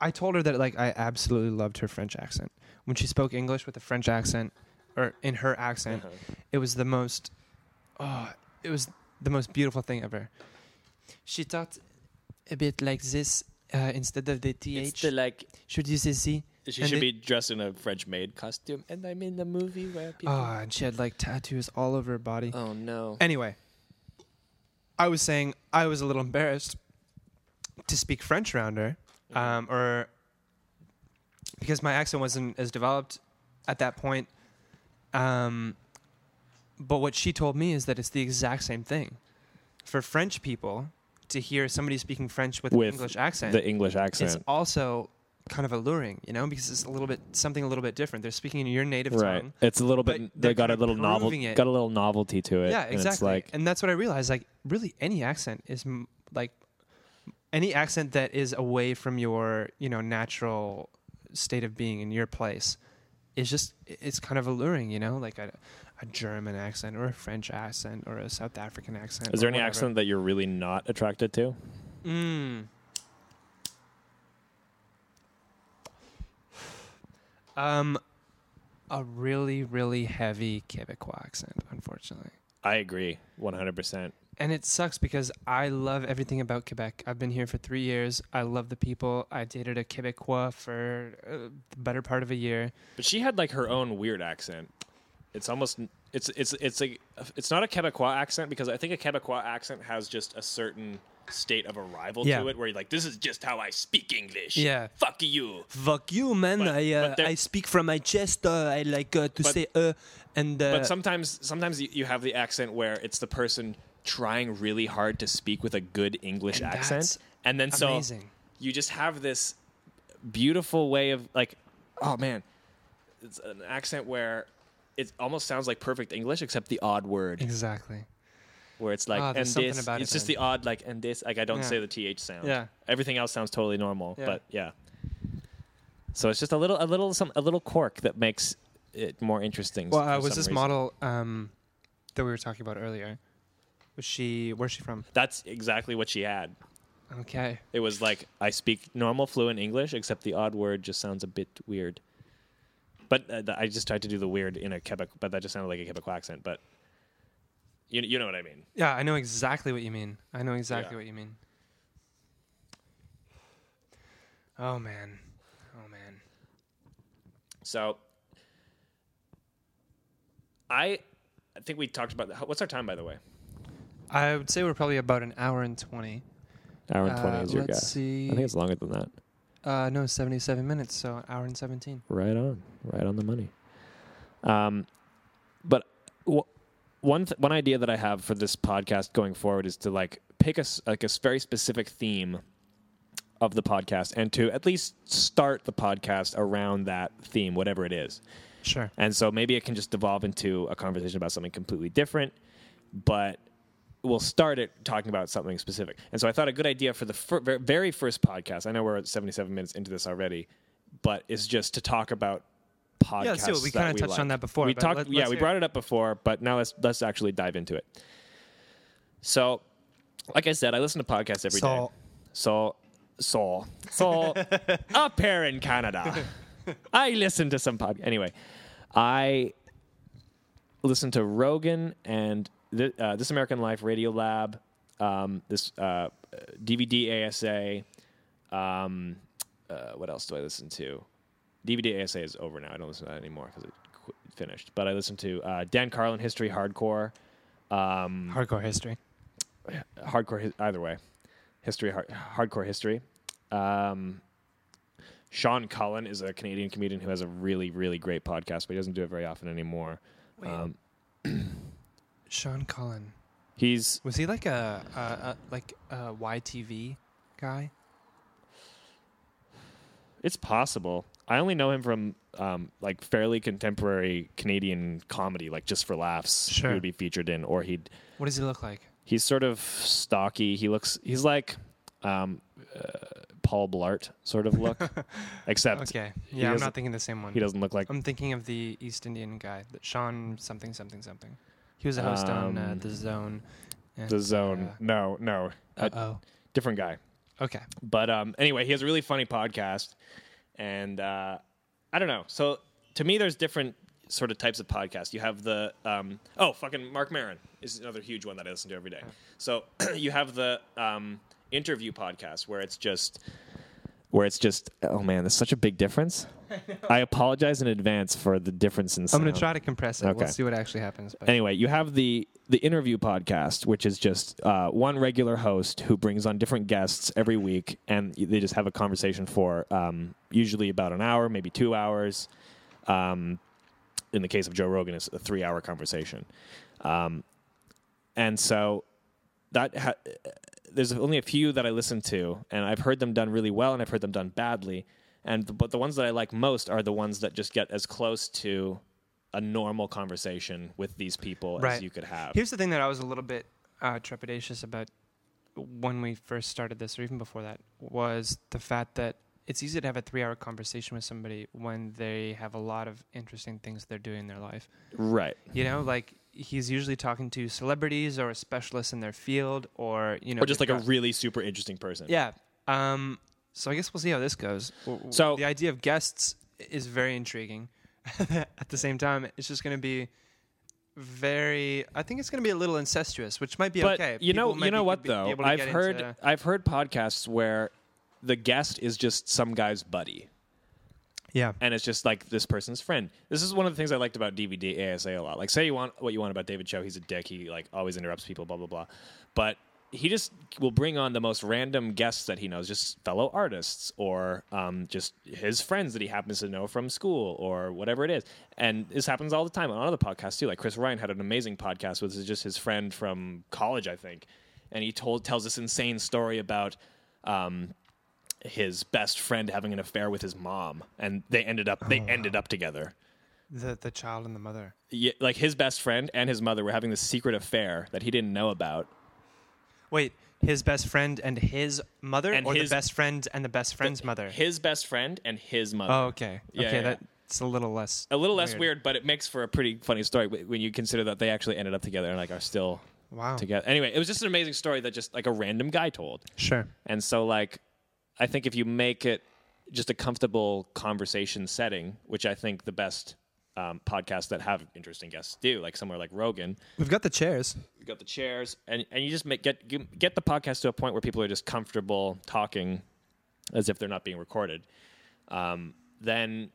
Speaker 1: I told her that like I absolutely loved her French accent when she spoke English with a French accent, or in her accent,
Speaker 2: Uh-huh.
Speaker 1: it was the most, oh, it was the most beautiful thing ever. She talked a bit like this uh, instead of the th.
Speaker 2: like
Speaker 1: should you say C?
Speaker 2: she
Speaker 1: And
Speaker 2: should
Speaker 1: they-
Speaker 2: be dressed in a French maid costume, and I'm in the movie where people.
Speaker 1: Ah, and she had like tattoos all over her body.
Speaker 2: oh no!
Speaker 1: Anyway, I was saying I was a little embarrassed to speak French around her,
Speaker 2: Mm-hmm.
Speaker 1: um, or because my accent wasn't as developed at that point, Um, but what she told me is that it's the exact same thing. For French people to hear somebody speaking French with,
Speaker 2: With
Speaker 1: an English accent,
Speaker 2: The English accent.
Speaker 1: it's also kind of alluring, you know, because it's a little bit something a little bit different. They're speaking in your native
Speaker 2: right.
Speaker 1: tongue.
Speaker 2: It's a little
Speaker 1: but
Speaker 2: bit.
Speaker 1: they're
Speaker 2: They got
Speaker 1: kinda
Speaker 2: a little novel.
Speaker 1: proving it.
Speaker 2: Got a little novelty to it.
Speaker 1: Yeah,
Speaker 2: and it's
Speaker 1: exactly. And,
Speaker 2: like
Speaker 1: that's what I realized. Like, really, any accent is m- like any accent that is away from your, you know, natural state of being in your place is just it's kind of alluring, you know, like a, a German accent or a French accent or a South African accent.
Speaker 2: Is
Speaker 1: or
Speaker 2: there any
Speaker 1: whatever.
Speaker 2: accent that you're really not attracted to?
Speaker 1: Mm. Um, a really, really heavy Quebecois accent, unfortunately.
Speaker 2: I agree, 100. percent
Speaker 1: And it sucks because I love everything about Quebec. I've been here for three years. I love the people. I dated a Quebecois for uh, the better part of a year.
Speaker 2: But she had like her own weird accent. It's almost it's it's it's like it's not a Quebecois accent because I think a Quebecois accent has just a certain state of arrival
Speaker 1: Yeah.
Speaker 2: to it where you're like this is just how I speak English.
Speaker 1: Yeah.
Speaker 2: Fuck you.
Speaker 1: Fuck you, man!
Speaker 2: But- I, uh, but there- I
Speaker 1: speak from my chest. Uh, I like uh, to
Speaker 2: But- say,
Speaker 1: uh, and uh,
Speaker 2: But sometimes sometimes you, you have the accent where it's the person trying really hard to speak with a good English
Speaker 1: And
Speaker 2: accent
Speaker 1: that's
Speaker 2: and then so
Speaker 1: amazing.
Speaker 2: you just have this beautiful way of like oh man it's an accent where it almost sounds like perfect English except the odd word
Speaker 1: exactly.
Speaker 2: where it's like
Speaker 1: Ah,
Speaker 2: and
Speaker 1: there's something
Speaker 2: this
Speaker 1: about it
Speaker 2: it's just
Speaker 1: then.
Speaker 2: the odd like and this like I don't
Speaker 1: Yeah.
Speaker 2: say the th sound.
Speaker 1: Yeah.
Speaker 2: Everything else sounds totally normal,
Speaker 1: Yeah.
Speaker 2: but yeah. So it's just a little a little some a little quirk that makes it more interesting.
Speaker 1: Well,
Speaker 2: for
Speaker 1: uh, was
Speaker 2: some
Speaker 1: this
Speaker 2: reason.
Speaker 1: model um, that we were talking about earlier? Was she? Where's she from?
Speaker 2: That's exactly what she had.
Speaker 1: Okay.
Speaker 2: It was like I speak normal fluent English except the odd word just sounds a bit weird. But uh, th- I just tried to do the weird in a Quebec, but that just sounded like a Quebec accent, but you, you know what I mean.
Speaker 1: Yeah, I know exactly what you mean. I know exactly
Speaker 2: Yeah.
Speaker 1: what you mean. Oh man. Oh man.
Speaker 2: So I I think we talked about that. What's our time, by the way?
Speaker 1: I would say we're probably about an hour and twenty.
Speaker 2: Hour and 20
Speaker 1: Uh,
Speaker 2: is your
Speaker 1: let's
Speaker 2: guess.
Speaker 1: see.
Speaker 2: I think it's longer than that.
Speaker 1: Uh, no, seventy-seven minutes, so an hour and seventeen.
Speaker 2: Right on. Right on the money. Um, but w- one th- one idea that I have for this podcast going forward is to like pick a s- like a s- very specific theme of the podcast and to at least start the podcast around that theme, whatever it is.
Speaker 1: Sure.
Speaker 2: And so maybe it can just devolve into a conversation about something completely different, but we'll start it talking about something specific. And so I thought a good idea for the fir- ver- very first podcast, I know we're at 77 minutes into this already, but is just to talk about podcasts.
Speaker 1: let's do it. We
Speaker 2: that
Speaker 1: kinda touched
Speaker 2: like.
Speaker 1: on that before,
Speaker 2: We
Speaker 1: but
Speaker 2: talked,
Speaker 1: let-
Speaker 2: yeah,
Speaker 1: let's
Speaker 2: we
Speaker 1: hear
Speaker 2: brought it up before, but now let's let's actually dive into it. So, like I said, I listen to podcasts every day.
Speaker 1: Saul.
Speaker 2: So, so, so, up here in Canada, I listen to some podcast. Anyway, I listen to Rogan and Th- uh, This American Life Radio Lab, um, this uh, DVD ASA. Um, uh, what else do I listen to? DVD ASA is over now. I don't listen to that anymore because it qu- finished. But I listen to uh, Dan Carlin History Hardcore, um,
Speaker 1: Hardcore history.
Speaker 2: Hardcore hi- either way, History hard, Hardcore History. Um, Sean Cullen is a Canadian comedian who has a really really great podcast, but he doesn't do it very often anymore. Um,
Speaker 1: Sean Cullen.
Speaker 2: he's
Speaker 1: Was he like a, a, a like a YTV guy?
Speaker 2: It's possible. I only know him from um, like fairly contemporary Canadian comedy, like Just for Laughs.
Speaker 1: Sure.
Speaker 2: He would be featured in, or he'd
Speaker 1: What does he look like?
Speaker 2: he's sort of stocky. He looks he's like um, uh, Paul Blart sort of look, except
Speaker 1: Okay. Um,
Speaker 2: he
Speaker 1: Yeah, I'm
Speaker 2: doesn't-
Speaker 1: not thinking the same one.
Speaker 2: he doesn't look like
Speaker 1: I'm thinking of the East Indian guy, that Sean something something something. He was a host on uh,
Speaker 2: Um,
Speaker 1: the Zone. and,
Speaker 2: the Zone. No, no,
Speaker 1: Uh,
Speaker 2: a
Speaker 1: oh,
Speaker 2: different guy.
Speaker 1: okay.
Speaker 2: But um, anyway, he has a really funny podcast, and uh, I don't know. So to me, there's different sort of types of podcasts. You have the um, oh fucking Mark Maron is another huge one that I listen to every day. So you have the um, interview podcast where it's just where it's just oh man, there's such a big difference. I apologize in advance for the difference in.
Speaker 1: I'm gonna
Speaker 2: sound
Speaker 1: try to compress it.
Speaker 2: Okay.
Speaker 1: We'll see what actually happens. But
Speaker 2: anyway, you have the the interview podcast, which is just uh, one regular host who brings on different guests every week, and they just have a conversation for um, usually about an hour, maybe two hours. Um, in the case of Joe Rogan, it's a three hour conversation. Um, and so that ha- there's only a few that I listen to, and I've heard them done really well, and I've heard them done badly. And but the ones that I like most are the ones that just get as close to a normal conversation with these people as
Speaker 1: Right.
Speaker 2: you could have.
Speaker 1: Here's the thing that I was a little bit uh, trepidatious about when we first started this, or even before that, was the fact that it's easy to have a three-hour conversation with somebody when they have a lot of interesting things they're doing in their life.
Speaker 2: right.
Speaker 1: You know, like he's usually talking to celebrities or specialists in their field, or you know,
Speaker 2: Or just like
Speaker 1: they've
Speaker 2: a
Speaker 1: got-
Speaker 2: really super interesting person.
Speaker 1: yeah. Um, so I guess we'll see how this goes. W- w-
Speaker 2: So-
Speaker 1: the idea of guests is very intriguing. At the same time, it's just going to be very. I think it's going to be a little incestuous, which might be
Speaker 2: but
Speaker 1: okay.
Speaker 2: you know,
Speaker 1: People might
Speaker 2: you know
Speaker 1: be-
Speaker 2: what
Speaker 1: be
Speaker 2: though?
Speaker 1: able to
Speaker 2: I've
Speaker 1: get
Speaker 2: heard
Speaker 1: into-
Speaker 2: I've heard podcasts where the guest is just some guy's buddy,
Speaker 1: yeah,
Speaker 2: and it's just like this person's friend. This is one of the things I liked about DVD ASA a lot. Like, say you want what you want about David Cho, he's a dick. He like always interrupts people, blah blah blah. But he just will bring on the most random guests that he knows, just fellow artists or um, just his friends that he happens to know from school or whatever it is. And this happens all the time on other podcasts too. Like Chris Ryan had an amazing podcast with just his friend from college, I think, and he told tells this insane story about. Um, his best friend having an affair with his mom and they ended up they ended up together
Speaker 1: the the child and the mother.
Speaker 2: Ye- like his best friend and his mother were having this secret affair that he didn't know about
Speaker 1: Wait, his best friend and his mother,
Speaker 2: And
Speaker 1: or
Speaker 2: his-
Speaker 1: the best friend and the best friend's mother.
Speaker 2: his best friend and his mother
Speaker 1: oh, okay,
Speaker 2: Yeah,
Speaker 1: okay,
Speaker 2: yeah, yeah.
Speaker 1: that's a little less.
Speaker 2: a little less weird. but it makes for a pretty funny story wh- when you consider that they actually ended up together and like are still
Speaker 1: Wow.
Speaker 2: together anyway it was just an amazing story that just like a random guy told
Speaker 1: Sure.
Speaker 2: And so, like, I think if you make it just a comfortable conversation setting, which I think the best um, podcasts that have interesting guests do, like somewhere like Rogan,
Speaker 1: We've got the chairs.
Speaker 2: you got the chairs, and, and you just make get you get the podcast to a point where people are just comfortable talking as if they're not being recorded. Um, then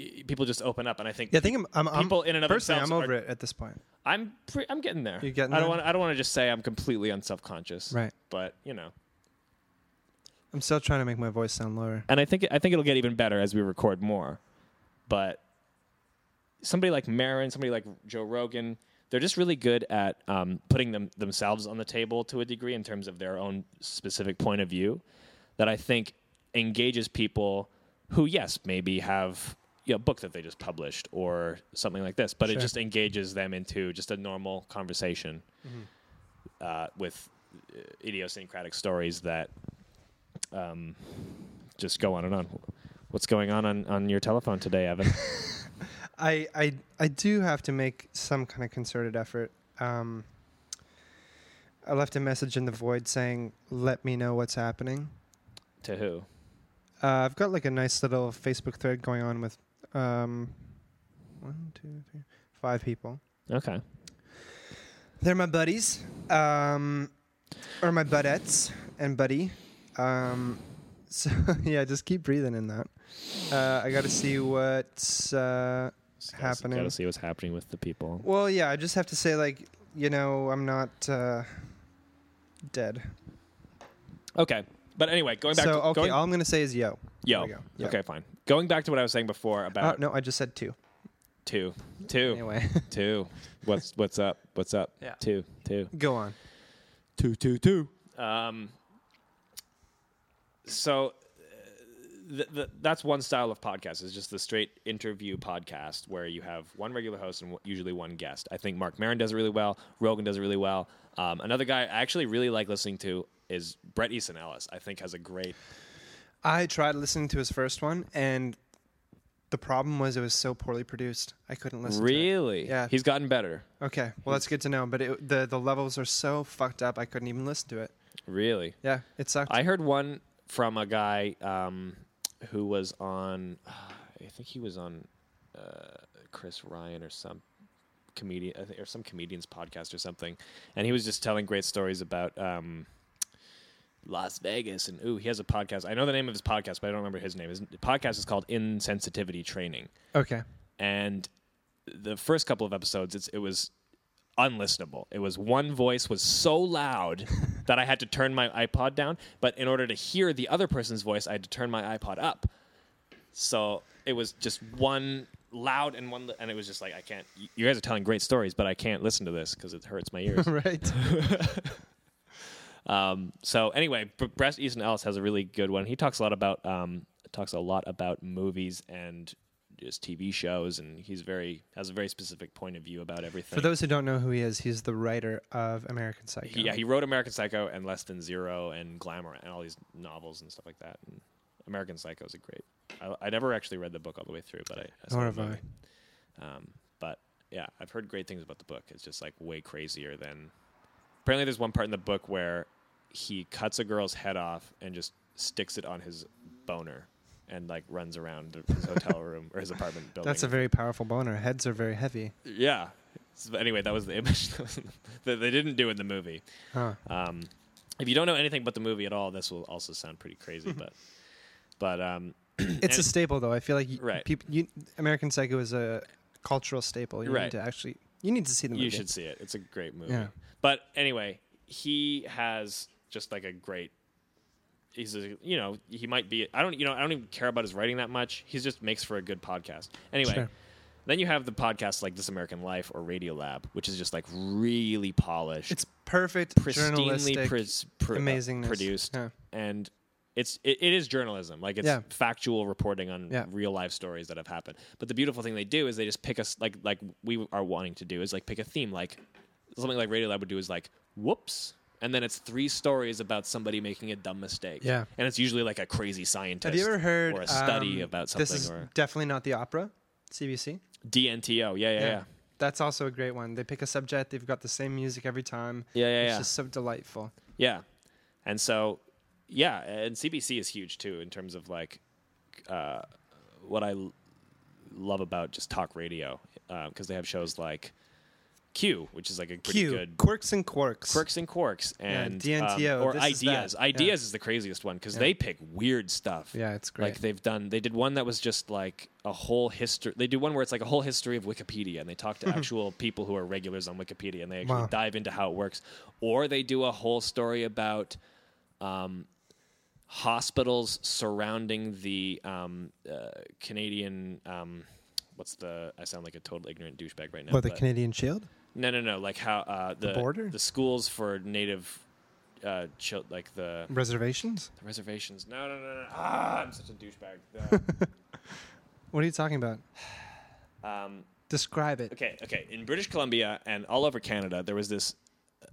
Speaker 2: y- people just open up, and I think
Speaker 1: Yeah, I think I'm. I'm, I'm
Speaker 2: People in and of
Speaker 1: personally, I'm
Speaker 2: themselves
Speaker 1: over
Speaker 2: are-
Speaker 1: it at this point.
Speaker 2: I'm pre- I'm getting there.
Speaker 1: You're getting
Speaker 2: I
Speaker 1: there?
Speaker 2: don't want I don't want to just say I'm completely unselfconscious,
Speaker 1: Right.
Speaker 2: But you know,
Speaker 1: I'm still trying to make my voice sound lower.
Speaker 2: and I think I think it'll get even better as we record more. But somebody like Marin, somebody like Joe Rogan, they're just really good at um, putting them themselves on the table to a degree in terms of their own specific point of view that I think engages people who, yes, maybe have you know, a book that they just published or something like this, but it
Speaker 1: Sure.
Speaker 2: just engages them into just a normal conversation uh, with uh, idiosyncratic stories that um, just go on and on. What's going on on, on your telephone today, Evan?
Speaker 1: I, I I do have to make some kind of concerted effort. Um, I left a message in the void saying, "Let me know what's happening."
Speaker 2: to who?
Speaker 1: Uh, I've got like a nice little Facebook thread going on with um, one, two, three, five people.
Speaker 2: Okay.
Speaker 1: They're my buddies, um, or my budettes and buddy. Um, so yeah, just keep breathing in that. Uh, I got to see what's. Uh, Happening.
Speaker 2: Gotta see what's happening with the people.
Speaker 1: Well, yeah, I just have to say, like, you know, I'm not uh, dead.
Speaker 2: Okay. But anyway, going back
Speaker 1: so,
Speaker 2: to
Speaker 1: okay,
Speaker 2: going,
Speaker 1: all I'm going to say is yo.
Speaker 2: yo.
Speaker 1: there we go. Yeah.
Speaker 2: Okay, fine. Going back to what I was saying before
Speaker 1: Uh,
Speaker 2: about
Speaker 1: no, I just said two.
Speaker 2: two, two,
Speaker 1: Anyway,
Speaker 2: two. What's what's up? What's up?
Speaker 1: Yeah.
Speaker 2: Two, two,
Speaker 1: go on.
Speaker 2: two, two, two. Um. So. uh, th th that's one style of podcast is just the straight interview podcast where you have one regular host and w- usually one guest. I think Mark Maron does it really well. Rogan does it really well. Um, another guy I actually really like listening to is Brett Easton Ellis. I think has a great
Speaker 1: I tried listening to his first one, and the problem was it was so poorly produced. I couldn't listen. To
Speaker 2: Really?
Speaker 1: Yeah.
Speaker 2: He's gotten better.
Speaker 1: it. Okay, well that's good to know. But it, the the levels are so fucked up, I couldn't even listen to it.
Speaker 2: Really.
Speaker 1: Yeah, it sucked.
Speaker 2: I heard one from a guy um, who was on, I think he was on uh, Chris Ryan or some comedian I think- or some comedian's podcast or something, and he was just telling great stories about um, Las Vegas and ooh, he has a podcast. I know the name of his podcast, but I don't remember his name. His podcast is called Insensitivity Training,
Speaker 1: okay,
Speaker 2: and the first couple of episodes it's, it was unlistenable it was one voice was so loud that i had to turn my ipod down but in order to hear the other person's voice i had to turn my ipod up so it was just one loud and one, li- and it was just like I can't. y- You guys are telling great stories, but I can't listen to this because it hurts my ears.
Speaker 1: right.
Speaker 2: Um, so anyway, B- Brest Easton Ellis has a really good one. He talks a lot about um, talks a lot about movies and just TV shows, and he's very has a very specific point of view about everything.
Speaker 1: For those who don't know who he is, he's the writer of American Psycho.
Speaker 2: he, yeah, he wrote American Psycho and Less Than Zero and Glamour and all these novels and stuff like that. And American Psycho is a great. I, I never actually read the book all the way through, but I, I saw
Speaker 1: Nor
Speaker 2: the
Speaker 1: have I.
Speaker 2: movie. Um, but yeah, I've heard great things about the book. It's just like way crazier than. Apparently, there's one part in the book where he cuts a girl's head off and just sticks it on his boner and like runs around his hotel room or his apartment building.
Speaker 1: That's a very powerful boner. Heads are very heavy.
Speaker 2: yeah. So anyway, that was the image that they didn't do in the movie.
Speaker 1: Huh.
Speaker 2: Um, if you don't know anything about the movie at all, this will also sound pretty crazy, but but um,
Speaker 1: It's a staple, though. I feel like y-
Speaker 2: Right.
Speaker 1: peop- you, American Psycho is a cultural staple. You
Speaker 2: Right.
Speaker 1: need to actually, you need to see the movie.
Speaker 2: you should see it. It's a great movie.
Speaker 1: Yeah.
Speaker 2: But anyway, he has just like a great. He's a, you know he might be I don't you know I don't even care about his writing that much. He just makes for a good podcast. Anyway,
Speaker 1: Sure.
Speaker 2: then you have the podcasts like This American Life or Radio Lab, which is just like really polished.
Speaker 1: It's perfect,
Speaker 2: pristinely
Speaker 1: journalistic,
Speaker 2: pres- pr- uh,
Speaker 1: amazingness.
Speaker 2: produced
Speaker 1: Yeah.
Speaker 2: and it's it, it is journalism like it's
Speaker 1: Yeah.
Speaker 2: factual reporting on
Speaker 1: Yeah.
Speaker 2: real life stories that have happened but the beautiful thing they do is they just pick us like like we are wanting to do is like pick a theme like something like radio lab would do is like whoops and then it's three stories about somebody making a dumb mistake
Speaker 1: Yeah.
Speaker 2: and it's usually like a crazy scientist
Speaker 1: Have you ever heard
Speaker 2: or a study
Speaker 1: um,
Speaker 2: about something
Speaker 1: This is
Speaker 2: or
Speaker 1: definitely not the opera. CBC.
Speaker 2: dnto yeah yeah yeah,
Speaker 1: That's also a great one. They pick a subject. They've got the same music every time.
Speaker 2: Yeah, yeah,
Speaker 1: It's
Speaker 2: yeah.
Speaker 1: just so delightful.
Speaker 2: Yeah. And so, yeah, and CBC is huge too in terms of like uh, what I l- love about just talk radio because they have shows like Q, which is like a pretty
Speaker 1: Q.
Speaker 2: good
Speaker 1: Quirks and Quarks.
Speaker 2: quirks and quirks and um,
Speaker 1: DNTO,
Speaker 2: or
Speaker 1: this is that.
Speaker 2: ideas.
Speaker 1: Yeah.
Speaker 2: Ideas is the craziest one because they pick weird stuff.
Speaker 1: Yeah, it's great.
Speaker 2: Like they've done, they did one that was just like a whole history. They do one where it's like a whole history of Wikipedia, and they talk to actual people who are regulars on Wikipedia, and they actually
Speaker 1: Hmm. Wow.
Speaker 2: dive into how it works. Or they do a whole story about um, hospitals surrounding the um, uh, Canadian. Um, what's the? I sound like a total ignorant douchebag right now.
Speaker 1: What, the
Speaker 2: but-
Speaker 1: Canadian Shield?
Speaker 2: no, no, no. Like how uh, the,
Speaker 1: border?
Speaker 2: the schools for native, uh, chil- like the,
Speaker 1: Reservations?
Speaker 2: the reservations. No, no, no, no. Ah, I'm such a douchebag.
Speaker 1: What are you talking about?
Speaker 2: The- um,
Speaker 1: Describe it.
Speaker 2: okay, okay. In British Columbia and all over Canada, there was this uh,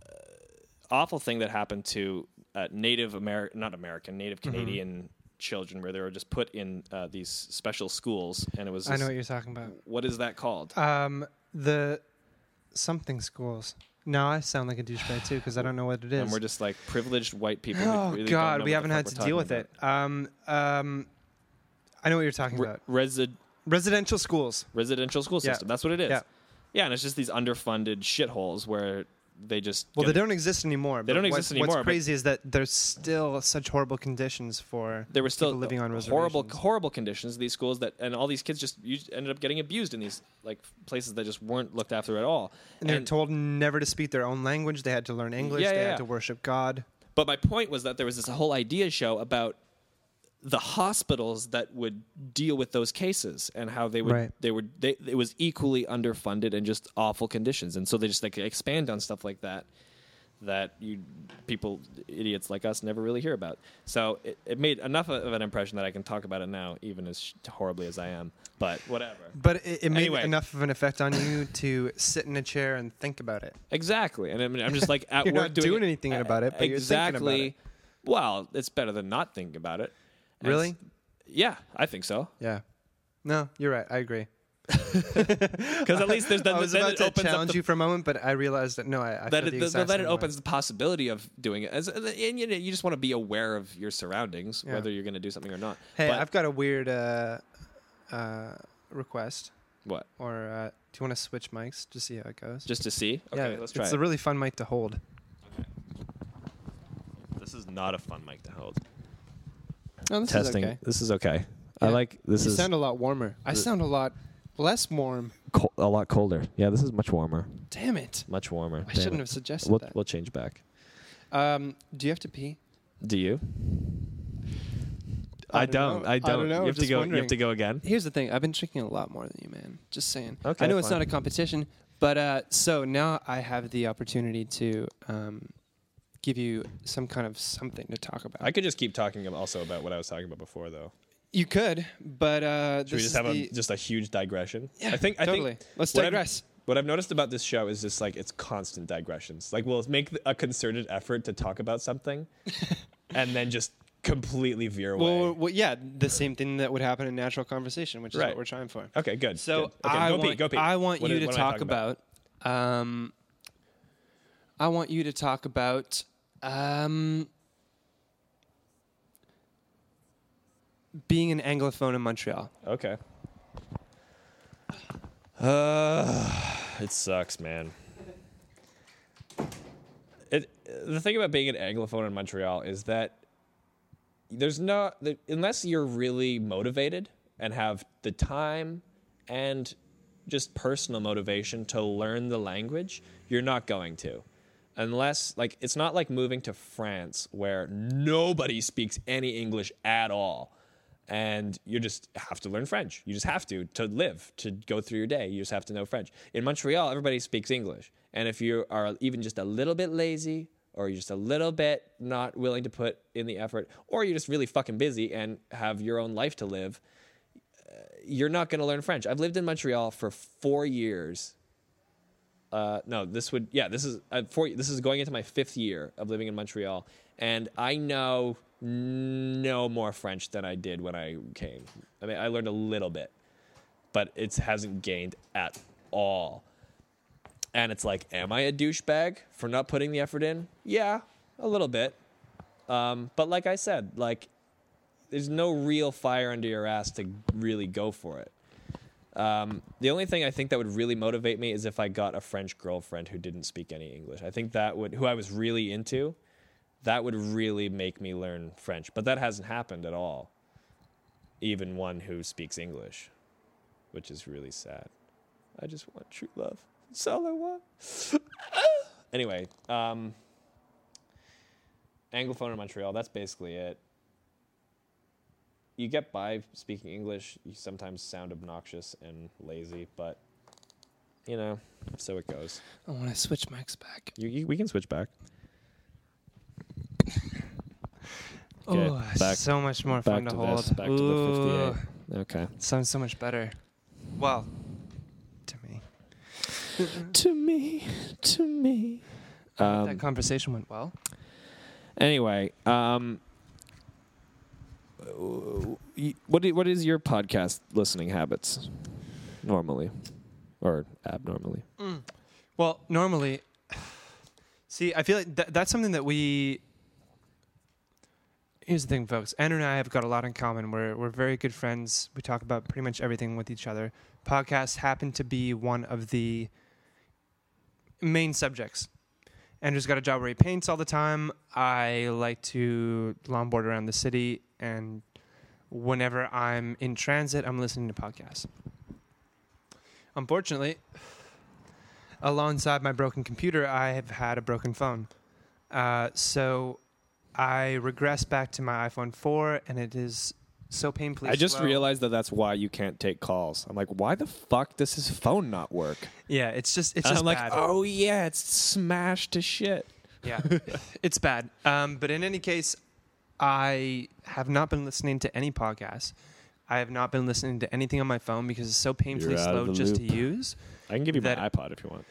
Speaker 2: awful thing that happened to uh, Native American, not American, Native
Speaker 1: Mm-hmm.
Speaker 2: Canadian children, where they were just put in uh, these special schools, and it was.
Speaker 1: I know
Speaker 2: this-
Speaker 1: what you're talking about.
Speaker 2: what is that called?
Speaker 1: Um, the something schools. Now I sound like a douchebag too because I don't know what it is.
Speaker 2: and we're just like privileged white people. who
Speaker 1: oh
Speaker 2: really don't
Speaker 1: God,
Speaker 2: know
Speaker 1: we
Speaker 2: what
Speaker 1: haven't
Speaker 2: the fuck
Speaker 1: had
Speaker 2: we're
Speaker 1: to deal with
Speaker 2: talking
Speaker 1: it. Um, um, I know what you're talking about.
Speaker 2: about. Re- resi-
Speaker 1: Residential schools.
Speaker 2: residential school
Speaker 1: Yeah.
Speaker 2: system. That's what it is.
Speaker 1: Yeah.
Speaker 2: Yeah. and it's just these underfunded shitholes where they just
Speaker 1: Well,
Speaker 2: get-
Speaker 1: they don't exist anymore. They
Speaker 2: don't
Speaker 1: what's,
Speaker 2: exist anymore,
Speaker 1: What's
Speaker 2: but-
Speaker 1: crazy is that there's still such horrible conditions for
Speaker 2: There were still
Speaker 1: people living on
Speaker 2: horrible,
Speaker 1: reservations.
Speaker 2: horrible conditions. These schools that and all these kids just us- ended up getting abused in these like places that just weren't looked after at all.
Speaker 1: and they're
Speaker 2: And-
Speaker 1: told never to speak their own language. They had to learn English.
Speaker 2: Yeah,
Speaker 1: they
Speaker 2: yeah,
Speaker 1: had
Speaker 2: yeah.
Speaker 1: to worship God.
Speaker 2: But my point was that there was this whole idea show about the hospitals that would deal with those cases and how they would
Speaker 1: Right.
Speaker 2: they were they it was equally underfunded and just awful conditions and so they just like expand on stuff like that that you people idiots like us never really hear about so it, it made enough of an impression that i can talk about it now even as horribly as i am but whatever
Speaker 1: But it, it made
Speaker 2: Anyway.
Speaker 1: enough of an effect on you to sit in a chair and think about it.
Speaker 2: Exactly, and I mean, I'm just like at
Speaker 1: You're
Speaker 2: work
Speaker 1: not doing anything
Speaker 2: uh,
Speaker 1: about it, but you're thinking about
Speaker 2: exactly.
Speaker 1: it.
Speaker 2: Well, it's better than not thinking about it. And
Speaker 1: Really?
Speaker 2: s- Yeah, I think so.
Speaker 1: Yeah. No, you're right. I agree.
Speaker 2: Because at least there's then,
Speaker 1: I was
Speaker 2: then
Speaker 1: about
Speaker 2: it
Speaker 1: to
Speaker 2: opens up
Speaker 1: challenge
Speaker 2: the,
Speaker 1: you for a moment, but I realized that no, I, I
Speaker 2: that
Speaker 1: feel
Speaker 2: it,
Speaker 1: the
Speaker 2: the,
Speaker 1: exact
Speaker 2: then it
Speaker 1: same way.
Speaker 2: opens the possibility of doing it. As, and you, know, you just want to be aware of your surroundings,
Speaker 1: Yeah.
Speaker 2: whether you're going to do something or not.
Speaker 1: Hey,
Speaker 2: But-
Speaker 1: I've got a weird uh, uh, request.
Speaker 2: what?
Speaker 1: Or uh, do you want to switch mics to see how it goes?
Speaker 2: Just to see? Okay, let's try
Speaker 1: It's
Speaker 2: it.
Speaker 1: a really fun mic to hold.
Speaker 2: this is not a fun mic to hold.
Speaker 1: No, this
Speaker 2: Testing.
Speaker 1: is okay.
Speaker 2: This is okay. I
Speaker 1: Yeah.
Speaker 2: like this
Speaker 1: you
Speaker 2: is
Speaker 1: sound a lot warmer. I sound a lot less warm.
Speaker 2: col- a lot colder. Yeah, this is much warmer.
Speaker 1: Damn it!
Speaker 2: Much warmer.
Speaker 1: I
Speaker 2: Damn
Speaker 1: shouldn't
Speaker 2: it.
Speaker 1: have suggested
Speaker 2: We'll,
Speaker 1: that.
Speaker 2: we'll change back.
Speaker 1: Um, do you have to pee?
Speaker 2: Do you?
Speaker 3: I
Speaker 1: don't
Speaker 3: don't.
Speaker 1: know.
Speaker 3: I don't.
Speaker 1: I don't know.
Speaker 3: You have to
Speaker 1: Just
Speaker 3: go. You
Speaker 1: wondering.
Speaker 3: have to go again.
Speaker 1: Here's the thing. I've been drinking a lot more than you, man. Just saying.
Speaker 3: Okay,
Speaker 1: I know it's
Speaker 3: fine.
Speaker 1: not a competition, but uh, so now I have the opportunity to um, give you some kind of something to talk about.
Speaker 2: I could just keep talking also about what I was talking about before, though.
Speaker 1: you could, but uh, this
Speaker 2: Should we just
Speaker 1: is
Speaker 2: have
Speaker 1: the,
Speaker 2: a, just a huge digression?
Speaker 1: Yeah,
Speaker 2: I think I
Speaker 1: totally.
Speaker 2: think
Speaker 1: Let's
Speaker 2: what I've-
Speaker 1: digress.
Speaker 2: what I've noticed about this show is just like it's constant digressions. Like we'll make th- a concerted effort to talk about something, and then just completely veer away.
Speaker 1: well, well, yeah, the same thing that would happen in natural conversation, which is
Speaker 2: Right.
Speaker 1: what we're trying for.
Speaker 2: okay, good.
Speaker 1: So
Speaker 2: good. Okay,
Speaker 1: I,
Speaker 2: go
Speaker 1: want,
Speaker 2: pee, go pee.
Speaker 1: I want
Speaker 2: What
Speaker 1: you
Speaker 2: am-
Speaker 1: to
Speaker 2: what am I
Speaker 1: talk
Speaker 2: talking
Speaker 1: about. Um, I want you to talk about um, being an anglophone in Montreal.
Speaker 2: Okay. Uh, it sucks, man. It, the thing about being an anglophone in Montreal is that there's not the- unless you're really motivated and have the time and just personal motivation to learn the language, you're not going to. Unless like it's not like moving to France where nobody speaks any English at all and you just have to learn French. You just have to to live, to go through your day. You just have to know French. In Montreal, everybody speaks English, and if you are even just a little bit lazy, or you're just a little bit not willing to put in the effort, or you're just really fucking busy and have your own life to live, uh, you're not going to learn French. I've lived in Montreal for four years. Uh, no, this would yeah, this is uh, four, this is going into my fifth year of living in Montreal, and I know no more French than I did when I came. I mean, I learned a little bit, but it hasn't gained at all. And it's like, am I a douchebag for not putting the effort in? Yeah, a little bit. Um, but like I said, like there's no real fire under your ass to really go for it. Um, the only thing I think that would really motivate me is if I got a French girlfriend who didn't speak any English. I think that would, who I was really into, that would really make me learn French. But that hasn't happened at all. Even one who speaks English, which is really sad. I just want true love. That's all I want. anyway, um, Anglophone in Montreal, that's basically it. You get by speaking English. You sometimes sound obnoxious and lazy, but, you know, so it goes.
Speaker 1: Oh, I want to switch mics back.
Speaker 2: You, you, we can switch back.
Speaker 3: Okay,
Speaker 1: oh,
Speaker 3: back-
Speaker 1: so much more
Speaker 3: Back
Speaker 1: fun
Speaker 3: to
Speaker 1: to, hold.
Speaker 3: this. Back to the
Speaker 1: Ooh,
Speaker 3: 58. Okay.
Speaker 1: Sounds so much better. Well, to me,
Speaker 3: To me, to me.
Speaker 1: that
Speaker 3: Um,
Speaker 1: conversation went well.
Speaker 3: anyway, um, y- what i- what is your podcast listening habits normally or abnormally?
Speaker 1: Well, normally, see, I feel like th- that's something that we. Here's the thing, folks. Andrew and I have got a lot in common. We're we're very good friends. We talk about pretty much everything with each other. Podcasts happen to be one of the main subjects. Andrew's got a job where he paints all the time. I like to longboard around the city, and whenever I'm in transit, I'm listening to podcasts. Unfortunately, alongside my broken computer, I have had a broken phone. Uh, so I regress back to my iPhone 4, and it is so painfully.
Speaker 3: I just
Speaker 1: slow.
Speaker 3: realized that that's why you can't take calls. I'm like, why the fuck does his phone not work?
Speaker 1: Yeah, it's just it's
Speaker 3: And
Speaker 1: just
Speaker 3: I'm like,
Speaker 1: bad.
Speaker 3: oh yeah, it's smashed to shit.
Speaker 1: Yeah, it's bad. Um, but in any case, I have not been listening to any podcasts. I have not been listening to anything on my phone because it's so painfully
Speaker 3: You're out of
Speaker 1: slow
Speaker 3: the
Speaker 1: just
Speaker 3: loop.
Speaker 1: to use.
Speaker 3: I can give you
Speaker 1: That-
Speaker 3: my iPod if you want.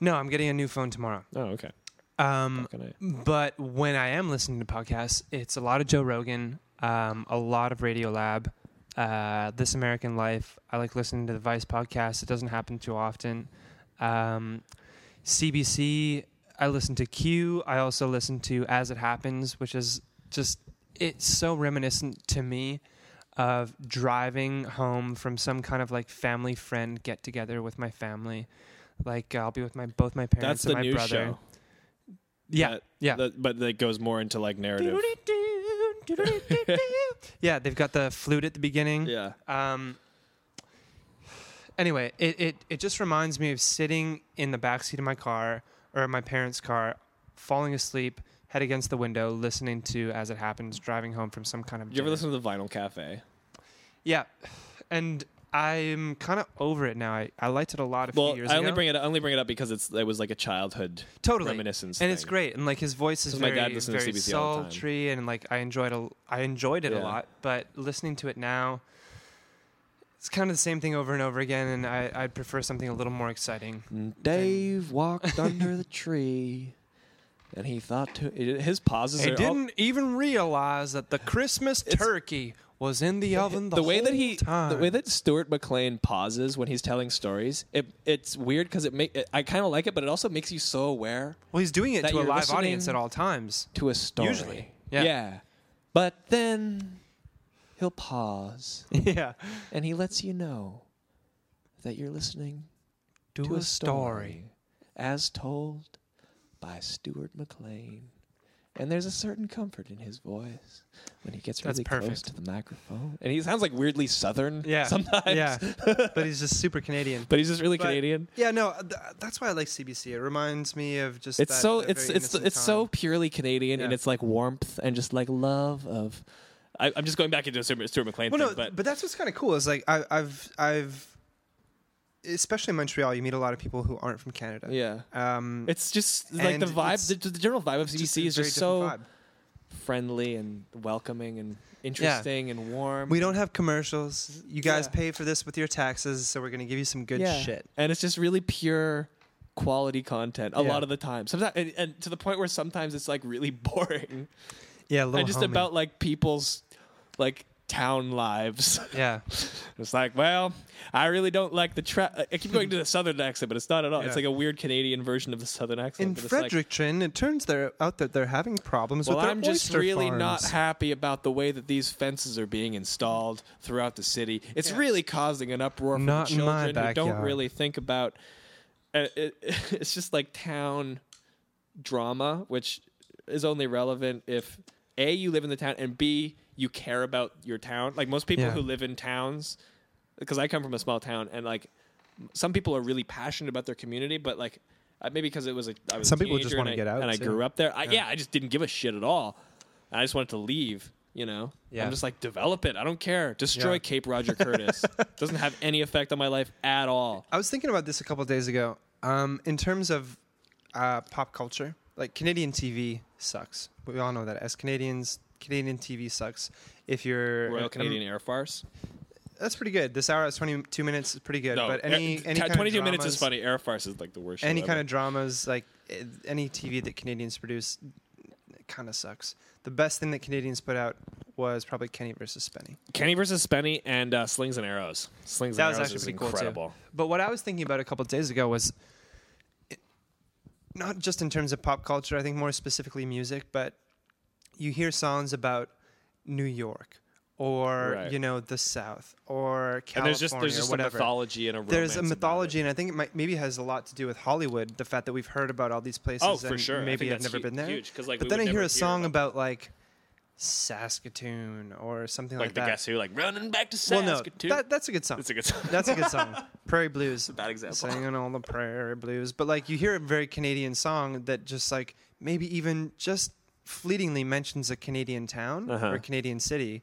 Speaker 1: No, I'm getting a new phone tomorrow.
Speaker 3: Oh okay.
Speaker 2: Mm.
Speaker 1: Um,
Speaker 3: Fucking A.
Speaker 1: but when I am listening to podcasts, it's a lot of Joe Rogan, um, a lot of Radiolab, uh, This American Life. I like listening to the Vice podcast. It doesn't happen too often. Um, CBC. I listen to Q. I also listen to As It Happens, which is just it's so reminiscent to me of driving home from some kind of like family friend get together with my family. Like I'll be with my both my parents
Speaker 3: That's
Speaker 1: and
Speaker 3: the
Speaker 1: my
Speaker 3: new
Speaker 1: brother.
Speaker 3: show.
Speaker 1: Yeah,
Speaker 3: That-
Speaker 1: yeah.
Speaker 3: that- but that goes more into like narrative.
Speaker 1: yeah, they've got the flute at the beginning.
Speaker 3: Yeah.
Speaker 1: Um, anyway, it, it, it just reminds me of sitting in the backseat of my car or my parents' car, falling asleep, head against the window, listening to as it happens, driving home from some kind of.
Speaker 2: you ever
Speaker 1: dinner.
Speaker 2: listen to the Vinyl Cafe?
Speaker 1: Yeah, and I'm kind of over it now. I, I liked it a lot a
Speaker 2: Well,
Speaker 1: few years
Speaker 2: I
Speaker 1: ago.
Speaker 2: only bring it. I only bring it up because it's it was like a childhood
Speaker 1: totally
Speaker 2: reminiscence,
Speaker 1: and it's
Speaker 2: thing.
Speaker 1: great. And like his voice is
Speaker 2: So my
Speaker 1: very,
Speaker 2: dad listened to
Speaker 1: very
Speaker 2: CBC all the time.
Speaker 1: sultry, and like I enjoyed a, I enjoyed it
Speaker 2: Yeah.
Speaker 1: a lot. But listening to it now, it's kind of the same thing over and over again. And I I would prefer something a little more exciting.
Speaker 2: Mm-hmm. Dave walked under the tree, and he thought to his pauses.
Speaker 1: I
Speaker 2: are
Speaker 1: didn't even realize that the Christmas turkey was in the oven
Speaker 2: all,
Speaker 1: the,
Speaker 2: the, way that
Speaker 1: whole
Speaker 2: he,
Speaker 1: time.
Speaker 2: the way that Stuart McLean pauses when he's telling stories, it, it's weird because it make I kind of like it, but it also makes you so aware
Speaker 1: well, he's doing it
Speaker 2: that
Speaker 1: to a
Speaker 2: you're
Speaker 1: live audience
Speaker 2: listening-
Speaker 1: at all times.
Speaker 2: to a story.
Speaker 1: Usually, yeah.
Speaker 2: But then he'll pause
Speaker 1: yeah,
Speaker 2: and he lets you know that you're listening
Speaker 1: do
Speaker 2: to
Speaker 1: a story.
Speaker 2: as told by Stuart McLean. And there's a certain comfort in his voice when he gets
Speaker 1: That's
Speaker 2: really close
Speaker 1: perfect.
Speaker 2: to the microphone. And he sounds like weirdly southern
Speaker 1: Yeah,
Speaker 2: sometimes.
Speaker 1: yeah, but he's just super Canadian.
Speaker 2: But he's just really
Speaker 1: But-
Speaker 2: Canadian.
Speaker 1: Yeah, no, uh, th- that's why I like CBC. It reminds me of just
Speaker 2: It's
Speaker 1: that-
Speaker 2: so
Speaker 1: that
Speaker 2: it's
Speaker 1: very
Speaker 2: it's
Speaker 1: innocent
Speaker 2: it's so
Speaker 1: time.
Speaker 2: purely Canadian and
Speaker 1: Yeah.
Speaker 2: it's like warmth and just like love of I, I'm just going back into Stuart Stuart McLean
Speaker 1: well,
Speaker 2: thing,
Speaker 1: no,
Speaker 2: but,
Speaker 1: but, that's what's kind of cool. Is like I, I've I've especially in Montreal, you meet a lot of people who aren't from Canada.
Speaker 2: yeah.
Speaker 1: Um,
Speaker 2: It's just like the
Speaker 1: And
Speaker 2: vibe,
Speaker 1: it's
Speaker 2: the, the general vibe of CBC
Speaker 1: just a
Speaker 2: is
Speaker 1: very
Speaker 2: just so
Speaker 1: different vibe.
Speaker 2: friendly and welcoming and interesting and warm.
Speaker 1: We don't have commercials. You guys
Speaker 2: Yeah.
Speaker 1: pay for this with your taxes, so we're gonna give you some good
Speaker 2: Yeah.
Speaker 1: shit.
Speaker 2: And it's just really pure quality content a
Speaker 1: Yeah.
Speaker 2: lot of the time. Sometimes and, and to the point where sometimes it's like really boring
Speaker 1: Yeah, a little
Speaker 2: and just
Speaker 1: homey.
Speaker 2: about like people's like town lives.
Speaker 1: yeah,
Speaker 2: it's like, well, I really don't like the tra- I keep going to the southern accent, but it's not at all. It's
Speaker 1: Yeah.
Speaker 2: like a weird Canadian version of the southern accent.
Speaker 1: in
Speaker 2: but it's like,
Speaker 1: Fredericton, it turns there out that they're having problems
Speaker 2: Well,
Speaker 1: with their
Speaker 2: I'm just
Speaker 1: oyster
Speaker 2: really
Speaker 1: farms.
Speaker 2: not happy about the way that these fences are being installed throughout the city. It's really causing an uproar for
Speaker 1: Not
Speaker 2: the
Speaker 1: in my
Speaker 2: children who don't
Speaker 1: backyard.
Speaker 2: really think about. Uh, it, it's just like town drama, which is only relevant if a you live in the town and b you care about your town. Like most people
Speaker 1: Yeah.
Speaker 2: who live in towns, because I come from a small town, and like some people are really passionate about their community, but like I- maybe because it was a I was a
Speaker 1: Some people just
Speaker 2: teenager and
Speaker 1: wanna
Speaker 2: I-
Speaker 1: get out,
Speaker 2: and I
Speaker 1: too.
Speaker 2: grew up there. I, yeah. I just didn't give a shit at all. I just wanted to leave. You know,
Speaker 1: Yeah.
Speaker 2: I'm just like develop it. I don't care. Destroy
Speaker 1: Yeah.
Speaker 2: Cape Roger Curtis. Doesn't have any effect on my life at all.
Speaker 1: I was thinking about this a couple of days ago. Um, in terms of uh, pop culture, like Canadian TV sucks. We all know that as Canadians, Canadian TV sucks. If you're
Speaker 2: Royal
Speaker 1: um,
Speaker 2: Canadian Air Force.
Speaker 1: that's pretty good. This hour is twenty two minutes. is pretty good. but any,
Speaker 2: eh,
Speaker 1: any
Speaker 2: t-
Speaker 1: kind
Speaker 2: 22
Speaker 1: of
Speaker 2: minutes is
Speaker 1: dramas-
Speaker 2: funny. Air Force is like the worst.
Speaker 1: Any
Speaker 2: show
Speaker 1: kind
Speaker 2: ever.
Speaker 1: of dramas, like eh, any TV that Canadians produce, kind of sucks. The best thing that Canadians put out was probably Kenny versus Spenny.
Speaker 2: Kenny versus Spenny and uh, Slings and Arrows. Slings
Speaker 1: That
Speaker 2: and
Speaker 1: was
Speaker 2: Arrows
Speaker 1: actually
Speaker 2: is
Speaker 1: pretty cool, too.
Speaker 2: incredible.
Speaker 1: But what I was thinking about a couple of days ago was it- not just in terms of pop culture, I think more specifically music, but you hear songs about New York or
Speaker 2: Right.
Speaker 1: you know the South or California
Speaker 2: And there's just there's just
Speaker 1: or
Speaker 2: a
Speaker 1: whatever.
Speaker 2: mythology and a romance
Speaker 1: there's a
Speaker 2: about it.
Speaker 1: mythology, and I think it might, maybe has a lot to do with Hollywood. The fact that we've heard about all these places,
Speaker 2: Oh, for
Speaker 1: and
Speaker 2: sure. I
Speaker 1: maybe
Speaker 2: think
Speaker 1: I've
Speaker 2: that's
Speaker 1: never
Speaker 2: hu-
Speaker 1: been there.
Speaker 2: huge, 'cause, like,
Speaker 1: but
Speaker 2: we
Speaker 1: then
Speaker 2: would
Speaker 1: I
Speaker 2: never
Speaker 1: hear
Speaker 2: hear
Speaker 1: a song
Speaker 2: about
Speaker 1: about, like Saskatoon or something like,
Speaker 2: Like the
Speaker 1: that.
Speaker 2: guess who like running back to
Speaker 1: Well, no,
Speaker 2: Saskatoon.
Speaker 1: that, that's a good song.
Speaker 2: That's a good song.
Speaker 1: That's a good song. Prairie Blues.
Speaker 2: bad example.
Speaker 1: Singing all the prairie blues. But like you hear a very Canadian song that just like maybe even just fleetingly mentions a Canadian town
Speaker 2: Uh-huh.
Speaker 1: or a Canadian city.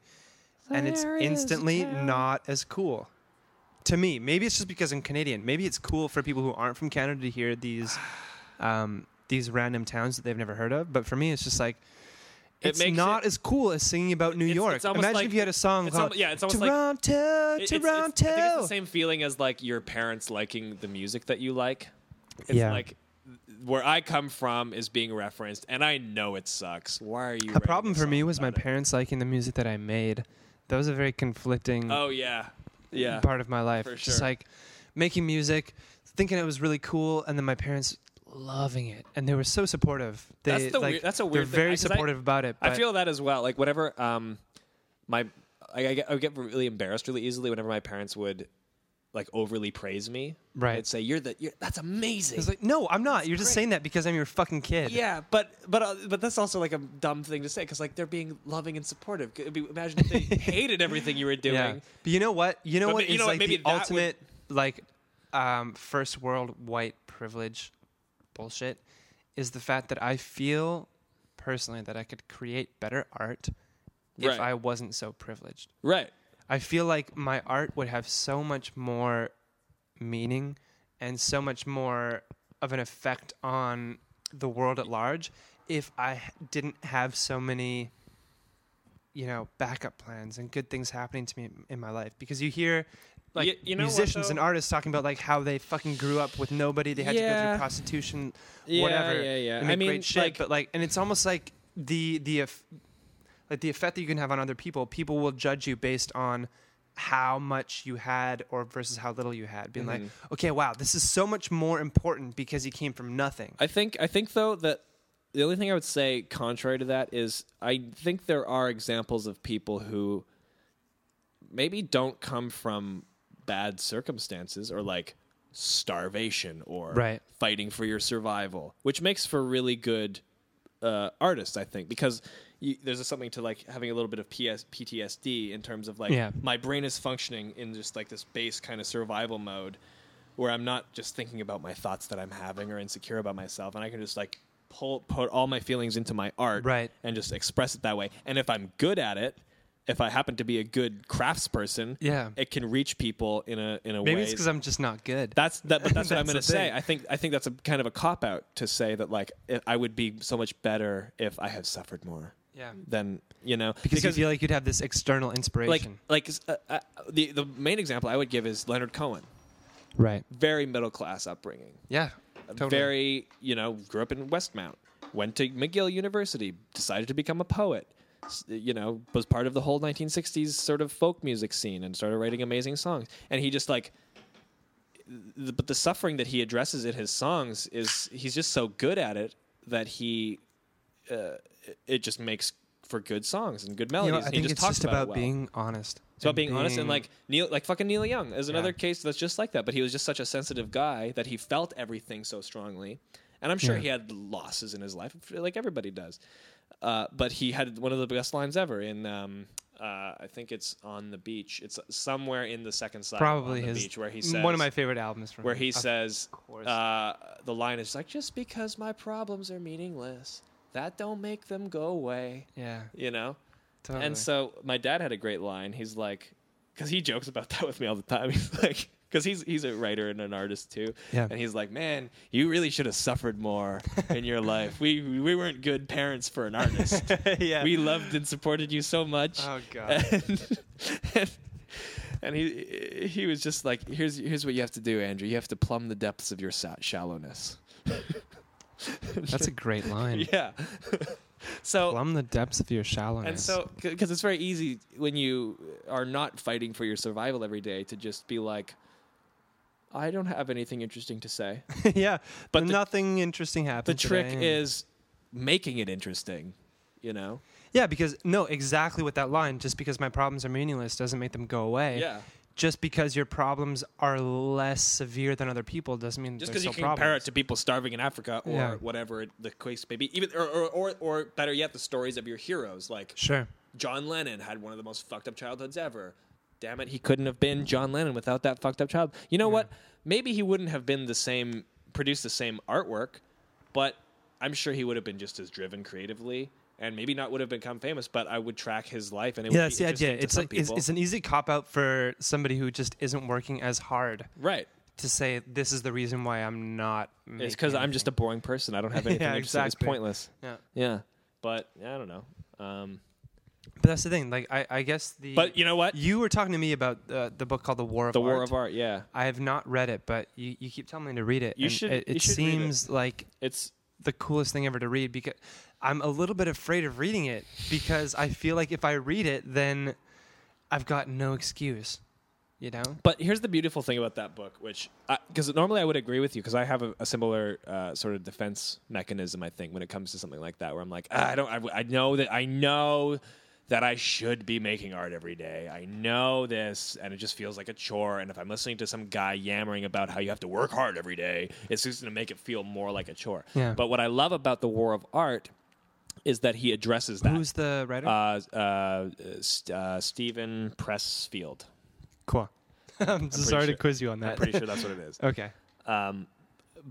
Speaker 1: and it's instantly not as cool. To me, maybe it's just because I'm Canadian. Maybe it's cool for people who aren't from Canada to hear these um, these random towns that they've never heard of. But for me, it's just like
Speaker 2: It
Speaker 1: it's
Speaker 2: makes
Speaker 1: not as cool as singing about New
Speaker 2: It's-
Speaker 1: York.
Speaker 2: it's almost
Speaker 1: Imagine
Speaker 2: like-
Speaker 1: if you had a song
Speaker 2: it's
Speaker 1: called
Speaker 2: almo- yeah, it's almost like-
Speaker 1: Toronto,
Speaker 2: It- it's- it's-
Speaker 1: Toronto.
Speaker 2: I think it's the same feeling as like your parents liking the music that you like. It's
Speaker 1: Yeah.
Speaker 2: like where I come from is being referenced, and I know it sucks. Why are you?
Speaker 1: The
Speaker 2: writing
Speaker 1: problem
Speaker 2: a
Speaker 1: for me
Speaker 2: song
Speaker 1: was my
Speaker 2: about it?
Speaker 1: parents liking the music that I made. That was a very conflicting
Speaker 2: Oh yeah, yeah.
Speaker 1: part of my life.
Speaker 2: for
Speaker 1: Just
Speaker 2: sure.
Speaker 1: like making music, thinking it was really cool, and then my parents loving it, and they were so supportive. They,
Speaker 2: That's the
Speaker 1: like,
Speaker 2: weird- that's a
Speaker 1: They're
Speaker 2: weird thing. I-
Speaker 1: very
Speaker 2: 'cause I-
Speaker 1: supportive about it.
Speaker 2: I
Speaker 1: but-
Speaker 2: feel that as well. Like whenever um, my I, I, get, I would get really embarrassed really easily whenever my parents would like overly praise me.
Speaker 1: Right.
Speaker 2: They'd say you're the you're, that's amazing.
Speaker 1: It's like, no, I'm not. You're just saying that because I'm your fucking kid.
Speaker 2: Yeah, but but uh, but that's also like a dumb thing to say because like they're being loving and supportive. It'd be- Imagine if they hated everything you were doing.
Speaker 1: Yeah. But you know what? You know
Speaker 2: But
Speaker 1: what
Speaker 2: ma- you
Speaker 1: is,
Speaker 2: know what?
Speaker 1: like
Speaker 2: Maybe
Speaker 1: the
Speaker 2: that would-
Speaker 1: ultimate like um, first world white privilege bullshit is the fact that I feel personally that I could create better art if
Speaker 14: Right.
Speaker 1: I wasn't so privileged.
Speaker 14: Right.
Speaker 1: I feel like my art would have so much more meaning and so much more of an effect on the world at large if I h- didn't have so many you know backup plans and good things happening to me in my life because you hear like
Speaker 14: Y- you know what,
Speaker 1: musicians and
Speaker 14: though?
Speaker 1: artists talking about like how they fucking grew up with nobody they had to go
Speaker 14: Yeah.
Speaker 1: through prostitution
Speaker 14: Yeah,
Speaker 1: whatever
Speaker 14: yeah, yeah.
Speaker 1: and
Speaker 14: I
Speaker 1: make
Speaker 14: mean,
Speaker 1: great shit
Speaker 14: like-
Speaker 1: but like and it's almost like the the eff- like the effect that you can have on other people people will judge you based on how much you had or versus how little you had being like
Speaker 2: Mm-hmm.
Speaker 1: okay wow this is so much more important because he came from nothing
Speaker 2: I think I think though that the only thing I would say contrary to that is I think there are examples of people who maybe don't come from bad circumstances or like starvation or
Speaker 1: Right.
Speaker 2: fighting for your survival, which makes for really good uh, artists, I think, because you, there's something to like having a little bit of PS, PTSD in terms of like
Speaker 1: Yeah.
Speaker 2: my brain is functioning in just like this base kind of survival mode where I'm not just thinking about my thoughts that I'm having or insecure about myself, and I can just like pull put all my feelings into my art
Speaker 1: Right.
Speaker 2: and just express it that way. And if I'm good at it, if I happen to be a good craftsperson,
Speaker 1: Yeah.
Speaker 2: it can reach people in a in a
Speaker 1: maybe
Speaker 2: way.
Speaker 1: it's because i'm just not good
Speaker 2: That's that, but that's what I'm
Speaker 1: That's
Speaker 2: going to
Speaker 1: the thing.
Speaker 2: say. I think I think that's a kind of a cop out to say that like it, I would be so much better if I had suffered more.
Speaker 1: Yeah.
Speaker 2: Than you know
Speaker 1: because, you feel like you'd have this external
Speaker 2: like
Speaker 1: inspiration
Speaker 2: like uh, uh, the the main example I would give is Leonard Cohen,
Speaker 1: right
Speaker 2: very middle class upbringing,
Speaker 1: yeah totally
Speaker 2: uh, very you know grew up in Westmount, went to McGill University, decided to become a poet, s- you know was part of the whole 1960s sort of folk music scene and started writing amazing songs, and he just like the, but the suffering that he addresses in his songs is he's just so good at it that he uh, it just makes for good songs and good
Speaker 1: You
Speaker 2: melodies.
Speaker 1: know, i
Speaker 2: and
Speaker 1: think
Speaker 2: he just
Speaker 1: it's
Speaker 2: talks
Speaker 1: just about
Speaker 2: it well.
Speaker 1: being honest
Speaker 2: It's about being, honest and like Neil, like fucking Neil Young is another
Speaker 1: Yeah.
Speaker 2: case that's just like that. But he was just such a sensitive guy that he felt everything so strongly, and I'm sure
Speaker 1: Yeah.
Speaker 2: he had losses in his life, like everybody does. Uh, but he had one of the best lines ever in, um, uh, I think it's on the beach. It's somewhere in the second side,
Speaker 1: probably
Speaker 2: on the
Speaker 1: his
Speaker 2: beach where he says
Speaker 1: one of my favorite albums from
Speaker 2: where
Speaker 1: him.
Speaker 2: he
Speaker 1: Of
Speaker 2: says
Speaker 1: course.
Speaker 2: uh, the line is like just because my problems are meaningless, that don't make them go away.
Speaker 1: yeah
Speaker 2: You know.
Speaker 1: totally.
Speaker 2: And so my dad had a great line. He's like, because he jokes about that with me all the time. He's like, because he's he's a writer and an artist too.
Speaker 1: Yeah.
Speaker 2: And he's like, man, you really should have suffered more in your life. We we weren't good parents for an artist.
Speaker 1: yeah
Speaker 2: We loved and supported you so much.
Speaker 1: oh god
Speaker 2: And, and, and he he was just like, here's here's what you have to do, Andrew. You have to plumb the depths of your sa- shallowness.
Speaker 1: that's a great line
Speaker 2: yeah. so
Speaker 1: plumb the depths of your shallowness
Speaker 2: And so, because it's very easy when you are not fighting for your survival every day to just be like, I don't have anything interesting to say.
Speaker 1: yeah, but
Speaker 2: But the-
Speaker 1: nothing interesting
Speaker 2: The
Speaker 1: happened.
Speaker 2: trick
Speaker 1: today.
Speaker 2: is making it interesting, you know?
Speaker 1: yeah, because no, exactly with that line. Just because my problems are meaningless doesn't make them go away.
Speaker 2: Yeah.
Speaker 1: Just because your problems are less severe than other people doesn't mean
Speaker 2: Just
Speaker 1: they're
Speaker 2: because you
Speaker 1: still
Speaker 2: can compare
Speaker 1: problems.
Speaker 2: it to people starving in Africa or
Speaker 1: Yeah.
Speaker 2: whatever it- the case may be, even or, or, or, or better yet, the stories of your heroes. Like
Speaker 1: sure.
Speaker 2: John Lennon had one of the most fucked up childhoods ever. Damn it, he couldn't have been John Lennon without that fucked up child. You know what? Maybe he wouldn't have been the same, produced the same artwork, but I'm sure he would have been just as driven creatively, and maybe not would have become famous. But I would track his life, and it
Speaker 1: Yeah,
Speaker 2: would
Speaker 1: that's
Speaker 2: be
Speaker 1: the idea.
Speaker 2: interesting to
Speaker 1: It's
Speaker 2: some
Speaker 1: like it's,
Speaker 2: people.
Speaker 1: it's an easy cop out for somebody who just isn't working as hard
Speaker 2: right.
Speaker 1: to say this is the reason why I'm not.
Speaker 2: It's because I'm just a boring person. I don't have anything.
Speaker 1: Yeah,
Speaker 2: interesting.
Speaker 1: exactly.
Speaker 2: It's pointless.
Speaker 1: Yeah.
Speaker 2: Yeah, but I don't know. Um,
Speaker 1: But that's the thing. Like I, I guess the.
Speaker 2: but you know what?
Speaker 1: you were talking to me about uh, the book called The War of
Speaker 2: the
Speaker 1: Art.
Speaker 2: War of Art. Yeah,
Speaker 1: I have not read it, but you, you keep telling me to read it.
Speaker 2: You
Speaker 1: and
Speaker 2: should-
Speaker 1: It,
Speaker 2: you
Speaker 1: it
Speaker 2: should read it.
Speaker 1: seems like
Speaker 2: it's
Speaker 1: the coolest thing ever to read because I'm a little bit afraid of reading it because I feel like if I read it, then I've got no excuse. You know?
Speaker 2: But here's the beautiful thing about that book, which because normally I would agree with you because I have a, a similar uh, sort of defense mechanism. I think when it comes to something like that, where I'm like, "Ah, I don't, I, w- I know that I know that I should be making art every day. I know this, and it just feels like a chore. And if I'm listening to some guy yammering about how you have to work hard every day, it's just going to make it feel more like a chore.
Speaker 1: Yeah.
Speaker 2: But what I love about the War of Art is that he addresses that.
Speaker 1: Who's the writer?
Speaker 2: uh, uh, st- uh, Stephen Pressfield.
Speaker 1: cool. I'm sorry
Speaker 2: sure-
Speaker 1: to quiz you on
Speaker 2: I'm
Speaker 1: that.
Speaker 2: pretty sure that's what it is.
Speaker 1: okay.
Speaker 2: um,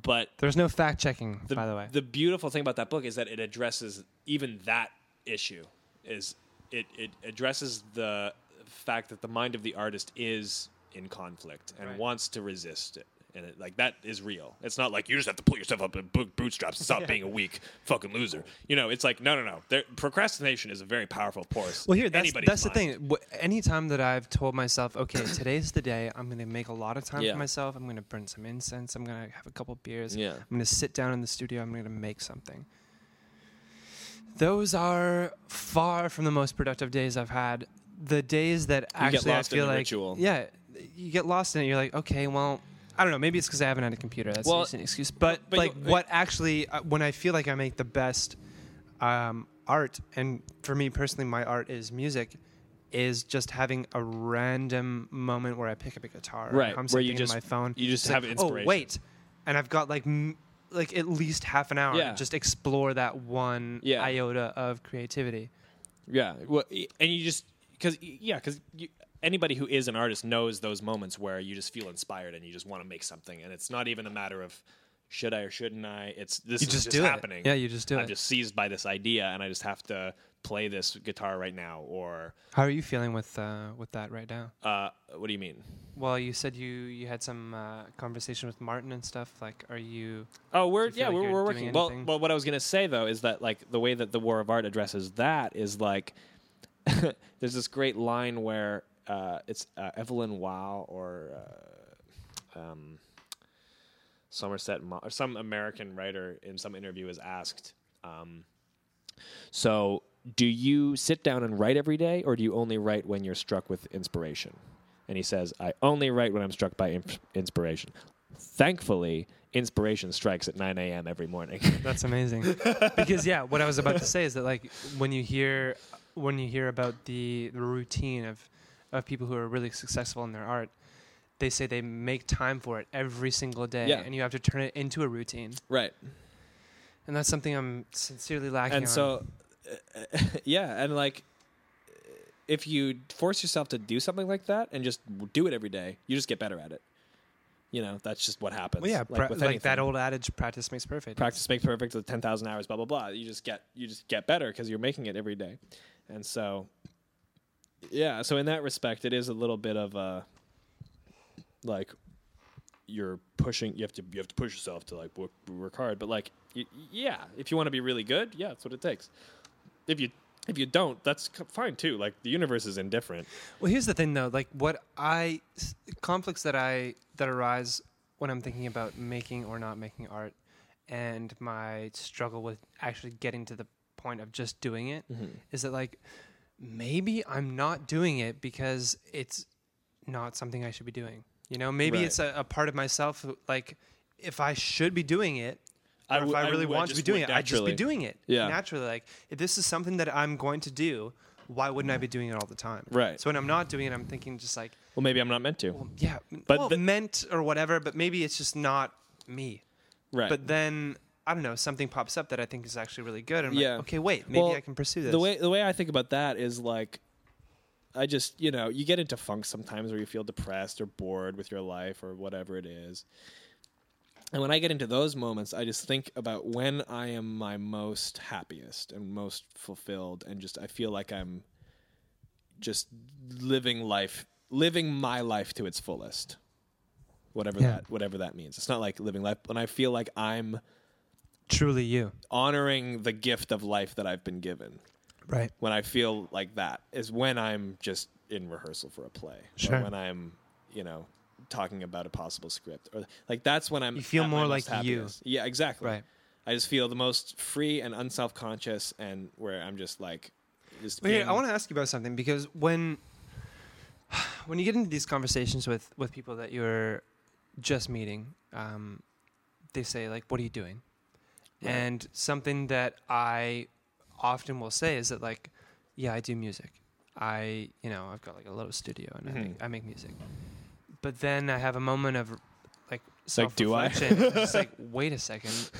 Speaker 2: But
Speaker 1: There's no fact checking,
Speaker 2: the,
Speaker 1: by the way.
Speaker 2: the beautiful thing about that book is that it addresses even that issue. Is it, it addresses the fact that the mind of the artist is in conflict and wants to resist it. And it, like that is real. It's not like you just have to pull yourself up and boot- bootstraps and stop being a weak fucking loser. You know, it's like no, no, no. There, procrastination is a very powerful force.
Speaker 1: well, here
Speaker 2: in
Speaker 1: that's
Speaker 2: anybody's
Speaker 1: that's the thing.
Speaker 2: mind.
Speaker 1: Wh- Anytime that I've told myself, okay, today's the day. I'm gonna make a lot of time
Speaker 3: Yeah.
Speaker 1: for myself. I'm gonna burn some incense. I'm gonna have a couple beers.
Speaker 3: Yeah.
Speaker 1: I'm gonna sit down in the studio. I'm gonna make something. Those are far from the most productive days I've had. The days that actually
Speaker 3: lost
Speaker 1: I
Speaker 3: in
Speaker 1: feel
Speaker 3: the
Speaker 1: like
Speaker 3: ritual.
Speaker 1: yeah, you get lost in it. You're like, okay, well. I don't know. Maybe it's because I haven't had a computer. That's
Speaker 2: Well,
Speaker 1: just an excuse. But,
Speaker 2: but
Speaker 1: like,
Speaker 2: you-
Speaker 1: what actually, uh, when I feel like I make the best um, art, and for me personally, my art is music, is just having a random moment where I pick up a guitar, and
Speaker 2: Right,
Speaker 1: hum
Speaker 2: where you
Speaker 1: something in
Speaker 2: just-
Speaker 1: my phone,
Speaker 2: you just
Speaker 1: It's
Speaker 2: have
Speaker 1: like,
Speaker 2: inspiration.
Speaker 1: Oh wait, and I've got like m- like at least half an hour
Speaker 2: Yeah.
Speaker 1: just explore that one
Speaker 2: Yeah.
Speaker 1: iota of creativity.
Speaker 2: Yeah. Well, y- and you just because yeah, because anybody who is an artist knows those moments where you just feel inspired and you just want to make something, and it's not even a matter of should I or shouldn't I. It's this
Speaker 1: You
Speaker 2: is
Speaker 1: just
Speaker 2: just,
Speaker 1: do it.
Speaker 2: happening.
Speaker 1: Yeah, you just do
Speaker 2: I'm
Speaker 1: it.
Speaker 2: just seized by this idea, and I just have to play this guitar right now. Or
Speaker 1: How are you feeling with uh, with that right now?
Speaker 2: uh, what do you mean?
Speaker 1: Well, you said you you had some uh, conversation with Martin and stuff. Like, are you?
Speaker 2: Oh,
Speaker 1: Do
Speaker 2: we're
Speaker 1: you feel
Speaker 2: yeah,
Speaker 1: like
Speaker 2: we're,
Speaker 1: you're doing
Speaker 2: we're working. Well,
Speaker 1: anything?
Speaker 2: well, what I was gonna say though is that like the way that the War of Art addresses that is like there's this great line where uh, it's uh, Evelyn Waugh or uh, um, Somerset Mo- or some American writer in some interview is asked. Um, so, do you sit down and write every day, or do you only write when you're struck with inspiration? And he says, I only write when I'm struck by in- inspiration. Thankfully, inspiration strikes at 9 a.m. every morning.
Speaker 1: That's amazing. because yeah, what I was about to say is that like when you hear when you hear about the, the routine of of people who are really successful in their art, they say they make time for it every single day
Speaker 2: Yeah.
Speaker 1: and you have to turn it into a routine.
Speaker 2: right.
Speaker 1: And that's something I'm sincerely lacking
Speaker 2: And
Speaker 1: on.
Speaker 2: so, yeah, and like, if you force yourself to do something like that and just do it every day, you just get better at it. You know, that's just what happens.
Speaker 1: well, yeah, pra- like,
Speaker 2: with
Speaker 1: that
Speaker 2: anything.
Speaker 1: old adage practice makes perfect.
Speaker 2: practice makes perfect with 10,000 hours blah blah blah you just get you just get better because you're making it every day and so yeah so in that respect it is a little bit of a like you're pushing you have to you have to push yourself to like work, work hard but like y- yeah if you want to be really good yeah that's what it takes if you if you don't that's c- fine too like the universe is indifferent
Speaker 1: Well, here's the thing though, like what I s- conflicts that I that arise when I'm thinking about making or not making art and my struggle with actually getting to the point of just doing it
Speaker 2: Mm-hmm.
Speaker 1: is that like maybe I'm not doing it because it's not something I should be doing. You know, maybe
Speaker 2: Right.
Speaker 1: it's a, a part of myself who, like if I should be doing it
Speaker 2: I
Speaker 1: or
Speaker 2: w-
Speaker 1: if I
Speaker 2: I
Speaker 1: really
Speaker 2: w- I
Speaker 1: want to be
Speaker 2: just
Speaker 1: doing it,
Speaker 2: would
Speaker 1: I'd just be
Speaker 2: naturally.
Speaker 1: doing it
Speaker 2: Yeah.
Speaker 1: naturally. Like if this is something that I'm going to do, why wouldn't I be doing it all the time?
Speaker 2: Right.
Speaker 1: So when I'm not doing it, I'm thinking just like,
Speaker 2: well maybe i'm not meant to
Speaker 1: yeah,
Speaker 2: But
Speaker 1: but well,
Speaker 2: the-
Speaker 1: meant or whatever, but maybe it's just not me.
Speaker 2: right
Speaker 1: But then I don't know, something pops up that I think is actually really good. And I'm
Speaker 2: Yeah.
Speaker 1: like, okay, wait, maybe
Speaker 2: Well,
Speaker 1: I can pursue this.
Speaker 2: The way the way I think about that is like I just, you know, you get into funk sometimes where you feel depressed or bored with your life or whatever it is. And when I get into those moments, I just think about when I am my most happiest and most fulfilled and just I feel like I'm just living life, living my life to its fullest. Whatever
Speaker 1: Yeah.
Speaker 2: that whatever that means. It's not like living life when I feel like I'm
Speaker 1: Truly you.
Speaker 2: honoring the gift of life that I've been given
Speaker 1: Right.
Speaker 2: when I feel like that is when I'm just in rehearsal for a play,
Speaker 1: Sure.
Speaker 2: or when I'm, you know, talking about a possible script, or like that's when I'm.
Speaker 1: You feel
Speaker 2: at my
Speaker 1: more
Speaker 2: most
Speaker 1: like you.
Speaker 2: happiest. Yeah, exactly.
Speaker 1: Right.
Speaker 2: I just feel the most free and unself-conscious, and where I'm just like, just.
Speaker 1: Well, here,
Speaker 2: being-
Speaker 1: I want to ask you about something because when when you get into these conversations with with people that you're just meeting, um, they say like, "What are you doing?" And something that I often will say is that like, "Yeah, I do music. I you know I've got like a little studio and I,
Speaker 2: Mm-hmm.
Speaker 1: make, I make music." But then I have a moment of like
Speaker 2: like, do I?
Speaker 1: self-reflection. It's like, wait a second.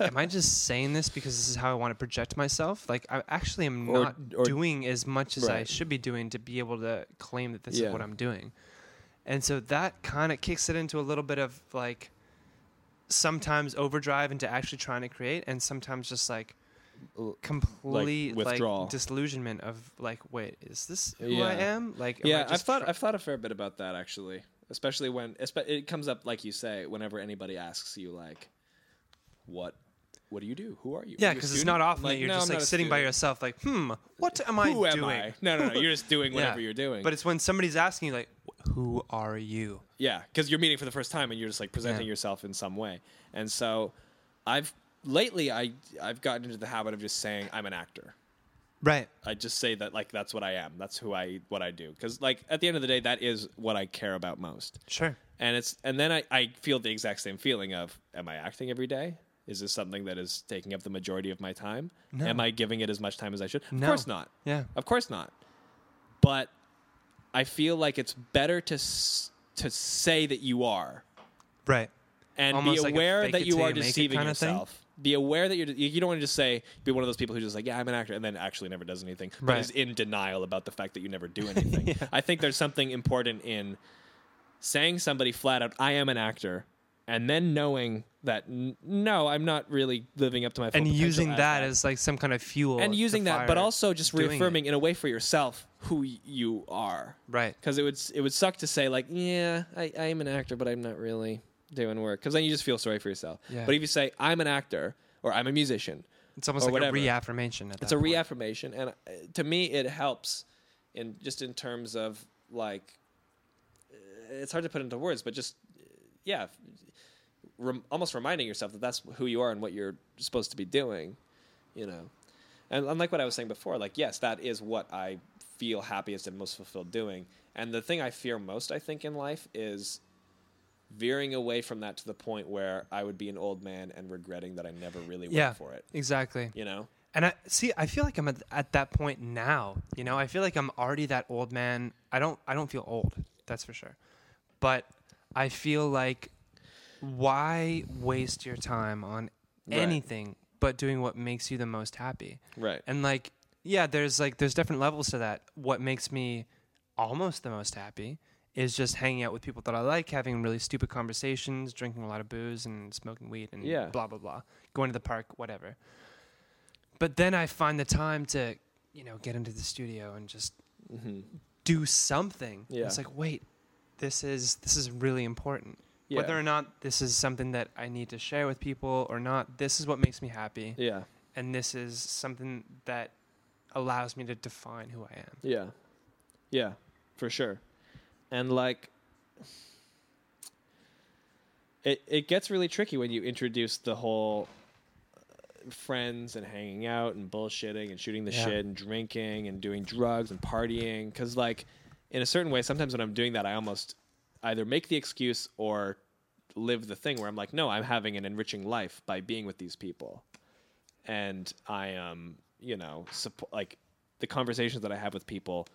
Speaker 1: Am I just saying this because this is how I want to project myself? Like, I actually am
Speaker 2: Or-
Speaker 1: not
Speaker 2: or-
Speaker 1: doing as much as I
Speaker 2: Right.
Speaker 1: should be doing to be able to claim that this
Speaker 2: Yeah.
Speaker 1: is what I'm doing. And so that kind of kicks it into a little bit of like sometimes overdrive into actually trying to create, and sometimes just like complete like,
Speaker 2: withdrawal.
Speaker 1: disillusionment of like, wait, is this who
Speaker 2: Yeah.
Speaker 1: I am? Like, am I
Speaker 2: Yeah, I've
Speaker 1: just
Speaker 2: thought
Speaker 1: try-
Speaker 2: I've thought a fair bit about that actually, especially when espe- it comes up like you say whenever anybody asks you like, what, what do you do? Who are you? Are
Speaker 1: yeah,
Speaker 2: you a
Speaker 1: because it's
Speaker 2: student?
Speaker 1: not often
Speaker 2: Like,
Speaker 1: that you're
Speaker 2: no,
Speaker 1: just
Speaker 2: I'm
Speaker 1: like
Speaker 2: not a
Speaker 1: sitting by
Speaker 2: student.
Speaker 1: yourself, like, hmm, what am I
Speaker 2: Who am
Speaker 1: doing?
Speaker 2: I? No, no, no. You're just doing
Speaker 1: Yeah.
Speaker 2: whatever you're doing.
Speaker 1: But it's when somebody's asking you, like, who are you?
Speaker 2: Yeah, because you're meeting for the first time and you're just like presenting
Speaker 1: Yeah.
Speaker 2: yourself in some way. And so, I've lately I I've gotten into the habit of just saying I'm an actor.
Speaker 1: Right.
Speaker 2: I just say that like that's what I am. That's who I what I do. Because like at the end of the day, that is what I care about most.
Speaker 1: Sure.
Speaker 2: And it's and then I, I feel the exact same feeling of am I acting every day? Is this something that is taking up the majority of my time?
Speaker 1: No.
Speaker 2: Am I giving it as much time as I should? Of
Speaker 1: No.
Speaker 2: course not.
Speaker 1: Yeah.
Speaker 2: Of course not. But I feel like it's better to s- to say that you are
Speaker 1: Right.
Speaker 2: and
Speaker 1: Almost
Speaker 2: be
Speaker 1: like a
Speaker 2: aware
Speaker 1: fake
Speaker 2: that
Speaker 1: it
Speaker 2: you
Speaker 1: till
Speaker 2: are
Speaker 1: you make it
Speaker 2: deceiving
Speaker 1: kinda thing?
Speaker 2: yourself. Be aware that you're you you don't want to just say be one of those people who just like yeah I'm an actor and then actually never does anything, but
Speaker 1: Right.
Speaker 2: is in denial about the fact that you never do anything. I think there's something important in saying somebody flat out I am an actor and then knowing that n- no I'm not really living up to my full
Speaker 1: And
Speaker 2: potential
Speaker 1: using
Speaker 2: as
Speaker 1: that as like some kind of fuel.
Speaker 2: and
Speaker 1: to
Speaker 2: using that,
Speaker 1: fire
Speaker 2: but also just
Speaker 1: doing it.
Speaker 2: reaffirming in a way for yourself who y- you are.
Speaker 1: Right.
Speaker 2: Because it would s- it would suck to say like, yeah, I, I am an actor, but I'm not really doing work. Because then you just feel sorry for yourself.
Speaker 1: Yeah.
Speaker 2: But if you say I'm an actor or I'm a musician,
Speaker 1: It's almost
Speaker 2: or
Speaker 1: like
Speaker 2: whatever.
Speaker 1: a reaffirmation. At
Speaker 2: it's
Speaker 1: that
Speaker 2: a
Speaker 1: point.
Speaker 2: reaffirmation, and uh, to me, it helps in just in terms of like, uh, it's hard to put into words, but just uh, yeah, rem- almost reminding yourself that that's who you are and what you're supposed to be doing, you know. And unlike what I was saying before, like yes, that is what I feel happiest and most fulfilled doing. And the thing I fear most, I think, in life is veering away from that to the point where I would be an old man and regretting that I never really went
Speaker 1: Yeah.
Speaker 2: for it.
Speaker 1: Exactly.
Speaker 2: You know?
Speaker 1: And I see. I feel like I'm at, at that point now. You know, I feel like I'm already that old man. I don't. I don't feel old. That's for sure. But I feel like why waste your time on anything but doing what makes you the most happy?
Speaker 2: Right.
Speaker 1: And like, yeah, there's like there's different levels to that. What makes me almost the most happy is just hanging out with people that I like, having really stupid conversations, drinking a lot of booze and smoking weed and
Speaker 2: Yeah.
Speaker 1: blah blah blah. Going to the park, whatever. But then I find the time to, you know, get into the studio and just do something.
Speaker 2: Mm-hmm. Yeah.
Speaker 1: It's like, wait, this is this is really important.
Speaker 2: Yeah.
Speaker 1: Whether or not this is something that I need to share with people or not, this is what makes me happy
Speaker 2: Yeah.
Speaker 1: and this is something that allows me to define who I am.
Speaker 2: Yeah. Yeah, for sure. And like it it gets really tricky when you introduce the whole uh, friends and hanging out and bullshitting and shooting the
Speaker 1: Yeah.
Speaker 2: shit and drinking and doing drugs and partying cuz like in a certain way sometimes when I'm doing that I almost either make the excuse or live the thing where I'm like no, I'm having an enriching life by being with these people and I am, you know, suppo- like the conversations that I have with people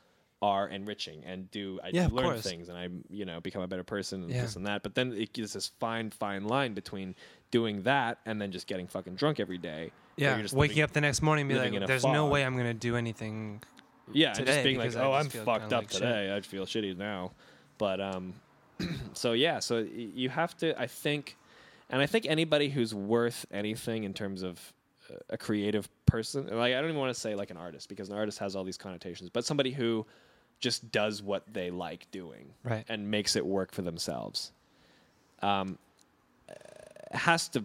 Speaker 2: are enriching and do I
Speaker 1: Yeah, of
Speaker 2: learn
Speaker 1: course.
Speaker 2: things and I, you know, become a better person and
Speaker 1: Yeah.
Speaker 2: this and that. But then it gives this fine, fine line between doing that and then just getting fucking drunk every day. where
Speaker 1: Yeah,
Speaker 2: you're just
Speaker 1: waking
Speaker 2: living-
Speaker 1: up the next morning and be
Speaker 2: living in a
Speaker 1: like, "There's no
Speaker 2: fog.
Speaker 1: way I'm gonna do anything."
Speaker 2: yeah, and
Speaker 1: today
Speaker 2: just being like,
Speaker 1: because I
Speaker 2: oh,
Speaker 1: just
Speaker 2: I'm
Speaker 1: feel
Speaker 2: fucked
Speaker 1: kinda
Speaker 2: up
Speaker 1: like shit."
Speaker 2: today. I'd feel shitty now. But um, so yeah, so y- you have to, I think, and I think anybody who's worth anything in terms of uh, a creative person, like I don't even want to say like an artist because an artist has all these connotations, but somebody who just does what they like doing
Speaker 1: Right.
Speaker 2: and makes it work for themselves, um, uh, has to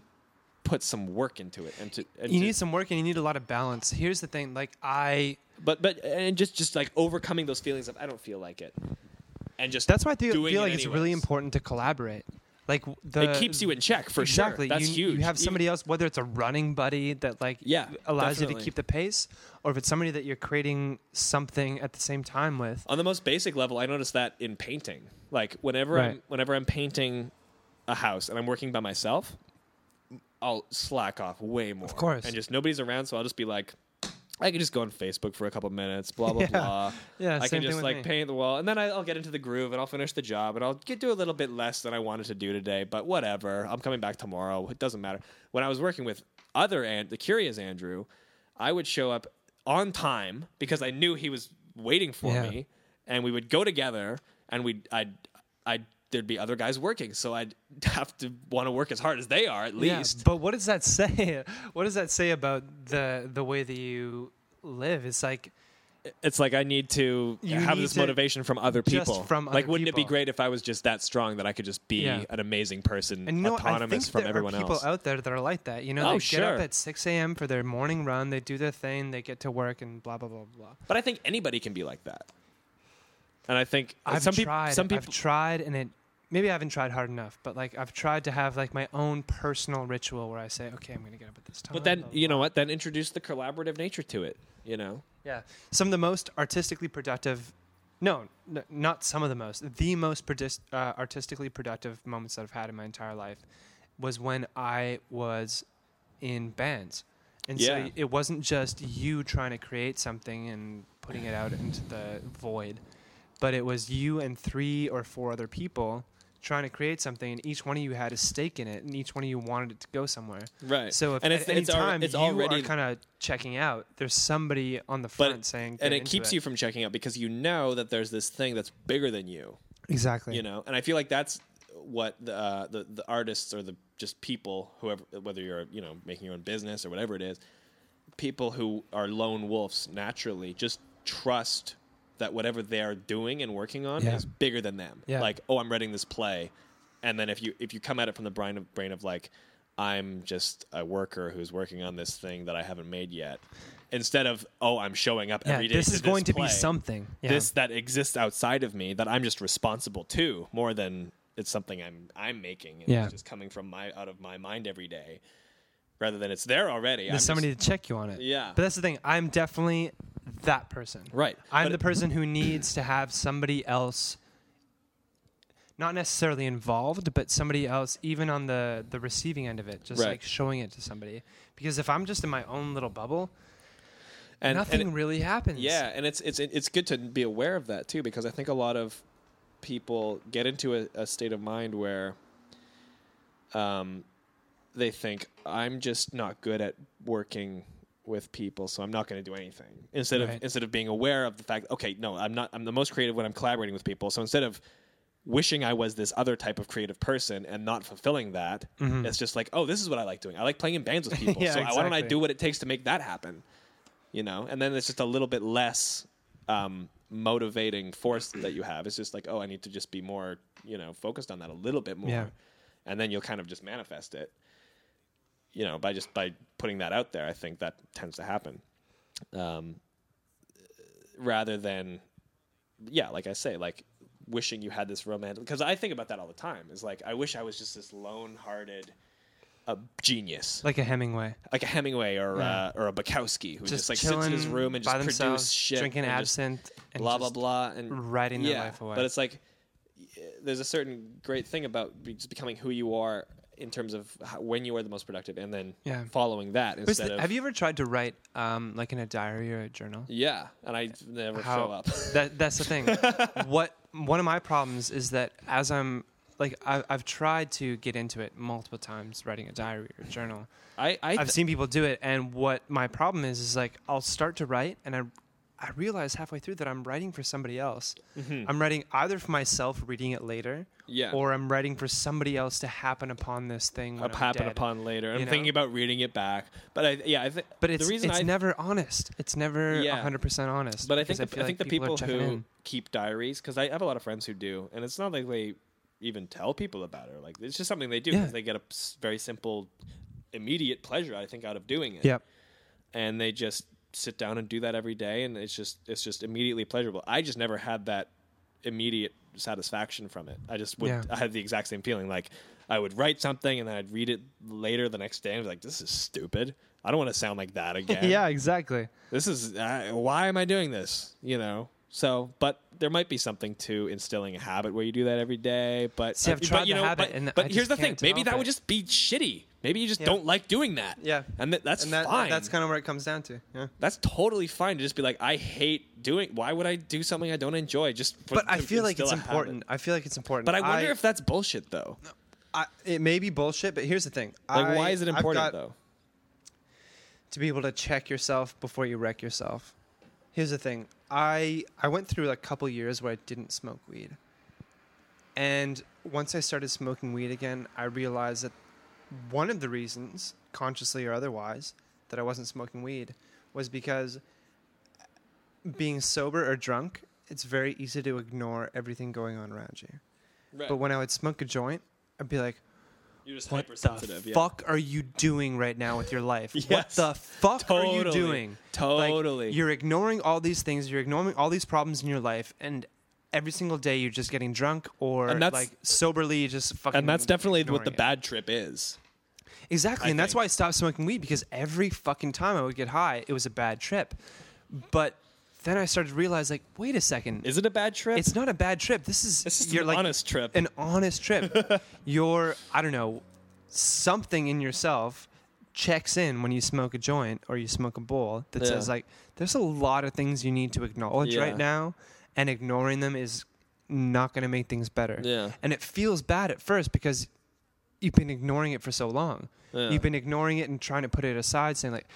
Speaker 2: put some work into it and to and
Speaker 1: You
Speaker 2: to-
Speaker 1: need some work and you need a lot of balance. Here's the thing: like I,
Speaker 2: but but and just just like overcoming those feelings of I don't feel like it, and just
Speaker 1: that's why I feel,
Speaker 2: doing
Speaker 1: feel
Speaker 2: it
Speaker 1: like it's really
Speaker 2: anyways.
Speaker 1: important to collaborate. Like w- the
Speaker 2: It keeps you in check for
Speaker 1: exactly.
Speaker 2: sure. That's
Speaker 1: you,
Speaker 2: huge.
Speaker 1: You have somebody else, whether it's a running buddy that like
Speaker 2: Yeah,
Speaker 1: allows you
Speaker 2: definitely.
Speaker 1: to keep the pace, or if it's somebody that you're creating something at the same time with.
Speaker 2: on the most basic level. I noticed that in painting. Like whenever
Speaker 1: Right.
Speaker 2: I'm whenever I'm painting a house and I'm working by myself, I'll slack off way more. Of
Speaker 1: course.
Speaker 2: and just nobody's around, so I'll just be like. I can just go on Facebook for a couple minutes, blah blah
Speaker 1: Yeah.
Speaker 2: blah.
Speaker 1: Yeah, same
Speaker 2: I can
Speaker 1: thing
Speaker 2: just
Speaker 1: with
Speaker 2: like
Speaker 1: me.
Speaker 2: paint the wall, and then I- I'll get into the groove, and I'll finish the job, and I'll get do a little bit less than I wanted to do today. But whatever, I'm coming back tomorrow. It doesn't matter. When I was working with other and the curious Andrew, I would show up on time because I knew he was waiting for
Speaker 1: Yeah.
Speaker 2: me, and we would go together, and we would I'd I'd there'd be other guys working, so I'd have to want to work as hard as they are at
Speaker 1: Yeah,
Speaker 2: least.
Speaker 1: but what does that say? What does that say about the the way that you live? It's like
Speaker 2: It's like I need to
Speaker 1: You
Speaker 2: have
Speaker 1: need
Speaker 2: this
Speaker 1: to-
Speaker 2: motivation from other
Speaker 1: just
Speaker 2: people.
Speaker 1: from
Speaker 2: like,
Speaker 1: other
Speaker 2: wouldn't it be
Speaker 1: people.
Speaker 2: great if I was just that strong that I could just be
Speaker 1: Yeah.
Speaker 2: an amazing person,
Speaker 1: and you know, I
Speaker 2: autonomous
Speaker 1: think
Speaker 2: from
Speaker 1: there
Speaker 2: everyone
Speaker 1: are people
Speaker 2: else?
Speaker 1: out there that are like that. You know,
Speaker 2: Oh,
Speaker 1: they get
Speaker 2: sure.
Speaker 1: up at six a.m. for their morning run, they do their thing, they get to work, and blah blah blah blah.
Speaker 2: But I think anybody can be like that. And I think
Speaker 1: I've
Speaker 2: some, peop-
Speaker 1: tried.
Speaker 2: some people,
Speaker 1: I've tried, and it maybe I haven't tried hard enough, but like I've tried to have like my own personal ritual where I say, okay, I'm going to get up at this time.
Speaker 2: but then
Speaker 1: blah, blah,
Speaker 2: you know what? Then introduce the collaborative nature to it. You know,
Speaker 1: Yeah. Some of the most artistically productive, no, n- not some of the most, the most produc- uh, artistically productive moments that I've had in my entire life was when I was in bands. And
Speaker 2: Yeah.
Speaker 1: so it wasn't just you trying to create something and putting it out into the void, but it was you and three or four other people trying to create something and each one of you had a stake in it and each one of you wanted it to go somewhere.
Speaker 2: right?
Speaker 1: So if
Speaker 2: and
Speaker 1: at any
Speaker 2: al-
Speaker 1: time
Speaker 2: it's
Speaker 1: you
Speaker 2: already
Speaker 1: are kind of checking out, there's somebody on the
Speaker 2: But-
Speaker 1: front saying,
Speaker 2: and
Speaker 1: "Get
Speaker 2: it
Speaker 1: into
Speaker 2: keeps you from checking out because you know that there's this thing that's bigger than you.
Speaker 1: exactly.
Speaker 2: You know, and I feel like that's what the uh, the, the artists or the just people, whoever, whether you're you know making your own business or whatever it is, people who are lone wolves naturally just trust that whatever they are doing and working on
Speaker 1: Yeah.
Speaker 2: is bigger than them.
Speaker 1: Yeah.
Speaker 2: Like, oh, I'm writing this play, and then if you if you come at it from the brain of brain of like. I'm just a worker who's working on this thing that I haven't made yet. Instead of oh, I'm showing up
Speaker 1: yeah,
Speaker 2: every day.
Speaker 1: this
Speaker 2: to
Speaker 1: is going to be
Speaker 2: play
Speaker 1: something. Yeah.
Speaker 2: this that exists outside of me that I'm just responsible to more than it's something I'm I'm making and
Speaker 1: Yeah.
Speaker 2: it's just coming from my out of my mind every day rather than it's there already. I'm
Speaker 1: there's
Speaker 2: just-
Speaker 1: somebody to check you on it.
Speaker 2: Yeah.
Speaker 1: But that's the thing. I'm definitely that person.
Speaker 2: Right.
Speaker 1: I'm
Speaker 2: But-
Speaker 1: the person who needs to have somebody else, not necessarily involved, but somebody else, even on the the receiving end of it, just
Speaker 2: Right.
Speaker 1: like showing it to somebody. Because if I'm just in my own little bubble,
Speaker 2: and,
Speaker 1: nothing
Speaker 2: and-
Speaker 1: really happens.
Speaker 2: yeah, and it's it's it's good to be aware of that too because I think a lot of people get into a, a state of mind where um they think I'm just not good at working with people, so I'm not going to do anything. Instead
Speaker 1: Right.
Speaker 2: of instead of being aware of the fact, okay, no, I'm not. I'm the most creative when I'm collaborating with people. So instead of wishing I was this other type of creative person and not fulfilling that, it's just like, oh, this is what I like doing. I like playing in bands with people.
Speaker 1: Mm-hmm. Yeah,
Speaker 2: so why don't I
Speaker 1: exactly.
Speaker 2: do what it takes to make that happen? You know, and then it's just a little bit less um, motivating force that you have. It's just like, oh, I need to just be more, you know, focused on that a little bit more,
Speaker 1: Yeah.
Speaker 2: and then you'll kind of just manifest it you know by just by putting that out there i think that tends to happen um, rather than yeah like i say like wishing you had this romantic because i think about that all the time is like i wish i was just this lone-hearted uh, genius
Speaker 1: Like a Hemingway.
Speaker 2: like a hemingway or
Speaker 1: Yeah.
Speaker 2: uh, or a bukowski who just,
Speaker 1: Just,
Speaker 2: like sits in his
Speaker 1: chilling
Speaker 2: room and
Speaker 1: by
Speaker 2: just
Speaker 1: themselves,
Speaker 2: produces shit
Speaker 1: drinking
Speaker 2: and just
Speaker 1: absinthe and
Speaker 2: blah blah
Speaker 1: just
Speaker 2: blah and
Speaker 1: writing their life away.
Speaker 2: but it's like y- there's a certain great thing about be- just becoming who you are in terms of how, when you are the most productive, and then
Speaker 1: Yeah.
Speaker 2: following that
Speaker 1: But it's
Speaker 2: instead
Speaker 1: the-
Speaker 2: of
Speaker 1: have you ever tried to write um, like in a diary or a journal?
Speaker 2: yeah, and I never show up.
Speaker 1: that that's the thing. what one of my problems is that as I'm like I, I've tried to get into it multiple times, writing a diary or a journal.
Speaker 2: I I,
Speaker 1: I've seen people do it, and what my problem is is like I'll start to write, and I I realize halfway through that I'm writing for somebody else. I'm writing either for myself, reading it later,
Speaker 2: Mm-hmm. Yeah.
Speaker 1: or I'm writing for somebody else to happen upon this thing. When I'm
Speaker 2: happen
Speaker 1: dead.
Speaker 2: upon later. I'm
Speaker 1: you know?
Speaker 2: thinking about reading it back, but I yeah, I think
Speaker 1: But it's
Speaker 2: the reason
Speaker 1: it's
Speaker 2: I
Speaker 1: never honest. It's never
Speaker 2: Yeah.
Speaker 1: hundred percent honest.
Speaker 2: But I
Speaker 1: because
Speaker 2: think the, I,
Speaker 1: feel
Speaker 2: think
Speaker 1: like
Speaker 2: the people,
Speaker 1: are checking
Speaker 2: who
Speaker 1: in.
Speaker 2: keep diaries, because I have a lot of friends who do, and it's not like they even tell people about it. or, Like it's just something they do because
Speaker 1: Yeah.
Speaker 2: they get a s- very simple, immediate pleasure, I think, out of doing it.
Speaker 1: Yep.
Speaker 2: and they just sit down and do that every day, and it's just it's just immediately pleasurable. I just never had that immediate satisfaction from it. I just would
Speaker 1: Yeah.
Speaker 2: I had the exact same feeling. Like I would write something and then I'd read it later the next day and be like, "This is stupid. I don't want to sound like that again."
Speaker 1: Yeah, exactly.
Speaker 2: this is uh, why am I doing this? You know. So, but there might be something to instilling a habit where you do that every day. But uh,
Speaker 1: See, I've
Speaker 2: but,
Speaker 1: tried the habit
Speaker 2: but,
Speaker 1: and I
Speaker 2: but
Speaker 1: just
Speaker 2: here's the thing:
Speaker 1: can't
Speaker 2: maybe that
Speaker 1: develop
Speaker 2: would
Speaker 1: it.
Speaker 2: just be shitty. Maybe you just don't like doing that.
Speaker 1: Yeah.
Speaker 2: and th- that's
Speaker 1: and that,
Speaker 2: fine.
Speaker 1: that's kind of where it comes down to. Yeah.
Speaker 2: that's totally fine to just be like, I hate doing. Why would I do something I don't enjoy? Just for,
Speaker 1: But I
Speaker 2: to
Speaker 1: feel like
Speaker 2: instill
Speaker 1: it's
Speaker 2: a habit?
Speaker 1: important. I feel like it's important.
Speaker 2: But I wonder if that's bullshit though.
Speaker 1: I, it may be bullshit. But here's the thing:
Speaker 2: Like,
Speaker 1: I-
Speaker 2: why is it
Speaker 1: I've
Speaker 2: important
Speaker 1: got
Speaker 2: though?
Speaker 1: To be able to check yourself before you wreck yourself. Here's the thing: I I went through a couple years where I didn't smoke weed, And once I started smoking weed again, I realized that one of the reasons, consciously or otherwise, that I wasn't smoking weed was because being sober or drunk, it's very easy to ignore everything going on around you.
Speaker 2: Right.
Speaker 1: But when I would smoke a joint, I'd be like,
Speaker 2: You're just
Speaker 1: what the fuck are you doing right now with your life? what
Speaker 2: Yes.
Speaker 1: the fuck are you
Speaker 2: Totally.
Speaker 1: doing? Like,
Speaker 2: Totally.
Speaker 1: you're ignoring all these things. You're ignoring all these problems in your life, and every single day you're just getting drunk or
Speaker 2: And that's-
Speaker 1: like soberly just fucking.
Speaker 2: and that's definitely what
Speaker 1: ignoring
Speaker 2: the
Speaker 1: it.
Speaker 2: bad trip is.
Speaker 1: Exactly, and that's
Speaker 2: think.
Speaker 1: why I stopped smoking weed because every fucking time I would get high, it was a bad trip. But then I started to realize, like, wait a second,
Speaker 2: Is it a bad trip?
Speaker 1: it's not a bad trip. This is
Speaker 2: It's just
Speaker 1: you're
Speaker 2: an
Speaker 1: like
Speaker 2: honest trip.
Speaker 1: An honest trip. you're I don't know something in yourself checks in when you smoke a joint or you smoke a bowl that
Speaker 2: Yeah.
Speaker 1: says like there's a lot of things you need to acknowledge
Speaker 2: Yeah.
Speaker 1: right now, and ignoring them is not going to make things better.
Speaker 2: Yeah.
Speaker 1: And it feels bad at first because you've been ignoring it for so long.
Speaker 2: Yeah.
Speaker 1: You've been ignoring it and trying to put it aside, saying like,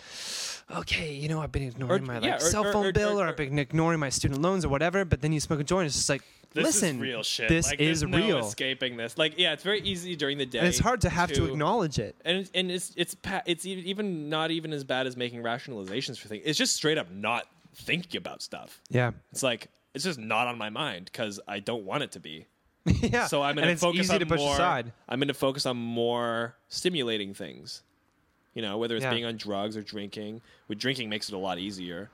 Speaker 1: "Okay, you know, I've been ignoring my like,
Speaker 2: yeah, or-
Speaker 1: cell
Speaker 2: or-
Speaker 1: phone
Speaker 2: or-
Speaker 1: bill, or,
Speaker 2: or-
Speaker 1: I've been ignoring my student loans, or whatever." But then you smoke a joint, it's just like,
Speaker 2: This
Speaker 1: "Listen,
Speaker 2: is real shit.
Speaker 1: This
Speaker 2: Like,
Speaker 1: is
Speaker 2: there's no
Speaker 1: real."
Speaker 2: escaping this. Like, yeah, it's very easy during the day.
Speaker 1: and it's hard to have to, acknowledge it.
Speaker 2: And it's, and it's it's pa- it's e- even not even as bad as making rationalizations for things. It's just straight up not thinking about stuff.
Speaker 1: Yeah,
Speaker 2: It's like it's just not on my mind because I don't want it to be.
Speaker 1: yeah.
Speaker 2: So I'm
Speaker 1: and
Speaker 2: gonna
Speaker 1: it's
Speaker 2: focus
Speaker 1: easy
Speaker 2: on
Speaker 1: to push
Speaker 2: more.
Speaker 1: aside.
Speaker 2: I'm gonna focus on more stimulating things. You know, whether it's
Speaker 1: Yeah.
Speaker 2: being on drugs or drinking. With drinking makes it a lot easier.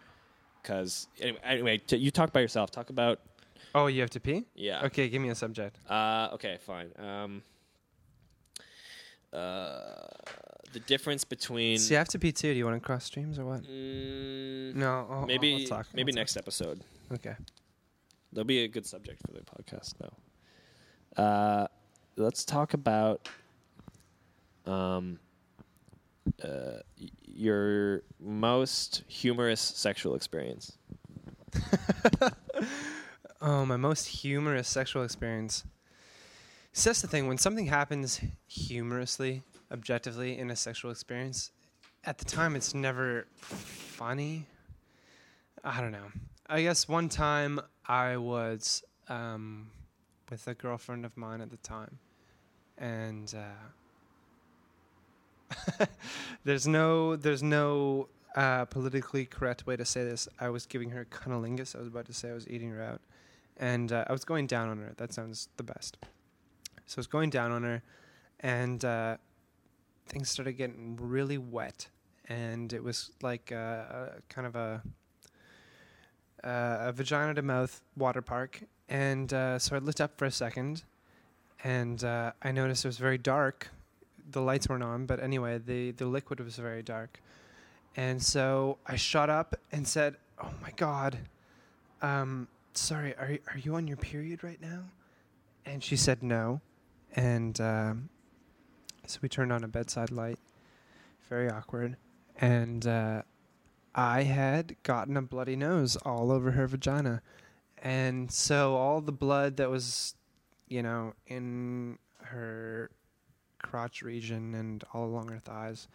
Speaker 2: Because anyway, anyway t- you talk by yourself. Talk about
Speaker 1: Oh, you have to pee?
Speaker 2: Yeah.
Speaker 1: Okay, give me a subject.
Speaker 2: Uh, okay, fine. Um, uh, the difference between
Speaker 1: So you have to pee too. Do you want to cross streams or what?
Speaker 2: Mm,
Speaker 1: No, I'll- I'll-
Speaker 2: maybe
Speaker 1: I'll talk.
Speaker 2: maybe
Speaker 1: I'll
Speaker 2: next episode.
Speaker 1: talk. Okay.
Speaker 2: That'll be a good subject for the podcast, though. Uh, let's talk about um, uh, y- your most humorous sexual experience.
Speaker 1: Oh, my most humorous sexual experience. See, that's the thing. When something happens humorously, objectively, in a sexual experience, at the time it's never funny. I don't know. I guess one time I was um, with a girlfriend of mine at the time, and uh, there's no there's no uh, politically correct way to say this. I was giving her cunnilingus. I was about to say I was eating her out and uh, I was going down on her. That sounds the best. So I was going down on her, and uh, things started getting really wet, and it was like a, a kind of a uh, a vagina to mouth water park. And uh, so I looked up for a second, and uh, I noticed it was very dark. The lights weren't on, but anyway, the the liquid was very dark. And so I shot up and said, "Oh my god." um, sorry, are, are you on your period right now? And she said no. And um, so we turned on a bedside light. Very awkward. And uh, I had gotten a bloody nose all over her vagina. And so all the blood that was, you know, in her crotch region and all along her thighs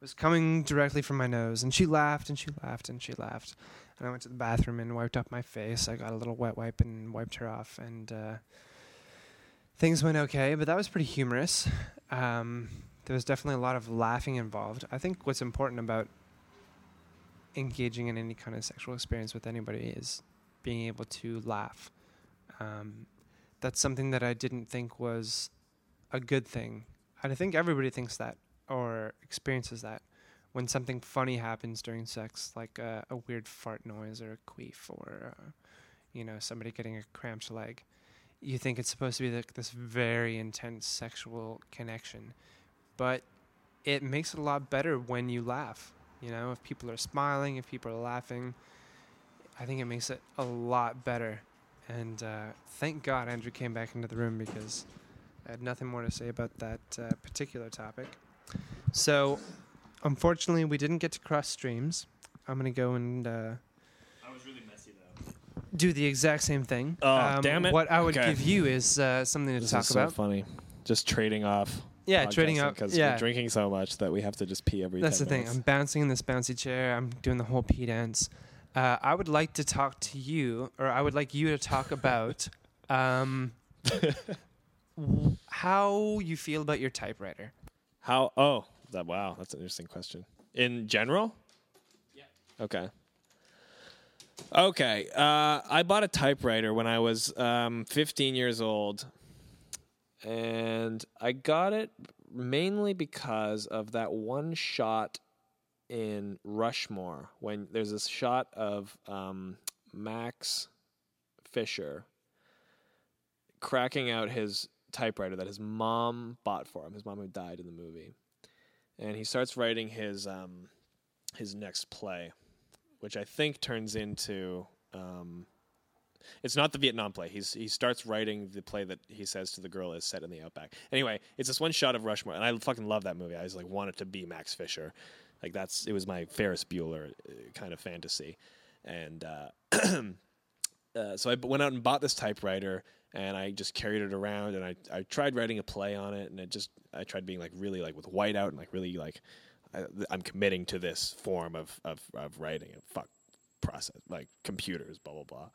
Speaker 1: was coming directly from my nose. And she laughed and she laughed and she laughed and I went to the bathroom and wiped up my face. I got a little wet wipe and wiped her off, and uh, things went okay. But that was pretty humorous. Um, there was definitely a lot of laughing involved. I think what's important about engaging in any kind of sexual experience with anybody is being able to laugh. Um, that's something that I didn't think was a good thing. And I think everybody thinks that or experiences that when something funny happens during sex, like a, a weird fart noise or a queef or, uh, you know, somebody getting a cramped leg, you think it's supposed to be like this very intense sexual connection. But it makes it a lot better when you laugh. You know, if people are smiling, if people are laughing, I think it makes it a lot better. And uh, thank God Andrew came back into the room because I had nothing more to say about that uh, particular topic. So Unfortunately, we didn't get to cross streams. I'm gonna go and uh,
Speaker 15: I was really messy though.
Speaker 1: do the exact same thing. Um,
Speaker 2: Oh, damn it.
Speaker 1: What I would
Speaker 2: Okay.
Speaker 1: give you is uh, something to
Speaker 2: This
Speaker 1: talk
Speaker 2: is so
Speaker 1: about.
Speaker 2: funny. Just trading off.
Speaker 1: yeah, trading up.
Speaker 2: because
Speaker 1: Yeah,
Speaker 2: we're drinking so much that we have to just pee every.
Speaker 1: that's
Speaker 2: 10
Speaker 1: the thing.
Speaker 2: minutes.
Speaker 1: I'm bouncing in this bouncy chair. I'm doing the whole pee dance. Uh, I would like to talk to you, or I would like you to talk about um, how you feel about your typewriter.
Speaker 2: How? Oh, that, wow, that's an interesting question. In general? Yeah. Okay. Okay. Uh, I bought a typewriter when I was um, 15 years old, and I got it mainly because of that one shot in Rushmore when there's this shot of um, Max Fisher cracking out his typewriter that his mom bought for him. His mom who died in the movie, and he starts writing his um, his next play, which I think turns into um, it's not the Vietnam play. He's he starts writing the play that he says to the girl is set in the outback. Anyway, it's this one shot of Rushmore, and I fucking love that movie. I just like wanted to be Max Fisher, like that's it was my Ferris Bueller uh, kind of fantasy, and. Uh, uh, so I b- went out and bought this typewriter and I just carried it around and I, I tried writing a play on it and it just I tried being like really like with whiteout and like really like I, I'm committing to this form of, of, of writing and fuck process like computers blah blah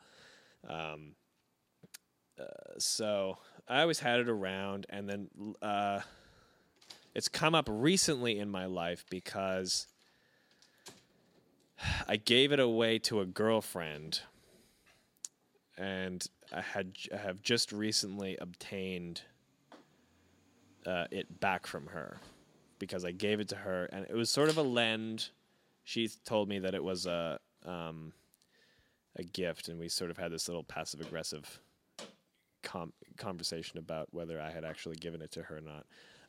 Speaker 2: blah um, uh, so I always had it around and then uh, it's come up recently in my life because I gave it away to a girlfriend and I had I have just recently obtained uh, it back from her because I gave it to her, and it was sort of a lend. She told me that it was a um, a gift, and we sort of had this little passive aggressive com- conversation about whether I had actually given it to her or not.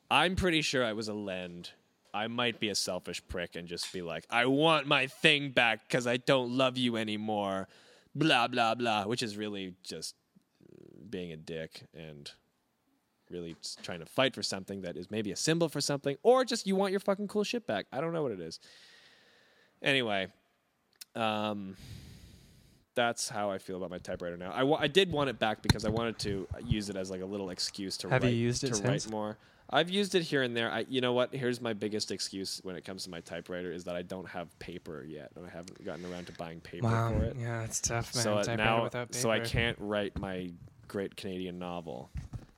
Speaker 2: I'm pretty sure I was a lend. I might be a selfish prick and just be like, I want my thing back because I don't love you anymore. Blah, blah, blah. Which is really just being a dick and really s- trying to fight for something that is maybe a symbol for something or just you want your fucking cool shit back. I don't know what it is. Anyway, um, that's how I feel about my typewriter now. I wa- I did want it back because I wanted to use it as like a little excuse to
Speaker 1: Have you
Speaker 2: write,
Speaker 1: used it
Speaker 2: to
Speaker 1: since?
Speaker 2: write more. I've used it here and there. I, you know what? Here's my biggest excuse when it comes to my typewriter is that I don't have paper yet, and I haven't gotten around to buying paper
Speaker 1: Wow.
Speaker 2: for it.
Speaker 1: Yeah, it's tough, man.
Speaker 2: so it
Speaker 1: typewriter
Speaker 2: now,
Speaker 1: without paper.
Speaker 2: so I can't write my great Canadian novel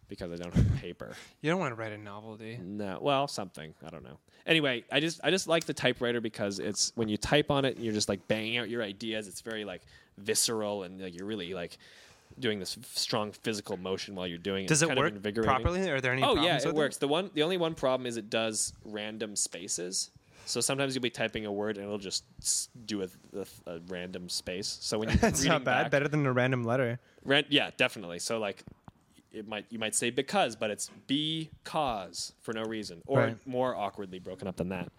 Speaker 2: because I don't have paper.
Speaker 1: You don't want to write a novel, do you?
Speaker 2: No, well, something. I don't know. Anyway, I just I just like the typewriter because it's when you type on it, you're just like banging out your ideas. It's very like visceral and like you're really like doing this f- strong physical motion while you're doing it.
Speaker 1: Does
Speaker 2: It's
Speaker 1: it
Speaker 2: kind of
Speaker 1: work
Speaker 2: invigorating.
Speaker 1: properly? Are there any
Speaker 2: Oh
Speaker 1: problems
Speaker 2: yeah,
Speaker 1: with
Speaker 2: it works. The one the only one problem is it does random spaces. So sometimes you'll be typing a word and it'll just s- do a, a, a random space. So when you're
Speaker 1: That's
Speaker 2: reading
Speaker 1: not bad.
Speaker 2: back-
Speaker 1: Better than a random letter.
Speaker 2: Rent, yeah, definitely. So like, it might you might say because, but it's because for no reason, or
Speaker 1: Right.
Speaker 2: more awkwardly broken up than that.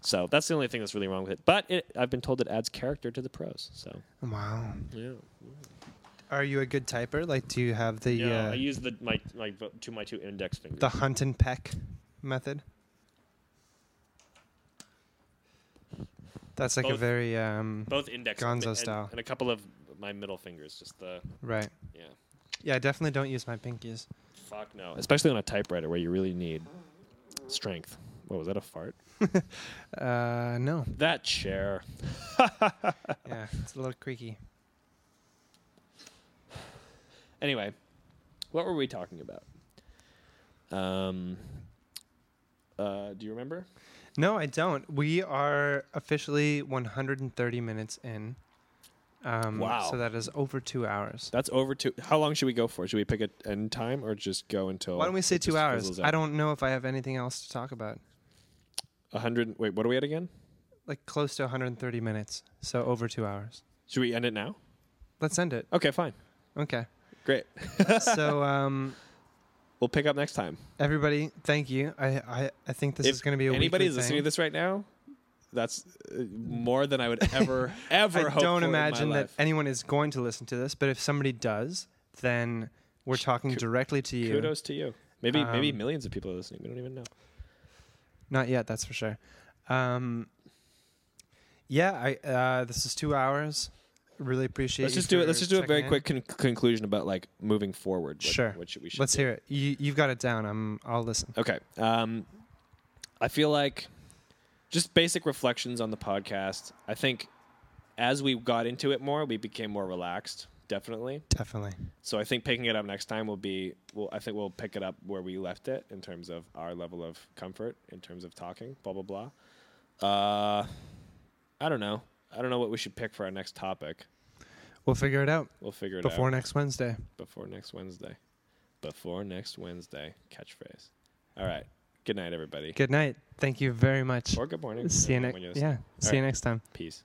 Speaker 2: So that's the only thing that's really wrong with it. But it, I've been told it adds character to the prose. So
Speaker 1: Wow.
Speaker 2: yeah,
Speaker 1: Are you a good typer? Like, do you have the
Speaker 2: yeah.
Speaker 1: uh,
Speaker 2: I use the my my vo- two my two index fingers.
Speaker 1: the hunt and peck method? That's like a
Speaker 2: Both-
Speaker 1: very um,
Speaker 2: both index
Speaker 1: Gonzo
Speaker 2: and- and,
Speaker 1: style.
Speaker 2: and a couple of my middle fingers. Just the
Speaker 1: right.
Speaker 2: yeah,
Speaker 1: Yeah, I definitely don't use my pinkies.
Speaker 2: fuck no, especially on a typewriter where you really need strength. What was that a fart?
Speaker 1: Uh, no.
Speaker 2: That chair.
Speaker 1: Yeah, it's a little creaky.
Speaker 2: Anyway, what were we talking about? Um, uh, do you remember?
Speaker 1: No, I don't. We are officially 130 minutes in. Um,
Speaker 2: Wow.
Speaker 1: So that is over two hours.
Speaker 2: That's over two. How long should we go for? Should we pick an end time or just go until?
Speaker 1: Why don't we say
Speaker 2: it
Speaker 1: two
Speaker 2: just
Speaker 1: hours?
Speaker 2: fizzles
Speaker 1: I
Speaker 2: out?
Speaker 1: don't know if I have anything else to talk about.
Speaker 2: A hundred. Wait, what are we at again?
Speaker 1: Like close to 130 minutes. So over two hours.
Speaker 2: Should we end it now?
Speaker 1: Let's end it.
Speaker 2: Okay, fine,
Speaker 1: Okay.
Speaker 2: great.
Speaker 1: so um,
Speaker 2: We'll pick up next time.
Speaker 1: everybody, thank you. I I, I think this
Speaker 2: If
Speaker 1: is going to be a
Speaker 2: Anybody
Speaker 1: weekly
Speaker 2: is listening
Speaker 1: thing.
Speaker 2: to this right now? That's uh, more than I would ever ever.
Speaker 1: I
Speaker 2: hope
Speaker 1: don't
Speaker 2: for in my
Speaker 1: imagine that
Speaker 2: life.
Speaker 1: anyone is going to listen to this, but if somebody does, then we're talking directly to you.
Speaker 2: Kudos to you. Maybe maybe
Speaker 1: Um,
Speaker 2: millions of people are listening. We don't even know.
Speaker 1: Not yet, that's for sure. Um, yeah, I uh, this is two hours. Really appreciate.
Speaker 2: Let's
Speaker 1: you
Speaker 2: just do it. Let's
Speaker 1: for
Speaker 2: just do a very
Speaker 1: checking in.
Speaker 2: quick con- conclusion about like moving forward. What,
Speaker 1: Sure.
Speaker 2: What should we should
Speaker 1: Let's
Speaker 2: do.
Speaker 1: hear it. You you've got it down. I'm. I'll listen.
Speaker 2: Okay. Um, I feel like just basic reflections on the podcast. I think as we got into it more, we became more relaxed. definitely.
Speaker 1: Definitely.
Speaker 2: So I think picking it up next time will be. Well, I think we'll pick it up where we left it in terms of our level of comfort, in terms of talking, blah blah blah. Uh, I don't know. I don't know what we should pick for our next topic.
Speaker 1: We'll figure it out
Speaker 2: We'll figure it
Speaker 1: before
Speaker 2: out
Speaker 1: next Wednesday.
Speaker 2: before next Wednesday. Before next Wednesday, catchphrase. All right. Good night, everybody.
Speaker 1: Good night. Thank you very much.
Speaker 2: Or good morning.
Speaker 1: See you
Speaker 2: depending on when you're
Speaker 1: next.
Speaker 2: listening.
Speaker 1: Yeah. See you next time.
Speaker 2: Peace.